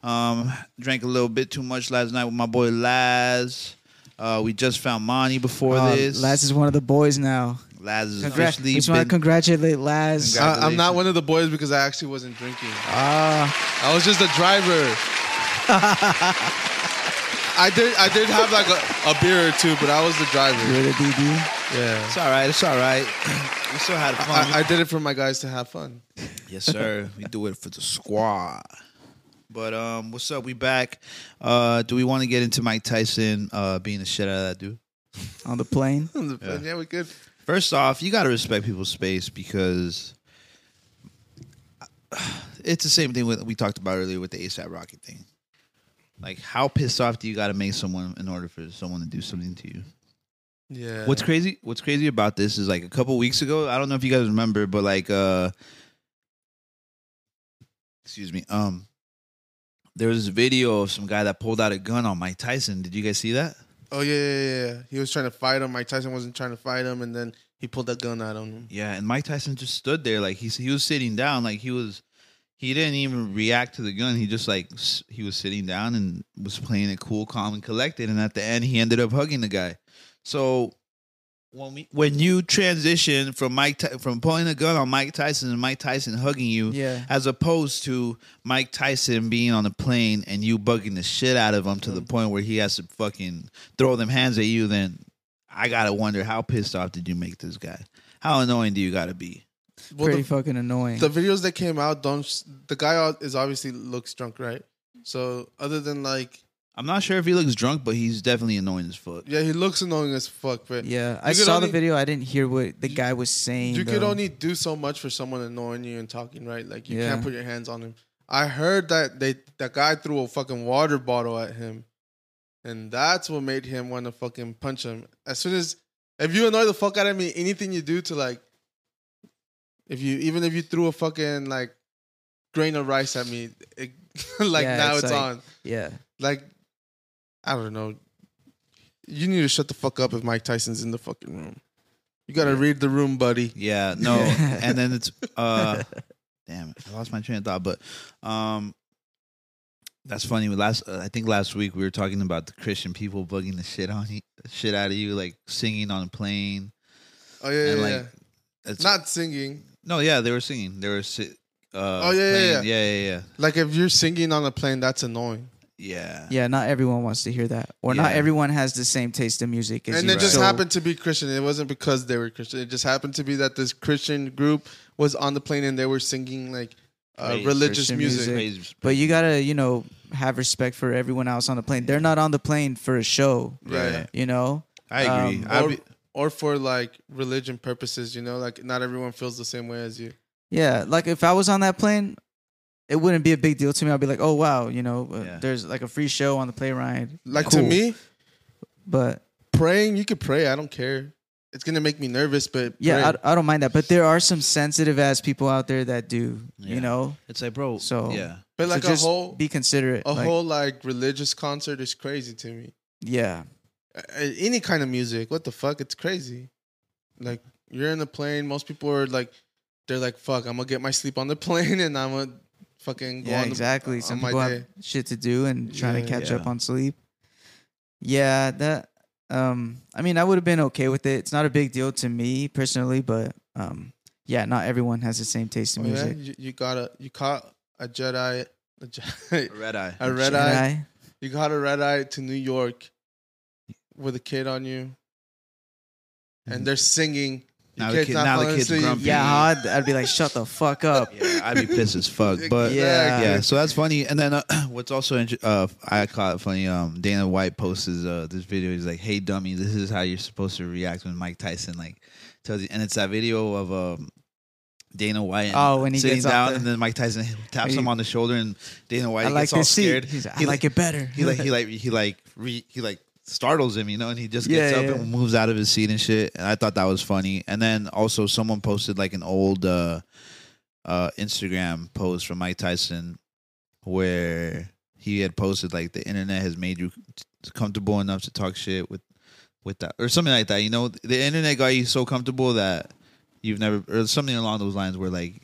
Speaker 1: Um, drank a little bit too much last night with my boy Laz. Uh, we just found Monty before
Speaker 2: Uh,
Speaker 1: this.
Speaker 2: Laz is one of the boys now.
Speaker 1: Laz is
Speaker 2: Congrats.
Speaker 1: officially
Speaker 2: Just want to
Speaker 1: been-
Speaker 2: congratulate Laz.
Speaker 1: Congrats.
Speaker 3: I, I'm not one of the boys because I actually wasn't drinking. I was just a driver. I did. I did have like a, a beer or two, but I was the
Speaker 2: You're
Speaker 3: driver.
Speaker 2: the DD.
Speaker 3: Yeah.
Speaker 1: It's all right. It's all right. we still had fun.
Speaker 3: I, I did it for my guys to have fun.
Speaker 1: Yes, sir. we do it for the squad. But um, what's up? We back. Uh, do we want to get into Mike Tyson uh being the shit out of that dude?
Speaker 2: on the plane.
Speaker 3: yeah. we could.
Speaker 1: First off, you gotta respect people's space because it's the same thing with, we talked about earlier with the ASAP Rocky thing. Like, how pissed off do you gotta make someone in order for someone to do something to you?
Speaker 3: Yeah.
Speaker 1: What's crazy? What's crazy about this is like a couple weeks ago. I don't know if you guys remember, but like, uh excuse me. Um, there was a video of some guy that pulled out a gun on Mike Tyson. Did you guys see that?
Speaker 3: Oh yeah, yeah, yeah. He was trying to fight him. Mike Tyson wasn't trying to fight him, and then he pulled that gun at him.
Speaker 1: Yeah, and Mike Tyson just stood there like he he was sitting down, like he was he didn't even react to the gun. He just like s- he was sitting down and was playing it cool, calm, and collected. And at the end, he ended up hugging the guy. So when we when you transition from Mike Ty- from pulling a gun on Mike Tyson and Mike Tyson hugging you,
Speaker 2: Yeah.
Speaker 1: as opposed to Mike Tyson being on a plane and you bugging the shit out of him to the point where he has to fucking throw them hands at you, then I gotta wonder how pissed off did you make this guy? How annoying do you gotta be?
Speaker 3: Well,
Speaker 2: Pretty
Speaker 3: the,
Speaker 2: fucking annoying.
Speaker 3: the videos that came out don't. s- The guy out- is obviously looks drunk, right? So other than like,
Speaker 1: I'm not sure if he looks drunk, but he's definitely annoying as fuck.
Speaker 3: yeah, he looks annoying as fuck. But
Speaker 2: yeah, I
Speaker 3: you could
Speaker 2: saw
Speaker 3: only-
Speaker 2: the video. I didn't hear what the guy was saying.
Speaker 3: you could
Speaker 2: though.
Speaker 3: only do so much for someone annoying you and talking, right? Like you
Speaker 2: Yeah.
Speaker 3: can't put your hands on him. I heard that they that guy threw a fucking water bottle at him, and that's what made him want to fucking punch him. As soon as if you annoy the fuck out of me, anything you do to like, if you even if you threw a fucking like grain of rice at me, it, like
Speaker 2: Yeah,
Speaker 3: now
Speaker 2: it's
Speaker 3: it's,
Speaker 2: like-
Speaker 3: on.
Speaker 2: Yeah,
Speaker 3: Like I don't know. You need to shut the fuck up if Mike Tyson's in the fucking room. You gotta read the room, buddy.
Speaker 1: Yeah, no. and then it's uh damn, I lost my train of thought, but um that's funny. Last uh, I think last week we were talking about the Christian people bugging the shit on you, shit out of you like singing on a plane.
Speaker 3: Oh yeah,
Speaker 1: And,
Speaker 3: yeah,
Speaker 1: like,
Speaker 3: yeah.
Speaker 1: It's
Speaker 3: Not singing.
Speaker 1: No, yeah, they were singing. They were si- uh
Speaker 3: Oh, yeah, yeah,
Speaker 1: playing- yeah, yeah, yeah.
Speaker 3: Like if you're singing on a plane, that's annoying.
Speaker 1: Yeah.
Speaker 2: yeah. Not everyone wants to hear that, or not
Speaker 1: Yeah.
Speaker 2: everyone has the same taste in music. As
Speaker 3: and
Speaker 2: you.
Speaker 3: it just
Speaker 2: So-
Speaker 3: happened to be Christian. It wasn't because they were Christian. It just happened to be that this Christian group was on the plane and they were singing like uh,
Speaker 1: Praise
Speaker 3: religious
Speaker 2: Christian
Speaker 3: music.
Speaker 2: music.
Speaker 1: Praise-
Speaker 2: But you gotta, you know, have respect for everyone else on the plane. They're not on the plane for a show,
Speaker 1: Right.
Speaker 2: you know.
Speaker 1: I agree.
Speaker 2: Um,
Speaker 1: I
Speaker 3: Or,
Speaker 1: be-
Speaker 3: or for like religion purposes, you know, like not everyone feels the same way as you.
Speaker 2: Yeah, like if I was on that plane, it wouldn't be a big deal to me. I'd be like, oh wow, you know, uh,
Speaker 1: Yeah.
Speaker 2: there's like a free show on the plane ride.
Speaker 3: Like to
Speaker 2: Cool.
Speaker 3: me,
Speaker 2: But
Speaker 3: praying, you could pray. I don't care. It's gonna make me nervous, but
Speaker 2: yeah,
Speaker 3: pray.
Speaker 2: I, I don't mind that. But there are some sensitive ass people out there that do,
Speaker 1: Yeah.
Speaker 2: you know.
Speaker 1: it's like, bro.
Speaker 2: So-
Speaker 1: yeah.
Speaker 3: but like
Speaker 2: so
Speaker 3: a
Speaker 2: just
Speaker 3: whole
Speaker 2: be considerate.
Speaker 3: a
Speaker 2: like,
Speaker 3: whole like religious concert is crazy to me.
Speaker 2: yeah,
Speaker 3: Uh, any kind of music. What the fuck? It's crazy. Like you're in the plane. Most people are like, they're like, "Fuck, I'm gonna get my sleep on the plane, and I'm gonna fucking go
Speaker 2: yeah,
Speaker 3: on the-
Speaker 2: exactly.
Speaker 1: uh,
Speaker 3: on
Speaker 2: some
Speaker 3: my
Speaker 2: people
Speaker 3: day."
Speaker 2: have shit to do and trying to
Speaker 3: Yeah.
Speaker 2: catch up on sleep. Yeah, that. Um, I mean, I would have been okay with it. It's not a big deal to me personally, but um, yeah, not everyone has the same taste in
Speaker 3: Oh, yeah?
Speaker 2: music.
Speaker 3: you, you got a you caught a Jedi, a, Jedi,
Speaker 1: Red eye.
Speaker 3: a red
Speaker 2: Should
Speaker 3: eye.
Speaker 2: I?
Speaker 3: You got a red eye to New York with a kid on you, and they're singing
Speaker 1: Mm-hmm. Now the
Speaker 3: kid's
Speaker 1: kid,
Speaker 3: not
Speaker 1: now the
Speaker 3: falling
Speaker 1: kid's
Speaker 3: asleep.
Speaker 1: grumpy.
Speaker 2: Yeah, how I'd, I'd be like, shut the fuck up.
Speaker 1: Yeah, I'd be pissed as fuck. But
Speaker 2: Yeah.
Speaker 1: yeah, yeah. So that's funny. And then uh, what's also int- uh, I caught it funny. Um, Dana White posts his, uh, this video. He's like, "Hey, dummy, this is how you're supposed to react when Mike Tyson like tells you." And it's that video of um, Dana White. and-
Speaker 2: Oh, when he
Speaker 1: sitting
Speaker 2: gets off
Speaker 1: down,
Speaker 2: the-
Speaker 1: and then Mike Tyson taps
Speaker 2: He-
Speaker 1: him on the shoulder, and Dana White
Speaker 2: I like
Speaker 1: gets all
Speaker 2: this
Speaker 1: scared.
Speaker 2: seat. He's like, I
Speaker 1: He
Speaker 2: like it better.
Speaker 1: he like he like he like re, he like startles him, you know, and he just gets
Speaker 2: Yeah,
Speaker 1: up
Speaker 2: yeah.
Speaker 1: and moves out of his seat and shit. And I thought that was funny. And then also someone posted like an old uh uh Instagram post from Mike Tyson where he had posted like the internet has made you comfortable enough to talk shit with with that or something like that. You know, the internet got you so comfortable that you've never or something along those lines where like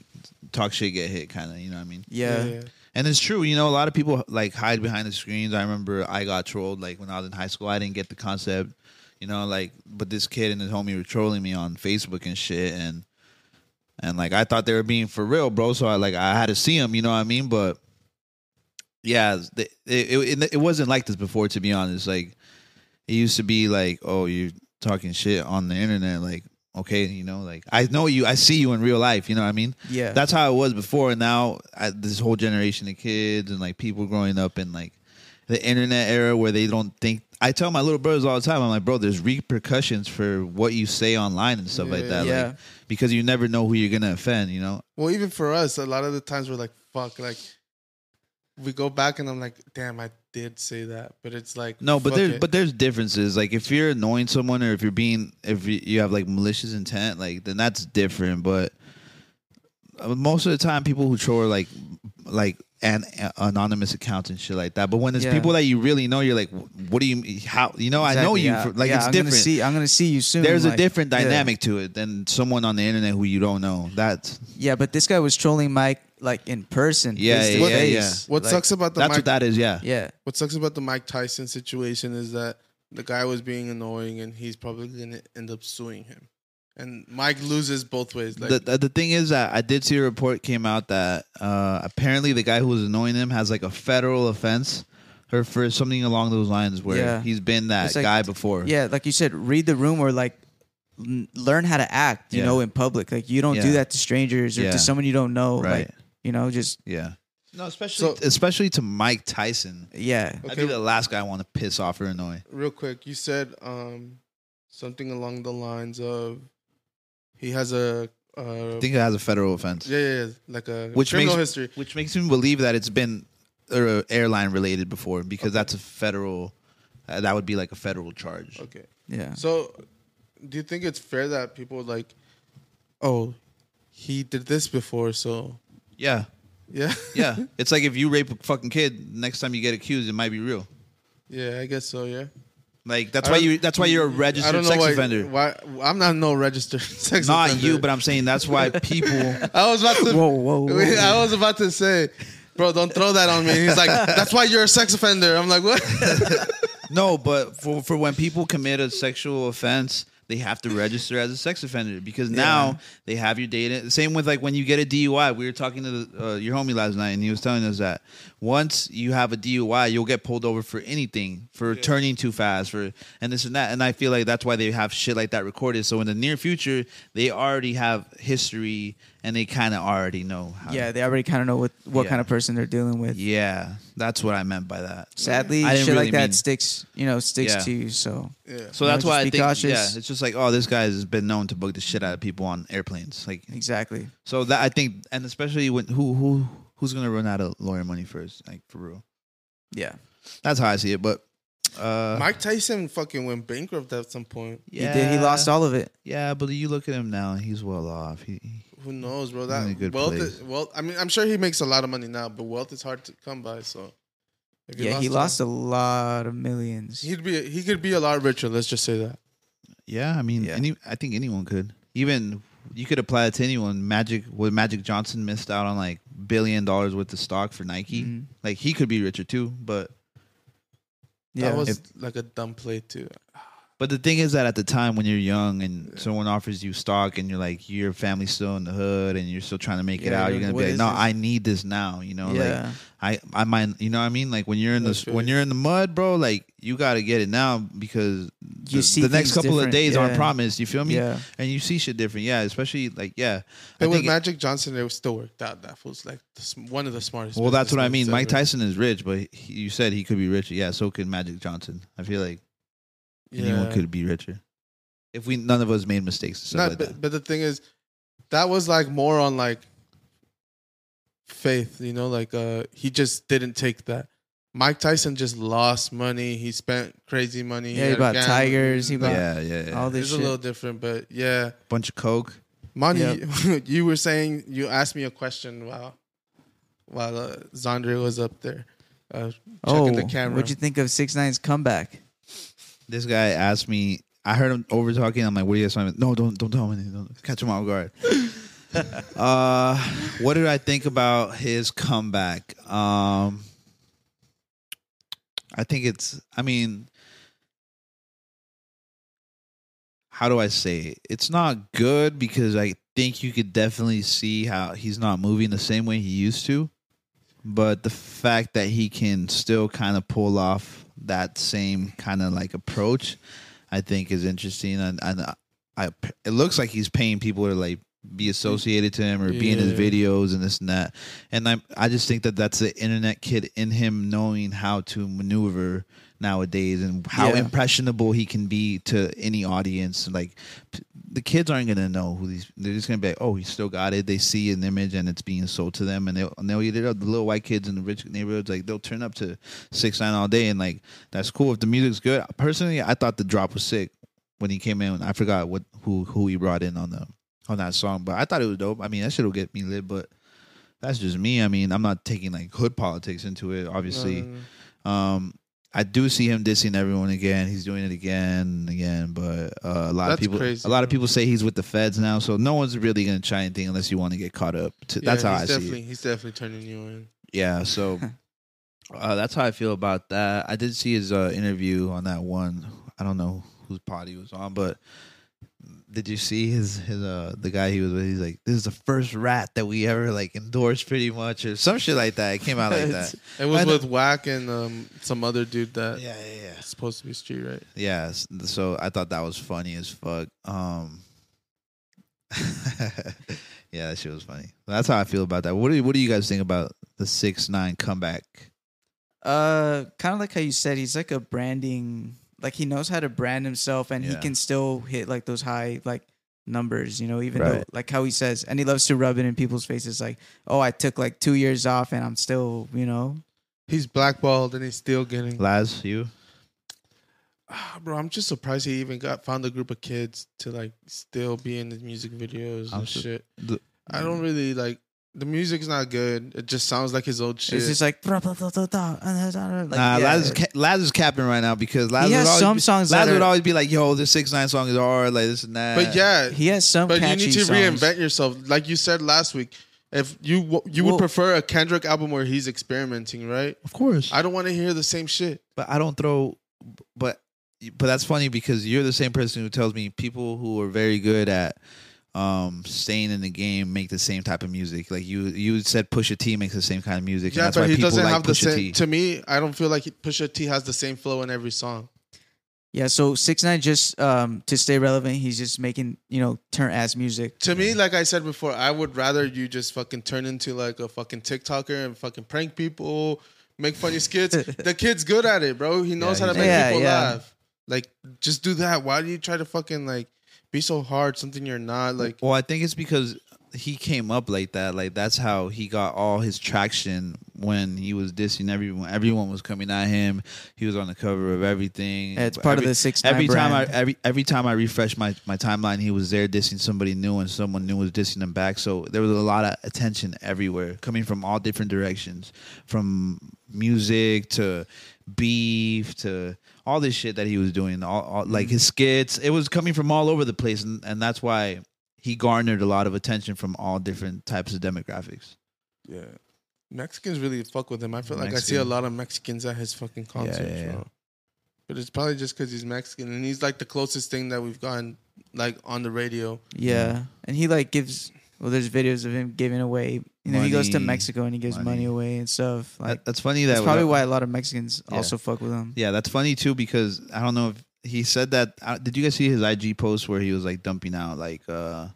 Speaker 1: talk shit get hit kind of, you know what I mean?
Speaker 2: yeah.
Speaker 1: And it's true, you know, a lot of people like hide behind the screens. I remember I got trolled like when I was in high school. I didn't get the concept, you know, like but this kid and his homie were trolling me on Facebook and shit and and like I thought they were being for real, bro, so I like I had to see him, you know what I mean? But yeah, it it, it, it wasn't like this before to be honest. Like it used to be like, oh, you're talking shit on the internet like okay, you know, like I know you, I see you in real life, you know what I mean?
Speaker 2: Yeah.
Speaker 1: that's how it was before and now I, this whole generation of kids and like people growing up in like the internet era where they don't think i tell my little brothers all the time i'm like bro there's repercussions for what you say online and stuff like that
Speaker 2: Yeah.
Speaker 1: like because you never know who you're gonna offend you know
Speaker 3: Well, even for us, a lot of the times we're like, fuck, like we go back and I'm like, damn, I did say that, but it's like
Speaker 1: no but
Speaker 3: fuck
Speaker 1: there's
Speaker 3: it.
Speaker 1: but there's differences like if you're annoying someone or if you're being if you, you have like malicious intent like then that's different but uh, most of the time people who troll are like like an, an anonymous accounts and shit like that but when it's
Speaker 2: Yeah.
Speaker 1: people that you really know you're like "Wh- what do you how you know i know
Speaker 2: Exactly,
Speaker 1: you
Speaker 2: yeah.
Speaker 1: for, like
Speaker 2: Yeah,
Speaker 1: it's
Speaker 2: I'm
Speaker 1: different
Speaker 2: Gonna see, I'm gonna see you soon.
Speaker 1: there's a
Speaker 2: like,
Speaker 1: different
Speaker 2: yeah.
Speaker 1: dynamic to it than someone on the internet who you don't know that's
Speaker 2: Yeah. but this guy was trolling Mike like in person.
Speaker 1: Yeah,
Speaker 2: face to
Speaker 1: yeah, yeah,
Speaker 2: face.
Speaker 3: what
Speaker 2: Like,
Speaker 3: sucks about the
Speaker 1: that's
Speaker 3: Mike,
Speaker 1: what that is yeah
Speaker 2: Yeah,
Speaker 3: what sucks about the Mike Tyson situation is that the guy was being annoying and he's probably gonna end up suing him, and Mike loses both ways. Like,
Speaker 1: the, the the thing is that I did see a report came out that uh, apparently the guy who was annoying him has like a federal offense or for something along those lines where
Speaker 2: Yeah.
Speaker 1: he's been that
Speaker 2: It's like-
Speaker 1: guy before.
Speaker 2: yeah. Like you said, read the room or like n- learn how to act. You
Speaker 1: Yeah.
Speaker 2: know, in public, like you don't do
Speaker 1: Yeah.
Speaker 2: that to strangers or
Speaker 1: Yeah.
Speaker 2: to someone you don't know.
Speaker 1: Right.
Speaker 2: Like you know, just
Speaker 1: yeah. No, especially
Speaker 3: So-
Speaker 1: especially to Mike Tyson.
Speaker 2: yeah.
Speaker 1: I'd be
Speaker 3: Okay.
Speaker 1: the last guy I want to piss off or annoy.
Speaker 3: real quick, you said um something along the lines of he has a uh,
Speaker 1: I think it has a federal offense,
Speaker 3: yeah, yeah, yeah, like a
Speaker 1: Which
Speaker 3: criminal
Speaker 1: makes-
Speaker 3: history.
Speaker 1: which makes me believe that it's been uh, airline related before because that's a federal. Uh, that would be like a federal charge.
Speaker 3: Okay,
Speaker 2: Yeah.
Speaker 3: So, do you think it's fair that people like, oh, he did this before, so
Speaker 1: Yeah,
Speaker 3: yeah,
Speaker 1: yeah. it's like if you rape a fucking kid, next time you get accused, it might be real.
Speaker 3: yeah, I guess so, yeah.
Speaker 1: Like that's
Speaker 3: I
Speaker 1: why
Speaker 3: don't-
Speaker 1: you that's why you're a
Speaker 3: I
Speaker 1: registered
Speaker 3: don't know
Speaker 1: sex
Speaker 3: why,
Speaker 1: offender.
Speaker 3: why. I'm not no registered sex
Speaker 1: Not
Speaker 3: offender.
Speaker 1: you, but I'm saying that's why people.
Speaker 3: I was about to.
Speaker 2: Whoa, whoa, whoa.
Speaker 3: I was about to say, bro, don't throw that on me. He's like, that's why you're a sex offender. I'm like, what?
Speaker 1: no, but for for when people commit a sexual offense, they have to register as a sex offender because now they have your data. Same with like when you get a DUI. We were talking to the, uh, your homie last night, and he was telling us that once you have a DUI, you'll get pulled over for anything for turning too fast, for and this and that. And I feel like that's why they have shit like that recorded. So in the near future, they already have history, and they kind of already know how.
Speaker 2: Yeah, they already kind of know what, what
Speaker 1: Uh, Yeah.
Speaker 2: kind of person they're dealing with.
Speaker 1: Yeah, that's what I meant by that.
Speaker 2: Sadly,
Speaker 1: I
Speaker 2: shit
Speaker 1: didn't really
Speaker 2: like that
Speaker 1: mean-
Speaker 2: sticks, you know, sticks
Speaker 1: Yeah.
Speaker 2: to you. So
Speaker 3: Yeah.
Speaker 1: So
Speaker 2: You know,
Speaker 1: that's
Speaker 2: just
Speaker 1: why I
Speaker 2: be
Speaker 1: think
Speaker 2: cautious.
Speaker 1: yeah, it's just like oh, this guy has been known to bug the shit out of people on airplanes. Like
Speaker 2: exactly.
Speaker 1: so that I think, and especially when who who who's gonna run out of lawyer money first, like for real.
Speaker 2: Yeah.
Speaker 1: That's how I see it. But uh,
Speaker 3: Mike Tyson fucking went bankrupt at some point.
Speaker 1: yeah,
Speaker 2: He did. He lost all of it.
Speaker 1: Yeah, but you look at him now; he's well off. He, he-
Speaker 3: Who knows, bro?
Speaker 1: in a
Speaker 3: That
Speaker 1: good
Speaker 3: wealth,
Speaker 1: place.
Speaker 3: is, wealth. I mean, I'm sure he makes a lot of money now, but wealth is hard to come by. So, if
Speaker 2: yeah, he
Speaker 3: it-
Speaker 2: lost a lot of millions.
Speaker 3: He'd be he could be a lot richer. Let's just say that.
Speaker 1: yeah, I mean,
Speaker 2: Yeah.
Speaker 1: any I think anyone could even. You could apply it to anyone. Magic, what Magic Johnson missed out on like billion dollars worth of stock for Nike.
Speaker 2: Mhm.
Speaker 1: Like he could be richer too, but
Speaker 2: Yeah.
Speaker 3: that was
Speaker 1: If-
Speaker 3: like a dumb play too.
Speaker 1: But the thing is that at the time when you're young and someone offers you stock and you're like your family's still in the hood and you're still trying to make it
Speaker 2: Yeah,
Speaker 1: out,
Speaker 2: you're
Speaker 1: you're gonna
Speaker 2: like,
Speaker 1: be like,
Speaker 2: "What
Speaker 1: no,
Speaker 2: is this?"
Speaker 1: I need this now. You know,
Speaker 2: Yeah.
Speaker 1: like I, I might, you know what I mean? Like when you're in
Speaker 3: That's
Speaker 1: the
Speaker 3: true.
Speaker 1: when you're in the mud, bro, like you gotta get it now because
Speaker 2: You
Speaker 1: the,
Speaker 2: see
Speaker 1: the next
Speaker 2: things
Speaker 1: couple of
Speaker 2: different,
Speaker 1: days aren't
Speaker 2: yeah.
Speaker 1: promised. You feel me?
Speaker 2: Yeah.
Speaker 1: And you see shit different. Yeah, especially like yeah. I
Speaker 3: It was
Speaker 1: think it-
Speaker 3: Magic Johnson. It was still worked out. That fool's like the, sm- one of the smartest.
Speaker 1: well, that's what I mean.
Speaker 3: businessmen
Speaker 1: Mike
Speaker 3: ever.
Speaker 1: Tyson is rich, but he, you said he could be richer. Yeah, so could Magic Johnson. I feel like anyone
Speaker 3: Yeah.
Speaker 1: could be richer if we none of us made mistakes. and stuff
Speaker 3: Not,
Speaker 1: like that.
Speaker 3: but, but the thing is, that was like more on like faith. You know, like uh, he just didn't take that. Mike Tyson just lost money. He spent crazy money.
Speaker 2: Yeah, he
Speaker 3: had a
Speaker 2: bought
Speaker 3: gang-
Speaker 2: tigers, he bought-
Speaker 1: yeah, yeah, yeah.
Speaker 2: all this
Speaker 3: It's a
Speaker 2: shit.
Speaker 3: little different, but yeah.
Speaker 1: bunch of coke.
Speaker 3: Money, you were saying you asked me a question while while uh, Zandre was up there uh, checking
Speaker 2: oh,
Speaker 3: the camera.
Speaker 2: what'd you think of Six Nine's comeback?
Speaker 1: This guy asked me. I heard him over talking. I'm like, "What do you guys want?" me-" No, don't, don't tell me. Don't catch him off guard. uh, what did I think about his comeback? Um, I think it's. I mean, how do I say it? It's not good because I think you could definitely see how he's not moving the same way he used to. But the fact that he can still kind of pull off that same kind of like approach, I think is interesting. And, and I, I, it looks like he's paying people to like be associated to him or be in his
Speaker 3: Yeah.
Speaker 1: videos and this and that. And I, I just think that that's the internet kid in him knowing how to maneuver nowadays and how
Speaker 2: Yeah.
Speaker 1: impressionable he can be to any audience. Like p- the kids aren't gonna know who these. They're just gonna be like, oh, he still got it. They see an image and it's being sold to them, and they'll and they'll either the little white kids in the rich neighborhoods like they'll turn up to six nine all day, and like that's cool if the music's good. Personally, I thought the drop was sick when he came in. I forgot what who who he brought in on the on that song, but I thought it was dope. I mean, that shit will get me lit, but. That's just me. I mean, I'm not taking like hood politics into it. Obviously, um, I do see him dissing everyone again. He's doing it again and again. But uh, a lot of
Speaker 3: That's
Speaker 1: people,
Speaker 3: crazy.
Speaker 1: a lot of people say he's with the feds now. So no one's really gonna try anything unless you want to get caught up. To, that's
Speaker 3: Yeah,
Speaker 1: how
Speaker 3: he's
Speaker 1: I see
Speaker 3: definitely,
Speaker 1: it.
Speaker 3: He's definitely turning you in.
Speaker 1: Yeah. So uh, that's how I feel about that. I did see his uh, interview on that one. I don't know whose pod he was on, but did you see his his uh the guy he was with? He's like, this is the first rat that we ever like endorsed, pretty much, or some shit like that. It came out like that.
Speaker 3: It was
Speaker 1: I know-
Speaker 3: with Whack and um, some other dude that
Speaker 1: Yeah, yeah, yeah.
Speaker 3: is supposed to be street right.
Speaker 1: yeah s- so i thought that was funny as fuck um yeah that shit was funny that's how i feel about that what do you, what do you guys think about the six nine comeback
Speaker 2: Uh, kind of like how you said, he's like a branding. Like he knows how to brand himself, and he
Speaker 1: Yeah.
Speaker 2: can still hit like those high like numbers. You know, even though
Speaker 1: Right.
Speaker 2: like how he says, and he loves to rub it in people's faces. Like, oh, I took like two years off, and I'm still, you know,
Speaker 3: He's blackballed and he's still getting.
Speaker 1: laz you
Speaker 3: Ah, bro, I'm just surprised he even got found a group of kids to like still be in the music videos
Speaker 1: I'm
Speaker 3: and
Speaker 1: su-
Speaker 3: shit.
Speaker 1: the-
Speaker 3: I don't really like the music's not good. It just sounds like his old shit.
Speaker 2: it's just like. blah, blah, blah, blah, blah, and that's- like,
Speaker 1: nah,
Speaker 2: yeah.
Speaker 1: Laz, is ca- Laz is capping right now because Laz,
Speaker 2: He
Speaker 1: would
Speaker 2: has
Speaker 1: always,
Speaker 2: some
Speaker 1: be,
Speaker 2: songs
Speaker 1: Laz
Speaker 2: that
Speaker 1: would
Speaker 2: are-
Speaker 1: always be like, "Yo, this six nine song is hard, like this and that."
Speaker 3: but yeah,
Speaker 2: He has some
Speaker 3: but you
Speaker 2: catchy
Speaker 3: need to
Speaker 2: songs.
Speaker 3: reinvent yourself. Like you said last week, if you w- you would
Speaker 2: Well-
Speaker 3: prefer a Kendrick album where he's experimenting, right?
Speaker 1: of course.
Speaker 3: I don't want to hear the same shit.
Speaker 1: but I don't throw. But but that's funny because you're the same person who tells me people who are very good at um staying in the game make the same type of music. Like you you said, Pusha T makes the same kind of music.
Speaker 3: Yeah,
Speaker 1: and that's why
Speaker 3: but he
Speaker 1: people
Speaker 3: doesn't
Speaker 1: like
Speaker 3: have the
Speaker 1: Pusha T.
Speaker 3: same. To me, I don't feel like he- Pusha T has the same flow in every song.
Speaker 2: Yeah, so six nine just um to stay relevant, he's just making you know turn ass music.
Speaker 3: To me, like I said before, I would rather you just fucking turn into like a fucking TikToker and fucking prank people, make funny skits. the kid's good at it, bro. He knows
Speaker 1: Yeah,
Speaker 3: how to
Speaker 1: he's-
Speaker 3: make
Speaker 2: Yeah,
Speaker 3: people
Speaker 2: yeah.
Speaker 3: laugh. Like, just do that. Why do you try to fucking like be so hard? Something you're not like.
Speaker 1: Well, I think it's because he came up like that. Like that's how he got all his traction when he was dissing everyone. Everyone was coming at him. He was on the cover of everything.
Speaker 2: Yeah, it's part of
Speaker 1: Every-
Speaker 2: the 6ix9ine
Speaker 1: Every time
Speaker 2: brand.
Speaker 1: I every every time I refresh my my timeline, he was there dissing somebody new, and someone new was dissing him back. So there was a lot of attention everywhere, coming from all different directions, from music to beef to all this shit that he was doing. All, all like his skits, it was coming from all over the place, and, and that's why he garnered a lot of attention from all different types of demographics.
Speaker 3: Yeah. Mexicans really fuck with him. I feel like I see a
Speaker 1: Mexican.
Speaker 3: lot of Mexicans at his fucking concerts,
Speaker 1: yeah, yeah.
Speaker 3: bro. But it's probably just because he's Mexican and he's like the closest thing that we've gotten like on the radio.
Speaker 2: Yeah, and he like gives well, there's videos of him giving away. You know, he goes to
Speaker 1: Money,
Speaker 2: Mexico and he gives money,
Speaker 1: money.
Speaker 2: away and stuff. Like
Speaker 1: That- that's funny. That
Speaker 2: that's probably
Speaker 1: without-
Speaker 2: why a lot of Mexicans
Speaker 1: Yeah.
Speaker 2: also fuck with him.
Speaker 1: Yeah, that's funny too because I don't know if he said that. Uh, did you guys see his IG post where he was like dumping out like uh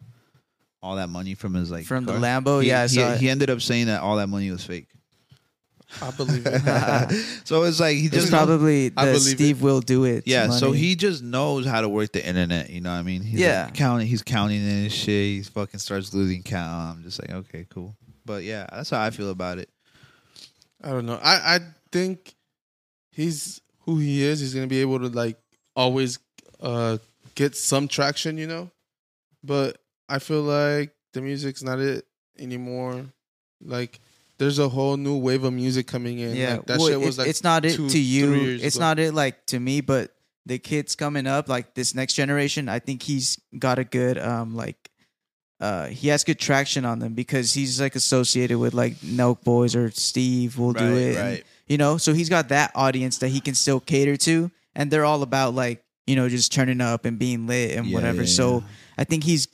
Speaker 1: all that money from his like
Speaker 2: From the
Speaker 1: car?
Speaker 2: Lambo?
Speaker 1: He-
Speaker 2: Yeah, I
Speaker 1: he,
Speaker 2: saw it.
Speaker 1: he ended up saying that all that money was fake.
Speaker 3: I believe it.
Speaker 1: so it's like he
Speaker 2: It's
Speaker 1: just
Speaker 2: probably
Speaker 3: I
Speaker 2: the
Speaker 3: believe
Speaker 2: Steve will do it.
Speaker 1: yeah. So
Speaker 2: money.
Speaker 1: he just knows how to work the internet. You know what I mean? He's
Speaker 2: Yeah.
Speaker 1: like, counting. He's counting in his shit. He fucking starts losing count. I'm just like, okay, cool. But yeah, that's how I feel about it.
Speaker 3: I don't know. I I think he's who he is. He's gonna be able to like always uh get some traction, you know. But I feel like the music's not it anymore. Like there's a whole new wave of music coming in.
Speaker 2: yeah,
Speaker 3: like, that
Speaker 2: well,
Speaker 3: shit was
Speaker 2: it-
Speaker 3: like
Speaker 2: it's not it
Speaker 3: two,
Speaker 2: to you.
Speaker 3: three years
Speaker 2: It's
Speaker 3: ago.
Speaker 2: not it like to me, but the kids coming up, like this next generation, I think he's got a good um like uh he has good traction on them because he's like associated with like Nelk Boys or Steve will do
Speaker 1: Right,
Speaker 2: it. and-
Speaker 1: right.
Speaker 2: you know, so he's got that audience that he can still cater to and they're all about like, you know, just turning up and being lit and
Speaker 1: Yeah,
Speaker 2: whatever.
Speaker 1: yeah,
Speaker 2: so I think he's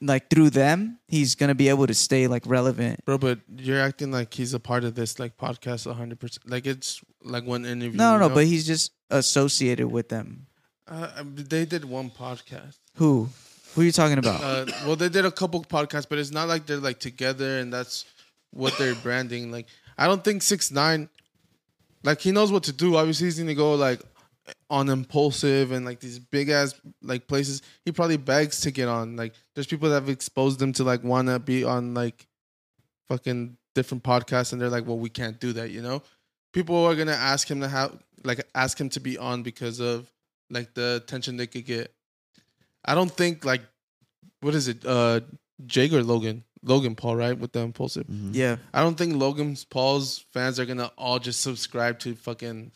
Speaker 2: like through them, he's gonna be able to stay like relevant.
Speaker 3: Bro, but you're acting like he's a part of this like podcast 100. percent Like it's like one interview.
Speaker 2: No,
Speaker 3: you
Speaker 2: no,
Speaker 3: know?
Speaker 2: but he's just associated with them.
Speaker 3: uh, they did one podcast.
Speaker 2: Who? Who are you talking about?
Speaker 3: uh, well, they did a couple podcasts, but it's not like they're like together and that's what they're branding. Like, I don't think six nine, like he knows what to do. Obviously, he's gonna go like on impulsive and like these big ass like places. He probably begs to get on. Like, there's people that have exposed them to like wanna be on like fucking different podcasts, and they're like, well, we can't do that, you know. People are gonna ask him to have like ask him to be on because of like the attention they could get. I don't think like what is it? Uh, Jake or Logan? Logan Paul, right? With the impulsive.
Speaker 1: Mm-hmm.
Speaker 2: yeah.
Speaker 3: I don't think Logan Paul's fans are gonna all just subscribe to fucking.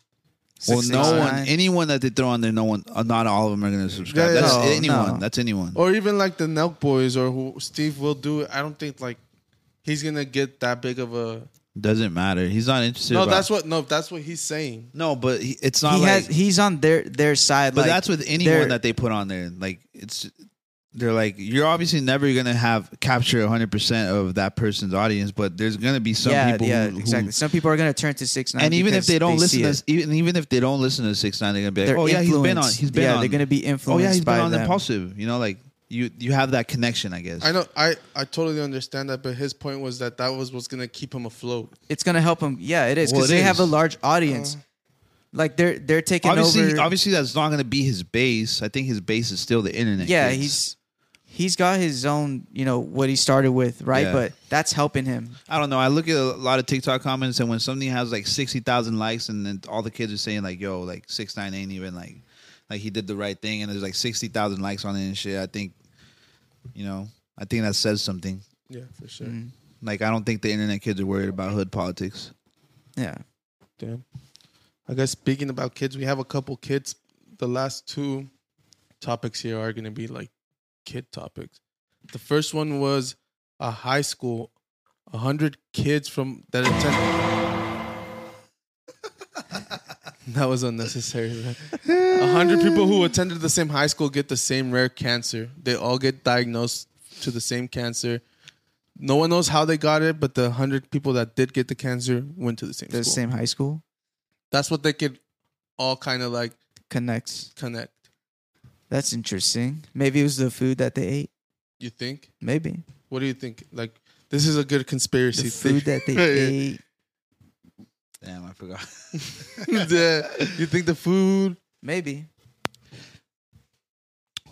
Speaker 1: Well,
Speaker 2: Six,
Speaker 1: no
Speaker 2: nine.
Speaker 1: one, anyone that they throw on there, no one, uh, not all of them are going to subscribe.
Speaker 3: Yeah, yeah,
Speaker 1: that's
Speaker 2: no,
Speaker 1: anyone.
Speaker 2: no.
Speaker 1: That's anyone.
Speaker 3: Or even like the Nelk Boys or who Steve will do it. I don't think like he's gonna get that big of a.
Speaker 1: Doesn't matter. He's not interested.
Speaker 3: No,
Speaker 1: about-
Speaker 3: that's what no, that's what he's saying.
Speaker 1: No, but he, it's not
Speaker 2: he
Speaker 1: like.
Speaker 2: has he's on their their side.
Speaker 1: but
Speaker 2: like,
Speaker 1: that's with anyone
Speaker 2: they're-
Speaker 1: that they put on there. Like it's, they're like you're obviously never gonna have capture 100 percent of that person's audience, but there's gonna be some
Speaker 2: yeah,
Speaker 1: people
Speaker 2: yeah,
Speaker 1: who, who-
Speaker 2: exactly. Some people are gonna turn to six nine,
Speaker 1: and even if
Speaker 2: because
Speaker 1: they don't listen
Speaker 2: see
Speaker 1: to
Speaker 2: it.
Speaker 1: s- even even if they don't listen to six nine, they're gonna be like,
Speaker 2: They're
Speaker 1: oh yeah, he's been on,
Speaker 2: influenced.
Speaker 1: he's been
Speaker 2: yeah,
Speaker 1: on.
Speaker 2: they're gonna be
Speaker 1: oh
Speaker 2: influenced.
Speaker 1: yeah, he's
Speaker 2: by
Speaker 1: been on
Speaker 2: them.
Speaker 1: impulsive. You know, like you you have that connection, I guess.
Speaker 3: I know. I I totally understand that, but his point was that that was what's gonna keep him afloat.
Speaker 2: It's gonna help them. Yeah, it is
Speaker 1: Well,
Speaker 2: because
Speaker 1: it
Speaker 2: they
Speaker 1: is.
Speaker 2: have a large audience. like they're they're taking
Speaker 1: obviously,
Speaker 2: over.
Speaker 1: obviously that's not gonna be his base. I think his base is still the internet.
Speaker 2: yeah,
Speaker 1: kids.
Speaker 2: he's he's got his own. You know what he started with, right?
Speaker 1: Yeah.
Speaker 2: But that's helping him.
Speaker 1: I don't know. I look at a lot of TikTok comments, and when something has like sixty thousand likes, and then all the kids are saying like, "Yo, like six nine ain't even like, like he did the right thing," and there's like sixty thousand likes on it and shit. I think, you know, I think that says something.
Speaker 3: Yeah, for sure.
Speaker 1: Like, I don't think the internet kids are worried about hood politics.
Speaker 2: Yeah.
Speaker 3: Damn. I guess speaking about kids, we have a couple kids. The last two topics here are going to be like kid topics. The first one was a high school, a hundred kids from that attend. that was unnecessary. A hundred people who attended the same high school get the same rare cancer. They all get diagnosed to the same cancer. No one knows how they got it, but the hundred people that did get the cancer went to the same
Speaker 2: The
Speaker 3: school
Speaker 2: same high school
Speaker 3: that's what they could all kind of like
Speaker 2: connects.
Speaker 3: connect.
Speaker 2: That's interesting. Maybe it was the food that they ate.
Speaker 3: You think?
Speaker 2: Maybe
Speaker 3: What do you think? Like, this is a good
Speaker 2: the
Speaker 3: conspiracy
Speaker 2: food that they ate.
Speaker 1: Damn, I forgot.
Speaker 3: Yeah. You think the food?
Speaker 2: Maybe.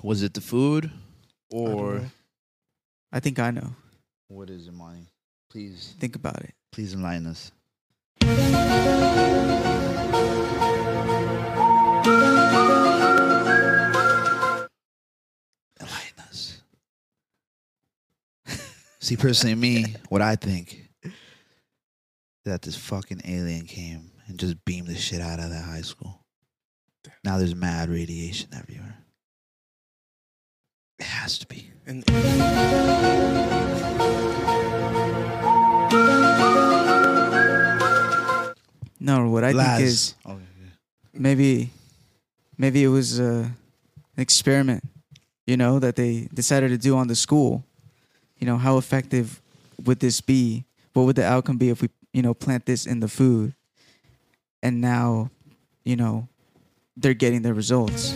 Speaker 1: Was it the food,
Speaker 2: I don't
Speaker 1: or
Speaker 2: know. I think I know.
Speaker 1: what is it, Monty? Please,
Speaker 2: Think about it.
Speaker 1: please enlighten us. Enlighten us. See, personally, me, what I think that this fucking alien came and just beamed the shit out of that high school. Now there's mad radiation everywhere. It has to be.
Speaker 3: And
Speaker 2: No, what I
Speaker 1: Laz.
Speaker 2: think is
Speaker 1: Oh, yeah.
Speaker 2: maybe, maybe it was uh, an experiment, you know, that they decided to do on the school. You know, how effective would this be? What would the outcome be if we, you know, plant this in the food? And now, you know, they're getting their results.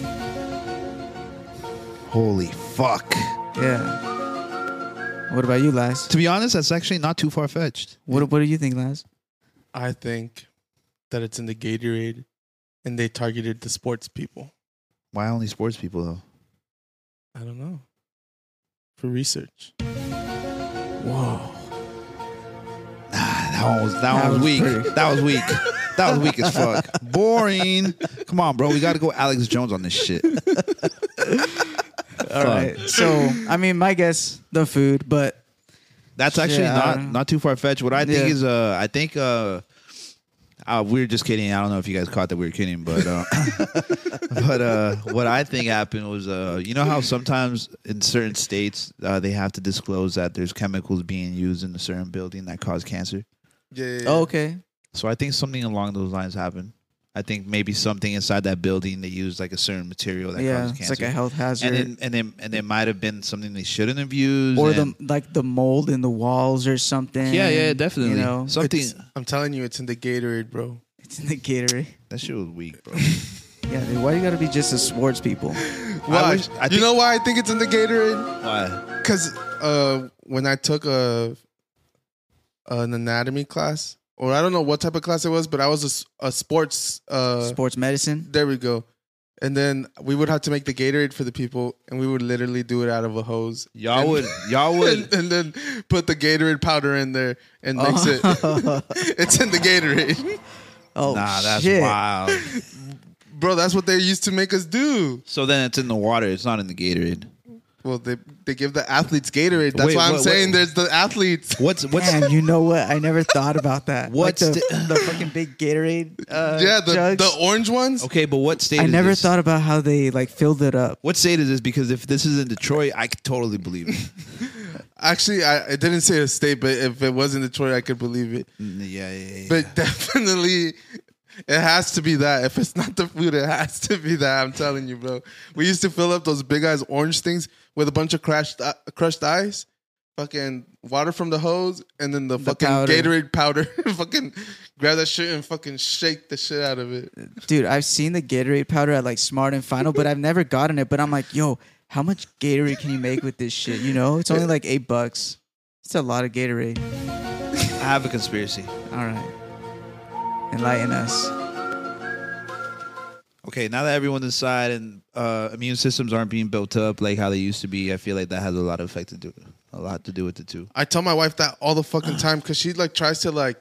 Speaker 1: Holy fuck.
Speaker 2: Yeah. What about you, Laz?
Speaker 1: To be honest, that's actually not too far fetched.
Speaker 2: What What do you think, Laz?
Speaker 3: I think that it's in the Gatorade, and they targeted the sports people.
Speaker 1: Why only sports people though?
Speaker 3: I don't know. For research,
Speaker 1: That one was that, one was
Speaker 2: was
Speaker 1: weak.
Speaker 2: pretty-
Speaker 1: That was weak. That was weak as fuck. Boring. Come on, bro. We got to go Alex Jones on this shit.
Speaker 2: All right. So, I mean, my guess, the food, but
Speaker 1: That's actually
Speaker 2: Yeah, I
Speaker 1: not
Speaker 2: don't-
Speaker 1: not too far fetched. What I think
Speaker 2: Yeah.
Speaker 1: is, uh, I think uh, uh, we were just kidding. I don't know if you guys caught that we were kidding, but uh, but uh, what I think happened was, uh, you know how sometimes in certain states uh, they have to disclose that there's chemicals being used in a certain building that cause cancer.
Speaker 3: yeah, yeah, yeah.
Speaker 2: oh, okay.
Speaker 1: So I think something along those lines happened. I think maybe something inside that building they used like a certain material that
Speaker 2: yeah,
Speaker 1: causes
Speaker 2: it's
Speaker 1: cancer.
Speaker 2: like a health hazard.
Speaker 1: and then and then and it might have been something they shouldn't have used.
Speaker 2: or
Speaker 1: and-
Speaker 2: the like the mold in the walls or something.
Speaker 1: yeah, yeah, definitely.
Speaker 2: You know,
Speaker 1: something
Speaker 3: It's- I'm telling you, it's in the Gatorade, bro.
Speaker 2: it's in the Gatorade.
Speaker 1: that shit was weak, bro.
Speaker 2: Yeah, dude, why you gotta be just as sports people?
Speaker 3: Why?
Speaker 1: wish- I
Speaker 3: you
Speaker 1: think-
Speaker 3: know why I think it's in the Gatorade?
Speaker 1: Why?
Speaker 3: Cause uh, when I took a an anatomy class, or I don't know what type of class it was, but I was a s- a, sports. Uh,
Speaker 2: sports medicine.
Speaker 3: There we go. And then we would have to make the Gatorade for the people, and we would literally do it out of a hose.
Speaker 1: Y'all
Speaker 3: And-
Speaker 1: would y'all
Speaker 3: and,
Speaker 1: would
Speaker 3: and then put the Gatorade powder in there and mix
Speaker 1: Uh-huh.
Speaker 2: Oh.
Speaker 3: it. it's in the Gatorade,
Speaker 2: Oh
Speaker 1: Nah, that's
Speaker 2: shit!
Speaker 1: wild.
Speaker 3: bro. That's what they used to make us do.
Speaker 1: So then it's in the water, it's not in the Gatorade.
Speaker 3: Well, they they give the athletes Gatorade. That's
Speaker 1: Wait,
Speaker 3: why I'm
Speaker 1: what-
Speaker 3: saying
Speaker 1: what-
Speaker 3: there's the athletes.
Speaker 1: What's what's
Speaker 2: Damn, you know what? I never thought about that.
Speaker 1: What's
Speaker 2: like the,
Speaker 1: the-
Speaker 2: the fucking big Gatorade? Uh,
Speaker 3: yeah, the
Speaker 2: jugs?
Speaker 3: the orange ones.
Speaker 1: Okay, but what state
Speaker 2: I
Speaker 1: is
Speaker 2: never
Speaker 1: this?
Speaker 2: thought about how they like filled it up.
Speaker 1: what state is this? Because if this is in Detroit, I could totally believe it.
Speaker 3: Actually, I, I didn't say a state, but if it was in Detroit, I could believe it.
Speaker 1: Mm, yeah, yeah, yeah.
Speaker 3: But definitely, it has to be that. If it's not the food, it has to be that. I'm telling you, bro. We used to fill up those big eyes orange things with a bunch of crushed crushed ice, fucking water from the hose, and then the, fucking
Speaker 2: powder.
Speaker 3: Gatorade powder. fucking grab that shit and fucking shake the shit out of it.
Speaker 2: Dude, I've seen the Gatorade powder at like Smart and Final, but I've never gotten it. But I'm like, yo, how much Gatorade can you make with this shit? You know, it's only like eight bucks. It's a lot of Gatorade.
Speaker 1: I have a conspiracy.
Speaker 2: All right, enlighten us.
Speaker 1: Okay, now that everyone's inside and uh, immune systems aren't being built up like how they used to be, I feel like that has a lot of effect to do a lot to do with the two.
Speaker 3: I tell my wife that all the fucking time because she like tries to like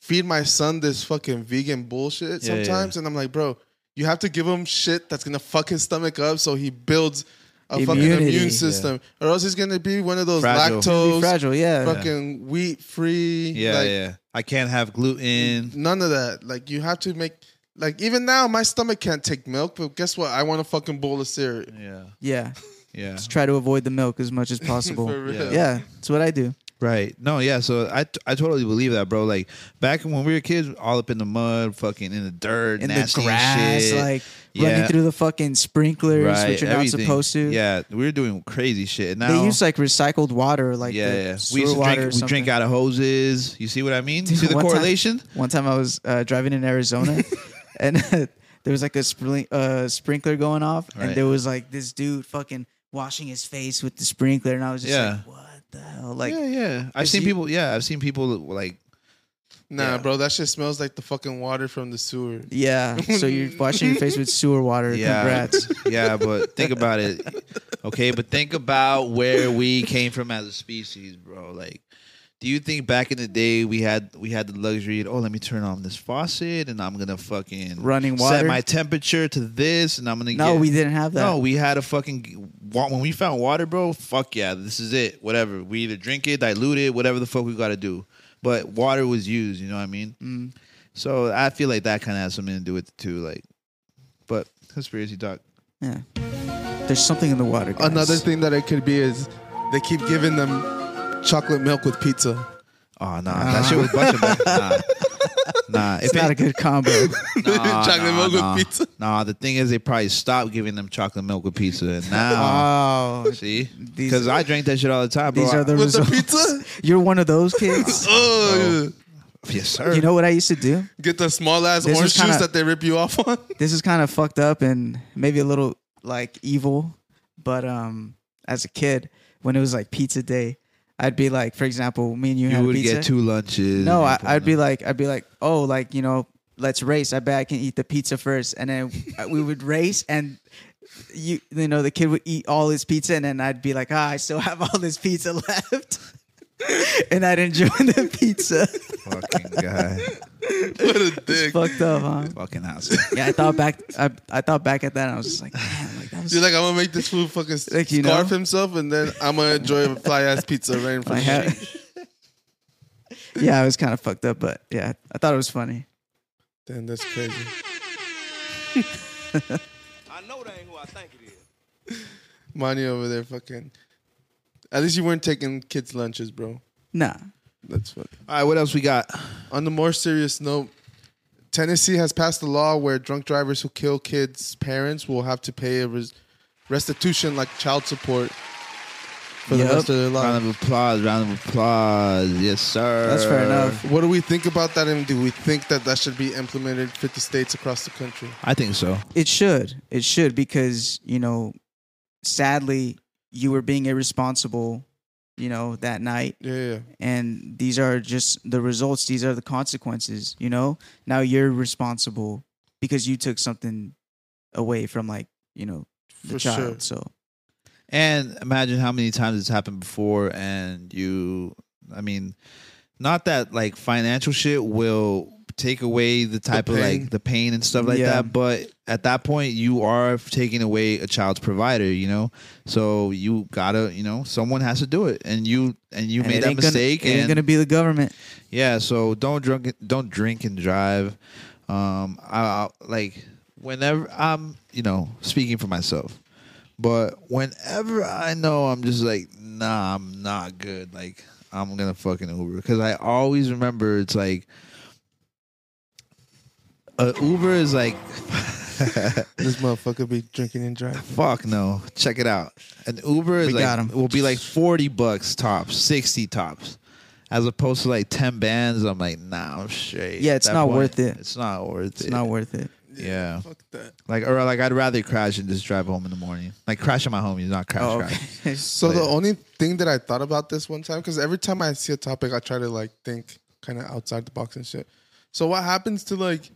Speaker 3: feed my son this fucking vegan bullshit
Speaker 1: Yeah, yeah,
Speaker 3: sometimes, and I'm like, bro, you have to give him shit that's gonna fuck his stomach up so he builds a fucking
Speaker 2: Immunity.
Speaker 3: immune system, or else he's gonna be one of those
Speaker 1: Fragile.
Speaker 2: Be
Speaker 3: lactose,
Speaker 2: fragile, yeah.
Speaker 3: fucking wheat free,
Speaker 1: Yeah,
Speaker 3: like,
Speaker 1: yeah. I can't have gluten.
Speaker 3: none of that. Like you have to make. Like even now, my stomach can't take milk, but guess what? I want a fucking bowl of cereal.
Speaker 1: Yeah.
Speaker 2: Yeah,
Speaker 1: Yeah.
Speaker 2: just try to avoid the milk as much as possible.
Speaker 3: For real.
Speaker 1: Yeah.
Speaker 2: Yeah, that's what I do.
Speaker 1: Right. No, yeah. So I, t- I totally believe that, bro. Like back when we were kids, all up in the mud, fucking in the dirt,
Speaker 2: In
Speaker 1: nasty
Speaker 2: the grass,
Speaker 1: shit.
Speaker 2: like
Speaker 1: Yeah.
Speaker 2: running through the fucking sprinklers,
Speaker 1: right,
Speaker 2: which you're
Speaker 1: everything.
Speaker 2: not supposed to.
Speaker 1: Yeah, we were doing crazy shit. And now
Speaker 2: They use like recycled water, like
Speaker 1: yeah,
Speaker 2: the
Speaker 1: yeah.
Speaker 2: sewer
Speaker 1: We used to
Speaker 2: water
Speaker 1: drink.
Speaker 2: or
Speaker 1: We drink
Speaker 2: something.
Speaker 1: out of hoses. You see what I mean? You see the
Speaker 2: One time-
Speaker 1: correlation?
Speaker 2: one time I was uh, driving in Arizona, and there was like a sprink- uh, sprinkler going off,
Speaker 1: Right.
Speaker 2: and there was like this dude fucking washing his face with the sprinkler, and I was just
Speaker 1: Yeah.
Speaker 2: like, "What the hell?" Like,
Speaker 1: yeah, yeah. I've
Speaker 2: is
Speaker 1: seen
Speaker 2: he-
Speaker 1: people. Yeah, I've seen people like
Speaker 3: Nah,
Speaker 1: Yeah.
Speaker 3: bro, that shit smells like the fucking water from the sewer.
Speaker 2: yeah. So you're washing your face with sewer water.
Speaker 1: Yeah.
Speaker 2: Congrats.
Speaker 1: yeah, but think about it. Okay, but think about where we came from as a species, bro. Like, do you think back in the day we had we had the luxury of, oh, let me turn on this faucet and I'm gonna fucking
Speaker 2: Running
Speaker 1: set
Speaker 2: water?
Speaker 1: my temperature to this and I'm gonna
Speaker 2: No,
Speaker 1: get-
Speaker 2: we didn't have that.
Speaker 1: No, we had a fucking wa- when we found water, bro. Fuck yeah, this is it. Whatever. We either drink it, dilute it, whatever the fuck we got to do. But water was used. You know what I mean? Mm. So I feel like that kind of has something to do with it too. Like, but conspiracy talk.
Speaker 2: Yeah. There's something in the water. Guys.
Speaker 3: Another thing that it could be is they keep giving them chocolate milk with pizza.
Speaker 1: Oh nah, that shit was bunch of nah. Nah,
Speaker 2: It's not a good combo.
Speaker 1: nah,
Speaker 3: chocolate
Speaker 1: nah,
Speaker 3: milk with
Speaker 1: nah.
Speaker 3: pizza.
Speaker 1: Nah, the thing is, they probably stopped giving them chocolate milk with pizza, and now
Speaker 2: oh,
Speaker 1: see,
Speaker 2: These-
Speaker 1: because I drank that shit all the Uh. time, bro.
Speaker 2: these are the
Speaker 3: With the
Speaker 2: results.
Speaker 3: pizza?
Speaker 2: You're one of those kids.
Speaker 3: Oh,
Speaker 1: Yes, sir.
Speaker 2: You know what I used to do?
Speaker 3: Get the small ass
Speaker 2: This is
Speaker 3: orange
Speaker 2: kinda-
Speaker 3: shoes that they rip you off on.
Speaker 2: This is kind of fucked up and maybe a little like evil, but um, as a kid, when it was like pizza day, I'd be like, for example, me and you,
Speaker 1: you
Speaker 2: had
Speaker 1: would
Speaker 2: pizza.
Speaker 1: get two lunches.
Speaker 2: No, I, I'd be like, I'd be like, oh, like you know, let's race. I bet I can eat the pizza first, and then we would race, and you, you know, the kid would eat all his pizza, and then I'd be like, ah, I still have all this pizza left, and I'd enjoy the pizza.
Speaker 1: fucking guy,
Speaker 3: what a dick.
Speaker 2: Fucked up, huh?
Speaker 1: fucking house.
Speaker 2: Yeah, I thought back, I, I thought back at that, and I was just like, damn, like that was.
Speaker 3: You're like, I'm gonna make this fool fucking
Speaker 2: Like, you
Speaker 3: scarf
Speaker 2: know?
Speaker 3: himself, and then I'm gonna enjoy a fly ass pizza right in
Speaker 2: I
Speaker 3: front of me.
Speaker 2: had, yeah, I was kind of fucked up, but yeah, I thought it was funny.
Speaker 3: Damn, that's crazy.
Speaker 5: I know that ain't who I think it is.
Speaker 3: Money over there, fucking. At least you weren't taking kids' lunches, bro.
Speaker 2: Nah,
Speaker 3: That's what.
Speaker 1: All right, what else we got?
Speaker 3: On the more serious note, Tennessee has passed a law where drunk drivers who kill kids' parents will have to pay a res- restitution, like child support, for
Speaker 2: Yup.
Speaker 3: the rest of their life.
Speaker 1: Round of applause. Round of applause. Yes, sir.
Speaker 2: that's fair enough.
Speaker 3: What do we think about that, and do we think that that should be implemented in 50 states across the country?
Speaker 1: I think so.
Speaker 2: It should. It should because, you know, sadly, you were being irresponsible, you know, that night.
Speaker 3: Yeah, yeah.
Speaker 2: And these are just the results. These are the consequences, you know? Now you're responsible because you took something away from, like, you know, the
Speaker 3: For
Speaker 2: child.
Speaker 3: sure.
Speaker 2: So,
Speaker 1: And imagine how many times it's happened before, and you, I mean, not that like financial shit will take away the type of
Speaker 3: pain.
Speaker 1: like the pain and stuff like
Speaker 2: Yeah.
Speaker 1: that, but at that point, you are taking away a child's provider, you know? So you gotta, you know, someone has to do it, and you, and you
Speaker 2: and
Speaker 1: made
Speaker 2: it
Speaker 1: that
Speaker 2: ain't gonna-
Speaker 1: mistake,
Speaker 2: it ain't
Speaker 1: and
Speaker 2: going to be the government.
Speaker 1: Yeah, so don't drunk, don't drink and drive. Um, I, I like whenever I'm, you know, speaking for myself, but whenever I know I'm just like, nah, I'm not good. Like I'm gonna fucking Uber because I always remember it's like, uh, Uber is like,
Speaker 3: This motherfucker be drinking and driving.
Speaker 1: fuck no. Check it out. An Uber is
Speaker 2: We
Speaker 1: like
Speaker 2: got 'em.
Speaker 1: will be like forty bucks tops, sixty tops. As opposed to like ten bands, I'm like, nah, I'm straight.
Speaker 2: Yeah,
Speaker 1: At
Speaker 2: it's
Speaker 1: that
Speaker 2: not
Speaker 1: point,
Speaker 2: worth it.
Speaker 1: It's not worth it.
Speaker 2: It's not worth it.
Speaker 1: Yeah.
Speaker 3: Fuck that.
Speaker 1: Like or like I'd rather crash and just drive home in the morning. Like crash on my homies, not crash
Speaker 2: Oh,
Speaker 1: crash.
Speaker 2: okay.
Speaker 3: So the
Speaker 1: But-
Speaker 3: only thing that I thought about this one time, because every time I see a topic, I try to like think kind of outside the box and shit. So what happens to like?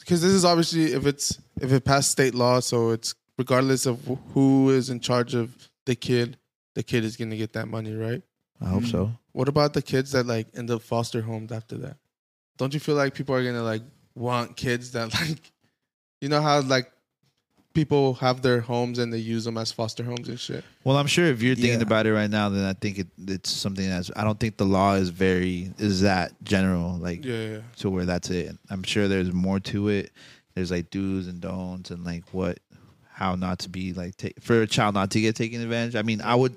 Speaker 3: Because this is obviously if it's if it passed state law, so it's regardless of wh- who is in charge of the kid, the kid is gonna get that money, right?
Speaker 1: I hope so.
Speaker 3: What about the kids that like end up foster homes after that? Don't you feel like people are gonna like want kids that like, you know how like people have their homes and they use them as foster homes and shit.
Speaker 1: Well, I'm sure if you're thinking
Speaker 2: Yeah.
Speaker 1: about it right now, then I think it, it's something that's. I don't think the law is very is that general. Like
Speaker 3: Yeah, yeah. yeah.
Speaker 1: to where that's it. I'm sure there's more to it. There's like do's and don'ts and like what, how not to be like ta- for a child not to get taken advantage. I mean, I would,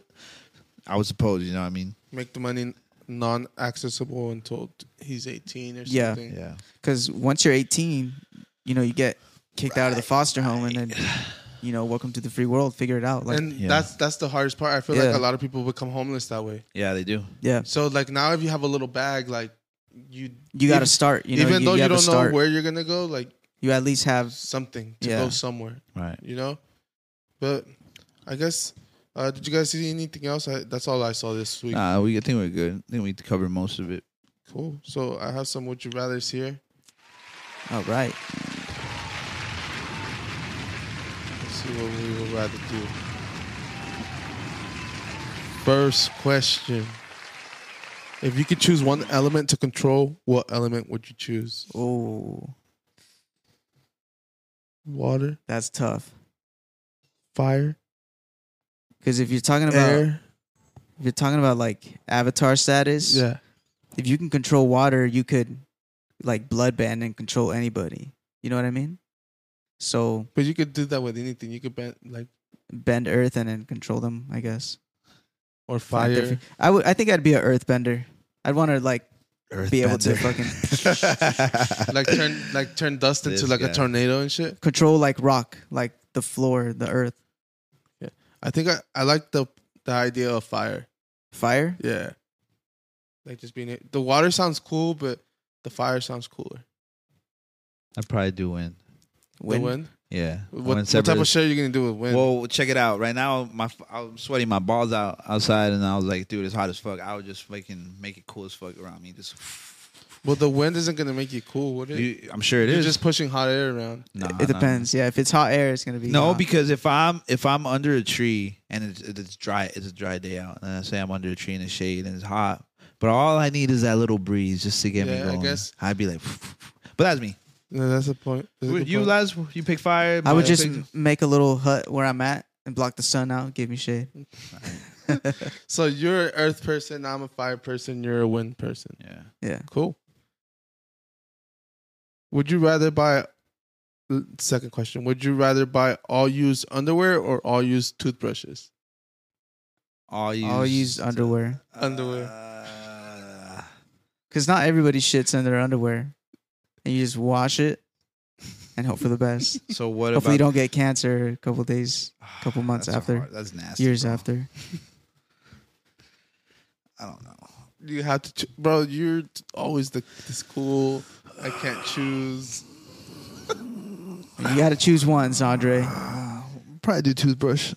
Speaker 1: I would suppose you know. what I mean,
Speaker 3: make the money non-accessible until t- he's 18 or
Speaker 2: Yeah.
Speaker 3: something.
Speaker 1: yeah,
Speaker 2: Because once you're 18, you know, you get kicked out of the foster home and then, you know, welcome to the free world. Figure it out. Like,
Speaker 3: And
Speaker 1: Yeah.
Speaker 3: that's that's the hardest part. I feel like
Speaker 2: Yeah.
Speaker 3: a lot of people become homeless that way.
Speaker 1: yeah, they do.
Speaker 2: yeah,
Speaker 3: So like now if you have a little bag like you
Speaker 2: you got to start. You know,
Speaker 3: even though you,
Speaker 2: have a
Speaker 3: don't know
Speaker 2: start.
Speaker 3: where you're going to go like
Speaker 2: you at least have
Speaker 3: something to
Speaker 2: Yeah.
Speaker 3: go somewhere,
Speaker 1: Right.
Speaker 3: you know? But I guess uh, did you guys see anything else? I, that's all I saw this week.
Speaker 1: Nah, we I think we're good. I think we covered most of it.
Speaker 3: Cool. So I have some would you rather's here.
Speaker 2: All oh, right.
Speaker 3: Let's see what we would rather do. First question. If you could choose one element to control, what element would you choose?
Speaker 2: Oh,
Speaker 3: Water,
Speaker 2: that's tough.
Speaker 3: fire,
Speaker 2: Because if you're talking about
Speaker 3: air.
Speaker 2: if you're talking about like avatar status,
Speaker 3: Yeah.
Speaker 2: if you can control water, you could like bloodband and control anybody. You know what I mean? So
Speaker 3: But you could do that with anything. You could ban like
Speaker 2: bend earth and then control them, I guess.
Speaker 3: or
Speaker 2: Find
Speaker 3: fire.
Speaker 2: different- I would. I think I'd be an earthbender. I'd want to like be able to
Speaker 1: Earthbender.
Speaker 2: fucking
Speaker 3: Like turn like turn dust into
Speaker 1: This
Speaker 3: like
Speaker 1: guy.
Speaker 3: a tornado and shit.
Speaker 2: control like rock, like the floor, the earth,
Speaker 3: I think I, I like the the idea of fire.
Speaker 2: fire.
Speaker 3: Yeah. Like just being the water sounds cool, but the fire sounds cooler.
Speaker 1: I probably do win.
Speaker 3: The wind.
Speaker 1: Yeah. I
Speaker 3: What,
Speaker 1: win
Speaker 3: what type
Speaker 1: separate-
Speaker 3: of shit are you gonna do with wind?
Speaker 1: Well, check it out. Right now, my I'm sweating my balls out outside, and I was like, dude, it's hot as fuck. I would just fucking make it cool as fuck around me. Just,
Speaker 3: well, the wind isn't gonna make you cool, would it?
Speaker 1: you, I'm sure it
Speaker 3: You're
Speaker 1: is.
Speaker 3: just pushing hot air around.
Speaker 1: Nah, nah.
Speaker 2: it depends. Yeah, if it's hot air, it's gonna be
Speaker 1: No,
Speaker 2: hot.
Speaker 1: because if I'm if I'm under a tree and it's, it's dry, it's a dry day out, and I say I'm under a tree in the shade and it's hot, but all I need is that little breeze just to get me
Speaker 3: Yeah, I
Speaker 1: going.
Speaker 3: guess.
Speaker 1: I'd be like, but that's me.
Speaker 3: No, that's the point. That's a good
Speaker 1: You
Speaker 3: point.
Speaker 1: lads, you pick fire.
Speaker 2: I would
Speaker 1: Mike
Speaker 2: just
Speaker 1: pick-
Speaker 2: make a little hut where I'm at and block the sun out, give me shade.
Speaker 3: so you're an earth person. I'm a fire person. You're a wind person.
Speaker 1: yeah.
Speaker 2: Yeah.
Speaker 3: Cool. Would you rather buy? Second question: Would you rather buy all used underwear or all used toothbrushes?
Speaker 1: All use
Speaker 2: I'll use underwear
Speaker 3: Underwear.
Speaker 1: Uh,
Speaker 2: because not everybody shits in their underwear, and you just wash it and hope for the best.
Speaker 1: so what?
Speaker 2: Hopefully, you
Speaker 1: about,
Speaker 2: don't get cancer a couple days, couple months
Speaker 1: That's a
Speaker 2: after.
Speaker 1: hard- that's nasty.
Speaker 2: years
Speaker 1: bro.
Speaker 2: after.
Speaker 1: I don't know.
Speaker 3: You have to, cho- bro. You're t- always the this cool. I can't choose.
Speaker 2: You got to choose one, Andre.
Speaker 1: Probably do toothbrush.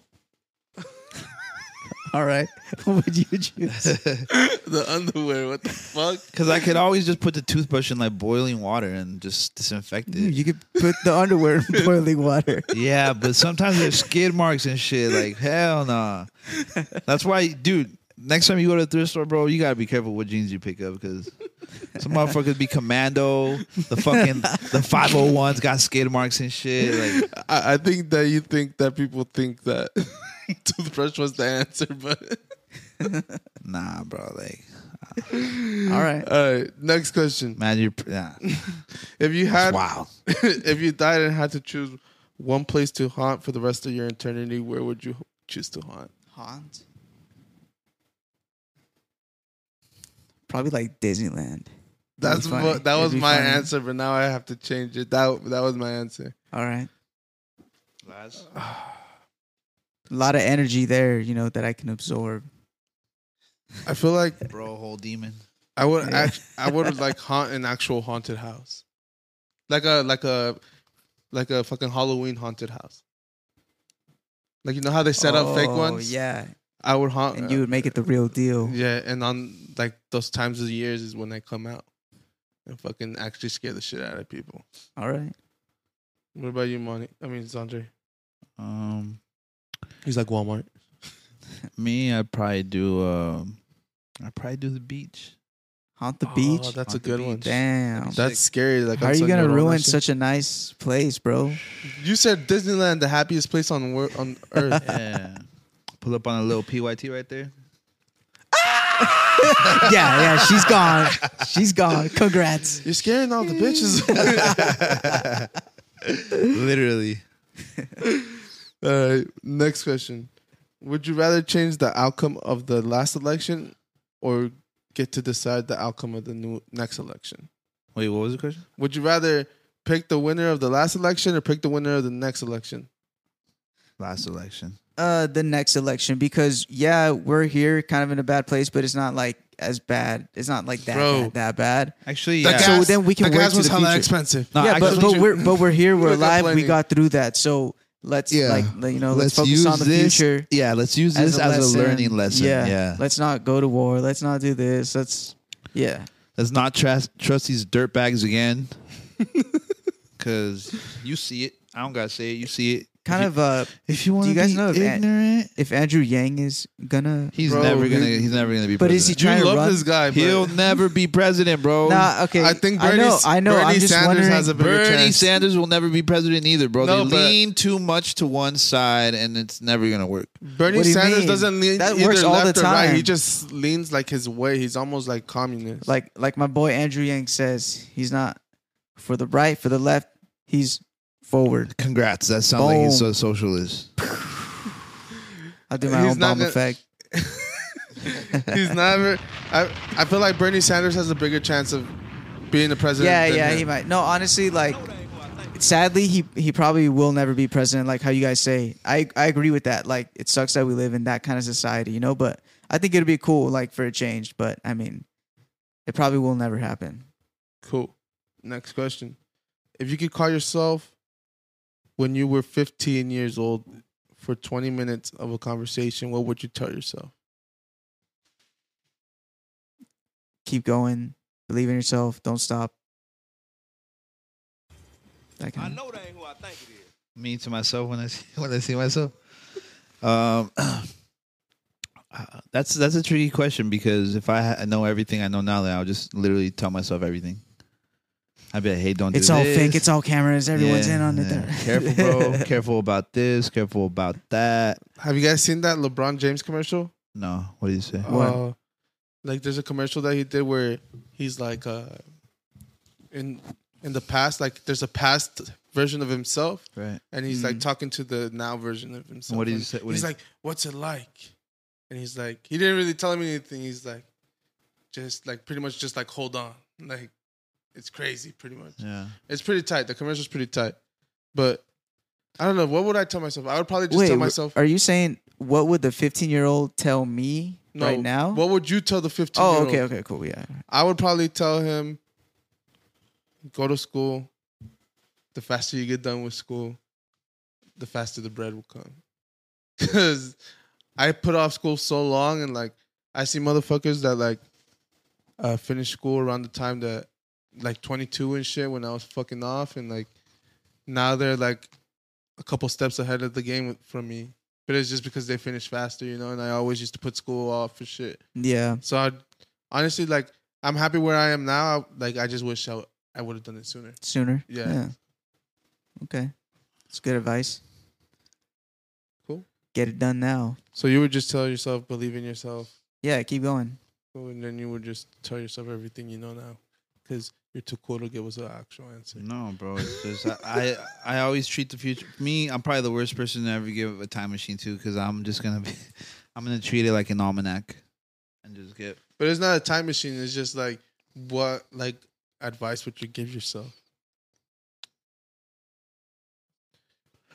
Speaker 2: All right, what would you choose?
Speaker 3: the underwear. What the fuck?
Speaker 1: Because I could always just put the toothbrush in like boiling water and just disinfect it.
Speaker 2: You could put the underwear in boiling water.
Speaker 1: Yeah, but sometimes there's skid marks and shit. Like hell nah. That's why, dude. Next time you go to the thrift store, bro, you gotta be careful what jeans you pick up because some motherfuckers be commando. The fucking the five hundred ones got skid marks and shit. Like
Speaker 3: I, I think that you think that people think that toothbrush was the answer, but
Speaker 1: nah, bro. Like
Speaker 2: All right,
Speaker 3: all right. Next question:
Speaker 1: man, you're nah.
Speaker 3: If you had,
Speaker 1: wow.
Speaker 3: if you died and had to choose one place to haunt for the rest of your eternity, where would you choose to haunt?
Speaker 2: haunt. Probably like Disneyland.
Speaker 3: That's
Speaker 2: funny.
Speaker 3: what, that
Speaker 2: It'd
Speaker 3: was
Speaker 2: be
Speaker 3: my
Speaker 2: funny.
Speaker 3: answer, but now I have to change it. That that was my answer.
Speaker 2: All right. A lot of energy there, you know, that I can absorb.
Speaker 3: I feel like
Speaker 1: Bro, whole demon.
Speaker 3: I would
Speaker 2: Yeah.
Speaker 3: act, I would like haunt an actual haunted house, like a like a like a fucking Halloween haunted house. Like you know how they set up fake
Speaker 2: Oh,
Speaker 3: ones. Uh,
Speaker 2: Yeah.
Speaker 3: I would haunt.
Speaker 2: And you would make it the real deal.
Speaker 3: Yeah, and on like those times of the years is when I come out and fucking actually scare the shit out of people.
Speaker 2: All right.
Speaker 3: What about you, Money? I mean, Andre.
Speaker 1: Um,
Speaker 3: He's like Walmart.
Speaker 1: me, I'd probably do. Um, I'd probably do the beach.
Speaker 2: Haunt the beach.
Speaker 3: Oh, that's a
Speaker 1: Haunt the
Speaker 3: good one.
Speaker 1: beach.
Speaker 2: Damn.
Speaker 3: That's scary. Like,
Speaker 2: How
Speaker 3: I'm
Speaker 2: are
Speaker 3: so
Speaker 2: you gonna
Speaker 3: neurotic
Speaker 2: ruin
Speaker 3: and shit.
Speaker 2: such a nice place, bro?
Speaker 3: You said Disneyland, the happiest place on wor- on earth.
Speaker 1: Yeah. Pull up on a little pyt right there.
Speaker 2: yeah, yeah. She's gone. She's gone. Congrats.
Speaker 3: You're scaring all the bitches.
Speaker 1: Literally.
Speaker 3: all right. Next question: Would you rather change the outcome of the last election, or get to decide the outcome of the new next election?
Speaker 1: Wait, what was the question?
Speaker 3: Would you rather pick the winner of the last election or pick the winner of the next election?
Speaker 1: Last election.
Speaker 2: Uh, the next election because yeah, we're here, kind of in a bad place, but it's not like as bad. It's not like that
Speaker 3: Bro.
Speaker 2: bad, that bad.
Speaker 1: Actually,
Speaker 3: The
Speaker 1: yeah.
Speaker 2: So gas- then we can the wait gas to was the hella future.
Speaker 3: expensive.
Speaker 1: No,
Speaker 2: yeah, but,
Speaker 1: actually-
Speaker 2: but we're but we're here. We're
Speaker 3: Look, I'm
Speaker 2: alive. We
Speaker 3: planning.
Speaker 2: got through that. So let's
Speaker 1: Yeah.
Speaker 2: like let- you know let's, focus on the
Speaker 1: this,
Speaker 2: future.
Speaker 1: Yeah, let's use this as a,
Speaker 2: lesson.
Speaker 1: learning lesson. Yeah.
Speaker 2: Let's not go to war. Let's not do this. Let's yeah.
Speaker 1: Let's not trust trust these dirtbags again. Cause you see it. I don't gotta say it. You see it.
Speaker 2: Kind of uh
Speaker 1: If you want to
Speaker 2: you guys
Speaker 1: be
Speaker 2: know if Ant-
Speaker 1: ignorant,
Speaker 2: if Andrew Yang is gonna
Speaker 1: he's
Speaker 3: Bro,
Speaker 1: never gonna.
Speaker 3: he-
Speaker 1: he's never gonna be.
Speaker 2: But is he
Speaker 1: president.
Speaker 2: trying
Speaker 3: You
Speaker 2: to
Speaker 3: love
Speaker 2: run?
Speaker 3: this guy, but
Speaker 1: He'll never be president, bro.
Speaker 2: Nah, okay.
Speaker 3: I think
Speaker 2: I
Speaker 3: Bernie,
Speaker 2: know. I know.
Speaker 3: Bernie
Speaker 2: I'm just
Speaker 3: Sanders
Speaker 2: wondering.
Speaker 3: has a bigger
Speaker 1: Bernie
Speaker 3: chance.
Speaker 1: Sanders will never be president either, bro.
Speaker 3: No,
Speaker 1: they
Speaker 3: but-
Speaker 1: lean too much to one side, and it's never gonna work.
Speaker 3: Bernie
Speaker 2: What do you
Speaker 3: Sanders
Speaker 2: mean?
Speaker 3: doesn't lean
Speaker 2: That
Speaker 3: either
Speaker 2: works all
Speaker 3: left
Speaker 2: the
Speaker 3: or right. He
Speaker 2: time.
Speaker 3: just leans like his way. He's almost like communist.
Speaker 2: like like my boy Andrew Yang says, he's not for the right, for the left. He's forward.
Speaker 1: Congrats. That sounds like he's
Speaker 2: Boom.
Speaker 1: a socialist.
Speaker 2: I'll do my
Speaker 3: He's
Speaker 2: own
Speaker 3: not
Speaker 2: bomb
Speaker 3: gonna-
Speaker 2: effect.
Speaker 3: he's never. I I feel like Bernie Sanders has a bigger chance of being the president.
Speaker 2: Yeah,
Speaker 3: than
Speaker 2: yeah,
Speaker 3: him.
Speaker 2: he might. No, honestly, like sadly, he he probably will never be president. Like how you guys say, I I agree with that. Like it sucks that we live in that kind of society, you know. But I think it'd be cool, like for a change. But I mean, It probably will never happen.
Speaker 3: Cool. Next question. If you could call yourself when you were 15 years old for 20 minutes of a conversation, what would you tell yourself?
Speaker 2: Keep going. Believe in yourself. Don't stop. That kind of,
Speaker 1: me to myself when I see, when I see myself. Um, uh, that's that's a tricky question because if I ha- know everything I know now, then I'll just literally tell myself everything. I'd be like, "Hey, don't."
Speaker 2: it's
Speaker 1: do
Speaker 2: all
Speaker 1: this.
Speaker 2: fake. It's all cameras. Everyone's
Speaker 1: Yeah,
Speaker 2: in on it.
Speaker 1: yeah. Careful, bro. careful about this. Careful about that.
Speaker 3: Have you guys seen that LeBron James commercial?
Speaker 1: No, what do you say?
Speaker 2: What?
Speaker 3: Uh, like there's a commercial that he did where he's like uh in in the past, like there's a past version of himself
Speaker 1: Right.
Speaker 3: and he's like talking to the now version of himself.
Speaker 1: Hmm. What did he
Speaker 3: And
Speaker 1: say- what
Speaker 3: he's
Speaker 1: did he-
Speaker 3: like, "What's it like?" And he's like, he didn't really tell him anything. He's like, just like pretty much just like hold on, like it's crazy, pretty much.
Speaker 1: Yeah.
Speaker 3: It's pretty tight. The commercial's pretty tight, but I don't know. What would I tell myself? I would probably just
Speaker 2: Wait,
Speaker 3: tell myself
Speaker 2: are you saying what would the 15 year old tell me
Speaker 3: no.
Speaker 2: right now?
Speaker 3: What would you tell the fifteen?
Speaker 2: oh, okay, okay, cool. Yeah.
Speaker 3: I would probably tell him, go to school. The faster you get done with school, the faster the bread will come. Cause I put off school so long, and like I see motherfuckers that like uh, finish school around the time that like 22 and shit when I was fucking off, and like now they're like a couple steps ahead of the game from me. But it's just because they finish faster, you know. And I always used to put school off for shit.
Speaker 2: Yeah.
Speaker 3: So I, honestly, like I'm happy where I am now. Like I just wish I, I would have done it sooner.
Speaker 2: Sooner.
Speaker 3: Yeah.
Speaker 2: Okay. It's good advice.
Speaker 3: Cool.
Speaker 2: Get it done now.
Speaker 3: So you would just tell yourself, believe in yourself,
Speaker 2: Yeah, keep going.
Speaker 3: and then you would just tell yourself everything you know now, because you're too cool to give us an actual answer.
Speaker 2: Mm.
Speaker 1: No, bro. It's just I, I I always treat the future. Me, I'm probably the worst person to ever give a time machine to because I'm just gonna be, I'm gonna treat it like an almanac, and just get.
Speaker 3: But it's not a time machine. It's just like what like advice would you give yourself?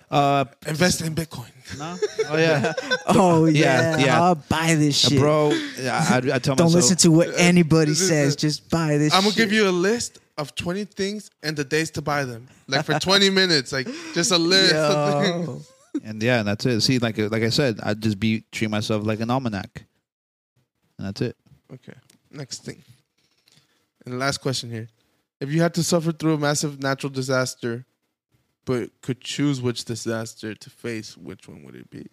Speaker 1: Uh,
Speaker 3: Invest in Bitcoin.
Speaker 1: no. Oh yeah,
Speaker 2: Oh
Speaker 1: Yeah,
Speaker 2: yeah.
Speaker 1: yeah.
Speaker 2: I'll buy this shit.
Speaker 1: bro. I, I, I tell
Speaker 2: Don't
Speaker 1: myself.
Speaker 2: listen to what anybody
Speaker 3: this is
Speaker 2: says.
Speaker 3: the-
Speaker 2: Just buy this
Speaker 3: I'm gonna
Speaker 2: shit.
Speaker 3: give you a list of 20 things and the days to buy them. Like for 20 minutes, like just a list. Of things.
Speaker 2: Yo.
Speaker 1: and yeah, and that's it. See, like like I said, I just be treat myself like an almanac, and that's it.
Speaker 3: Okay. Next thing. And the last question here. If you had to suffer through a massive natural disaster, but could choose which disaster to face, which one would it be?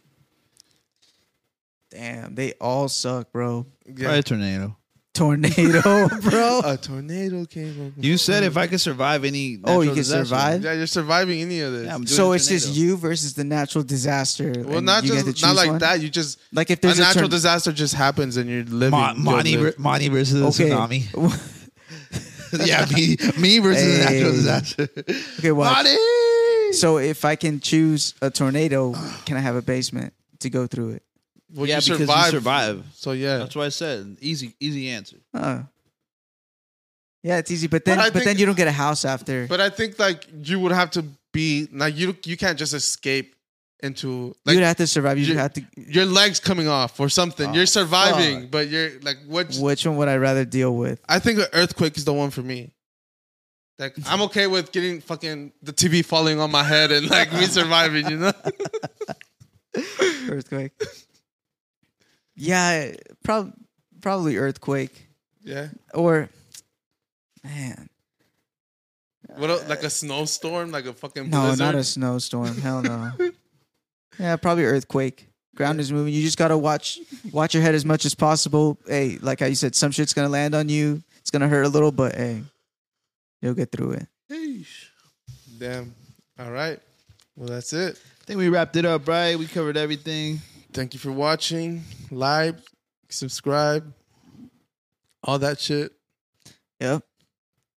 Speaker 2: Damn, they all suck, bro.
Speaker 1: Probably a tornado.
Speaker 2: Tornado, bro.
Speaker 3: A tornado came up.
Speaker 1: You said if I could survive any.
Speaker 2: Oh, you
Speaker 1: natural
Speaker 2: could
Speaker 1: disaster-
Speaker 2: survive?
Speaker 3: Yeah, you're surviving any of this.
Speaker 1: Yeah, I'm doing
Speaker 2: so
Speaker 1: a
Speaker 2: it's just
Speaker 1: tornado.
Speaker 2: you versus the natural disaster.
Speaker 3: well,
Speaker 2: and
Speaker 3: not
Speaker 2: you get to
Speaker 3: just not
Speaker 2: choose
Speaker 3: like
Speaker 2: one?
Speaker 3: that. You just
Speaker 2: Like if
Speaker 3: a
Speaker 2: there's a,
Speaker 3: natural
Speaker 2: torn-
Speaker 3: disaster just happens and you're living.
Speaker 1: Mon-
Speaker 3: you'll
Speaker 1: Monty,
Speaker 3: live.
Speaker 1: ver- Monty versus the
Speaker 2: Okay.
Speaker 1: tsunami. yeah, me, me versus the natural
Speaker 2: Hey.
Speaker 1: disaster.
Speaker 2: Okay, watch.
Speaker 1: Monty.
Speaker 2: So if I can choose a tornado, can I have a basement to go through it?
Speaker 3: Well,
Speaker 1: yeah,
Speaker 3: you
Speaker 1: because
Speaker 3: survive.
Speaker 1: you survive.
Speaker 3: So yeah,
Speaker 1: That's what I said. Easy, easy answer.
Speaker 2: Huh. Yeah, it's easy, but then
Speaker 3: I
Speaker 2: but,
Speaker 3: think-
Speaker 2: then you don't get a house after.
Speaker 3: but I think like you would have to be like you. You can't just escape into like
Speaker 2: You'd have to survive. You'd
Speaker 3: you-
Speaker 2: have to.
Speaker 3: your legs coming off or something. you're
Speaker 2: Oh,
Speaker 3: surviving, but you're like what?
Speaker 2: Which one would I rather deal with?
Speaker 3: I think an earthquake is the one for me. Like I'm okay with getting fucking the TV falling on my head and like me surviving, you know.
Speaker 2: Earthquake. yeah, prob- probably earthquake
Speaker 3: Yeah.
Speaker 2: or man.
Speaker 3: What else? like a snowstorm, like a fucking
Speaker 2: No,
Speaker 3: blizzard.
Speaker 2: not a snowstorm. Hell no. yeah, probably earthquake. Ground is moving. You just gotta watch watch your head as much as possible. Hey, like how you said, some shit's gonna land on you. It's gonna hurt a little, but hey, you'll get through it.
Speaker 3: Damn. All right. Well, that's it.
Speaker 1: I think we wrapped it up, right? We covered everything.
Speaker 3: Thank you for watching. Like, subscribe, all that shit.
Speaker 2: Yep.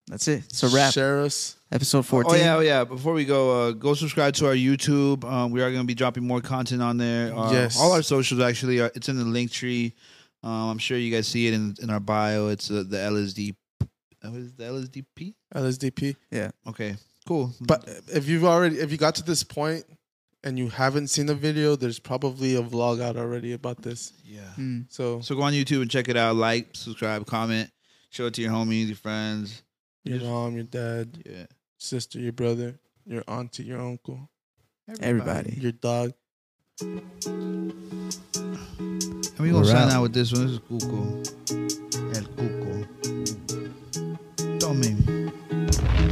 Speaker 2: That's it. It's a wrap.
Speaker 3: Share us.
Speaker 2: Episode fourteen.
Speaker 1: Oh yeah, oh yeah. Before we go, uh, go subscribe to our YouTube. Um, we are going to be dropping more content on there. Uh,
Speaker 3: Yes.
Speaker 1: all our socials actually. Are, it's in the link tree. Um, I'm sure you guys see it in, in our bio. It's uh, the LSD. What oh, is it, the LSDP?
Speaker 3: LSDP.
Speaker 1: Okay, cool.
Speaker 3: But if you've already, if you got to this point and you haven't seen the video, there's probably a vlog out already about this.
Speaker 1: yeah.
Speaker 8: Hmm.
Speaker 2: Mm.
Speaker 3: So
Speaker 1: So go on YouTube and check it out. Like, subscribe, comment, show it to your homies, your friends.
Speaker 3: Your mom, your dad,
Speaker 1: Yeah.
Speaker 3: sister, your brother, your auntie, your uncle,
Speaker 2: Everybody.
Speaker 3: your dog.
Speaker 1: And we gonna
Speaker 8: We're
Speaker 1: sign
Speaker 8: out.
Speaker 1: out with this one. This is Cuco. El Cuco. Tomen.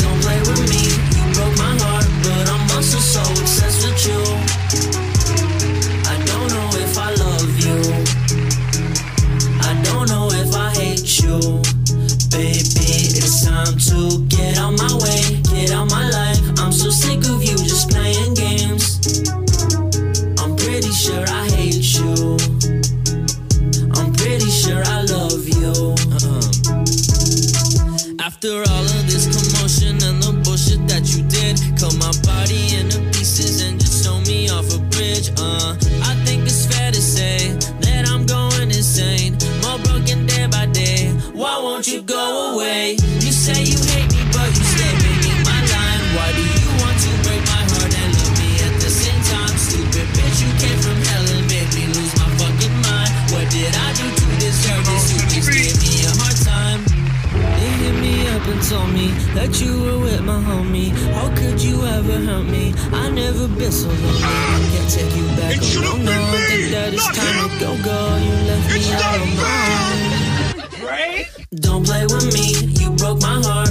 Speaker 4: Don't play with me. You broke my heart, but I'm also so obsessed with you. I don't know if I love you. I don't know if I hate you. Baby, it's time to get out my way, get out my life. I'm so sick of you just playing games. I'm pretty sure I hate you. I'm pretty sure I love you. Uh-uh. After all of this commotion and the bullshit that you did, cut my body into pieces and just throw me off a bridge. Uh, I think it's fair to say that I'm going insane, more broken day by day. Why won't you go away? You say you hate me, but you stay making my line. Why do you want to break my heart and love me at the same time? Stupid bitch, you came from hell and made me lose my fucking mind. What did I do to deserve this? You just gave me a hard time. They hit me up and told me that you were with my homie. How could you ever hurt me? I never been so lonely. Can't take you back
Speaker 9: It should have
Speaker 4: alone.
Speaker 9: been
Speaker 4: No,
Speaker 9: me,
Speaker 4: think that it's
Speaker 9: not him.
Speaker 4: time to go, girl. You left me
Speaker 9: It's
Speaker 4: out
Speaker 9: not
Speaker 4: on my own.
Speaker 9: fair.
Speaker 4: Don't play with me, you broke my heart.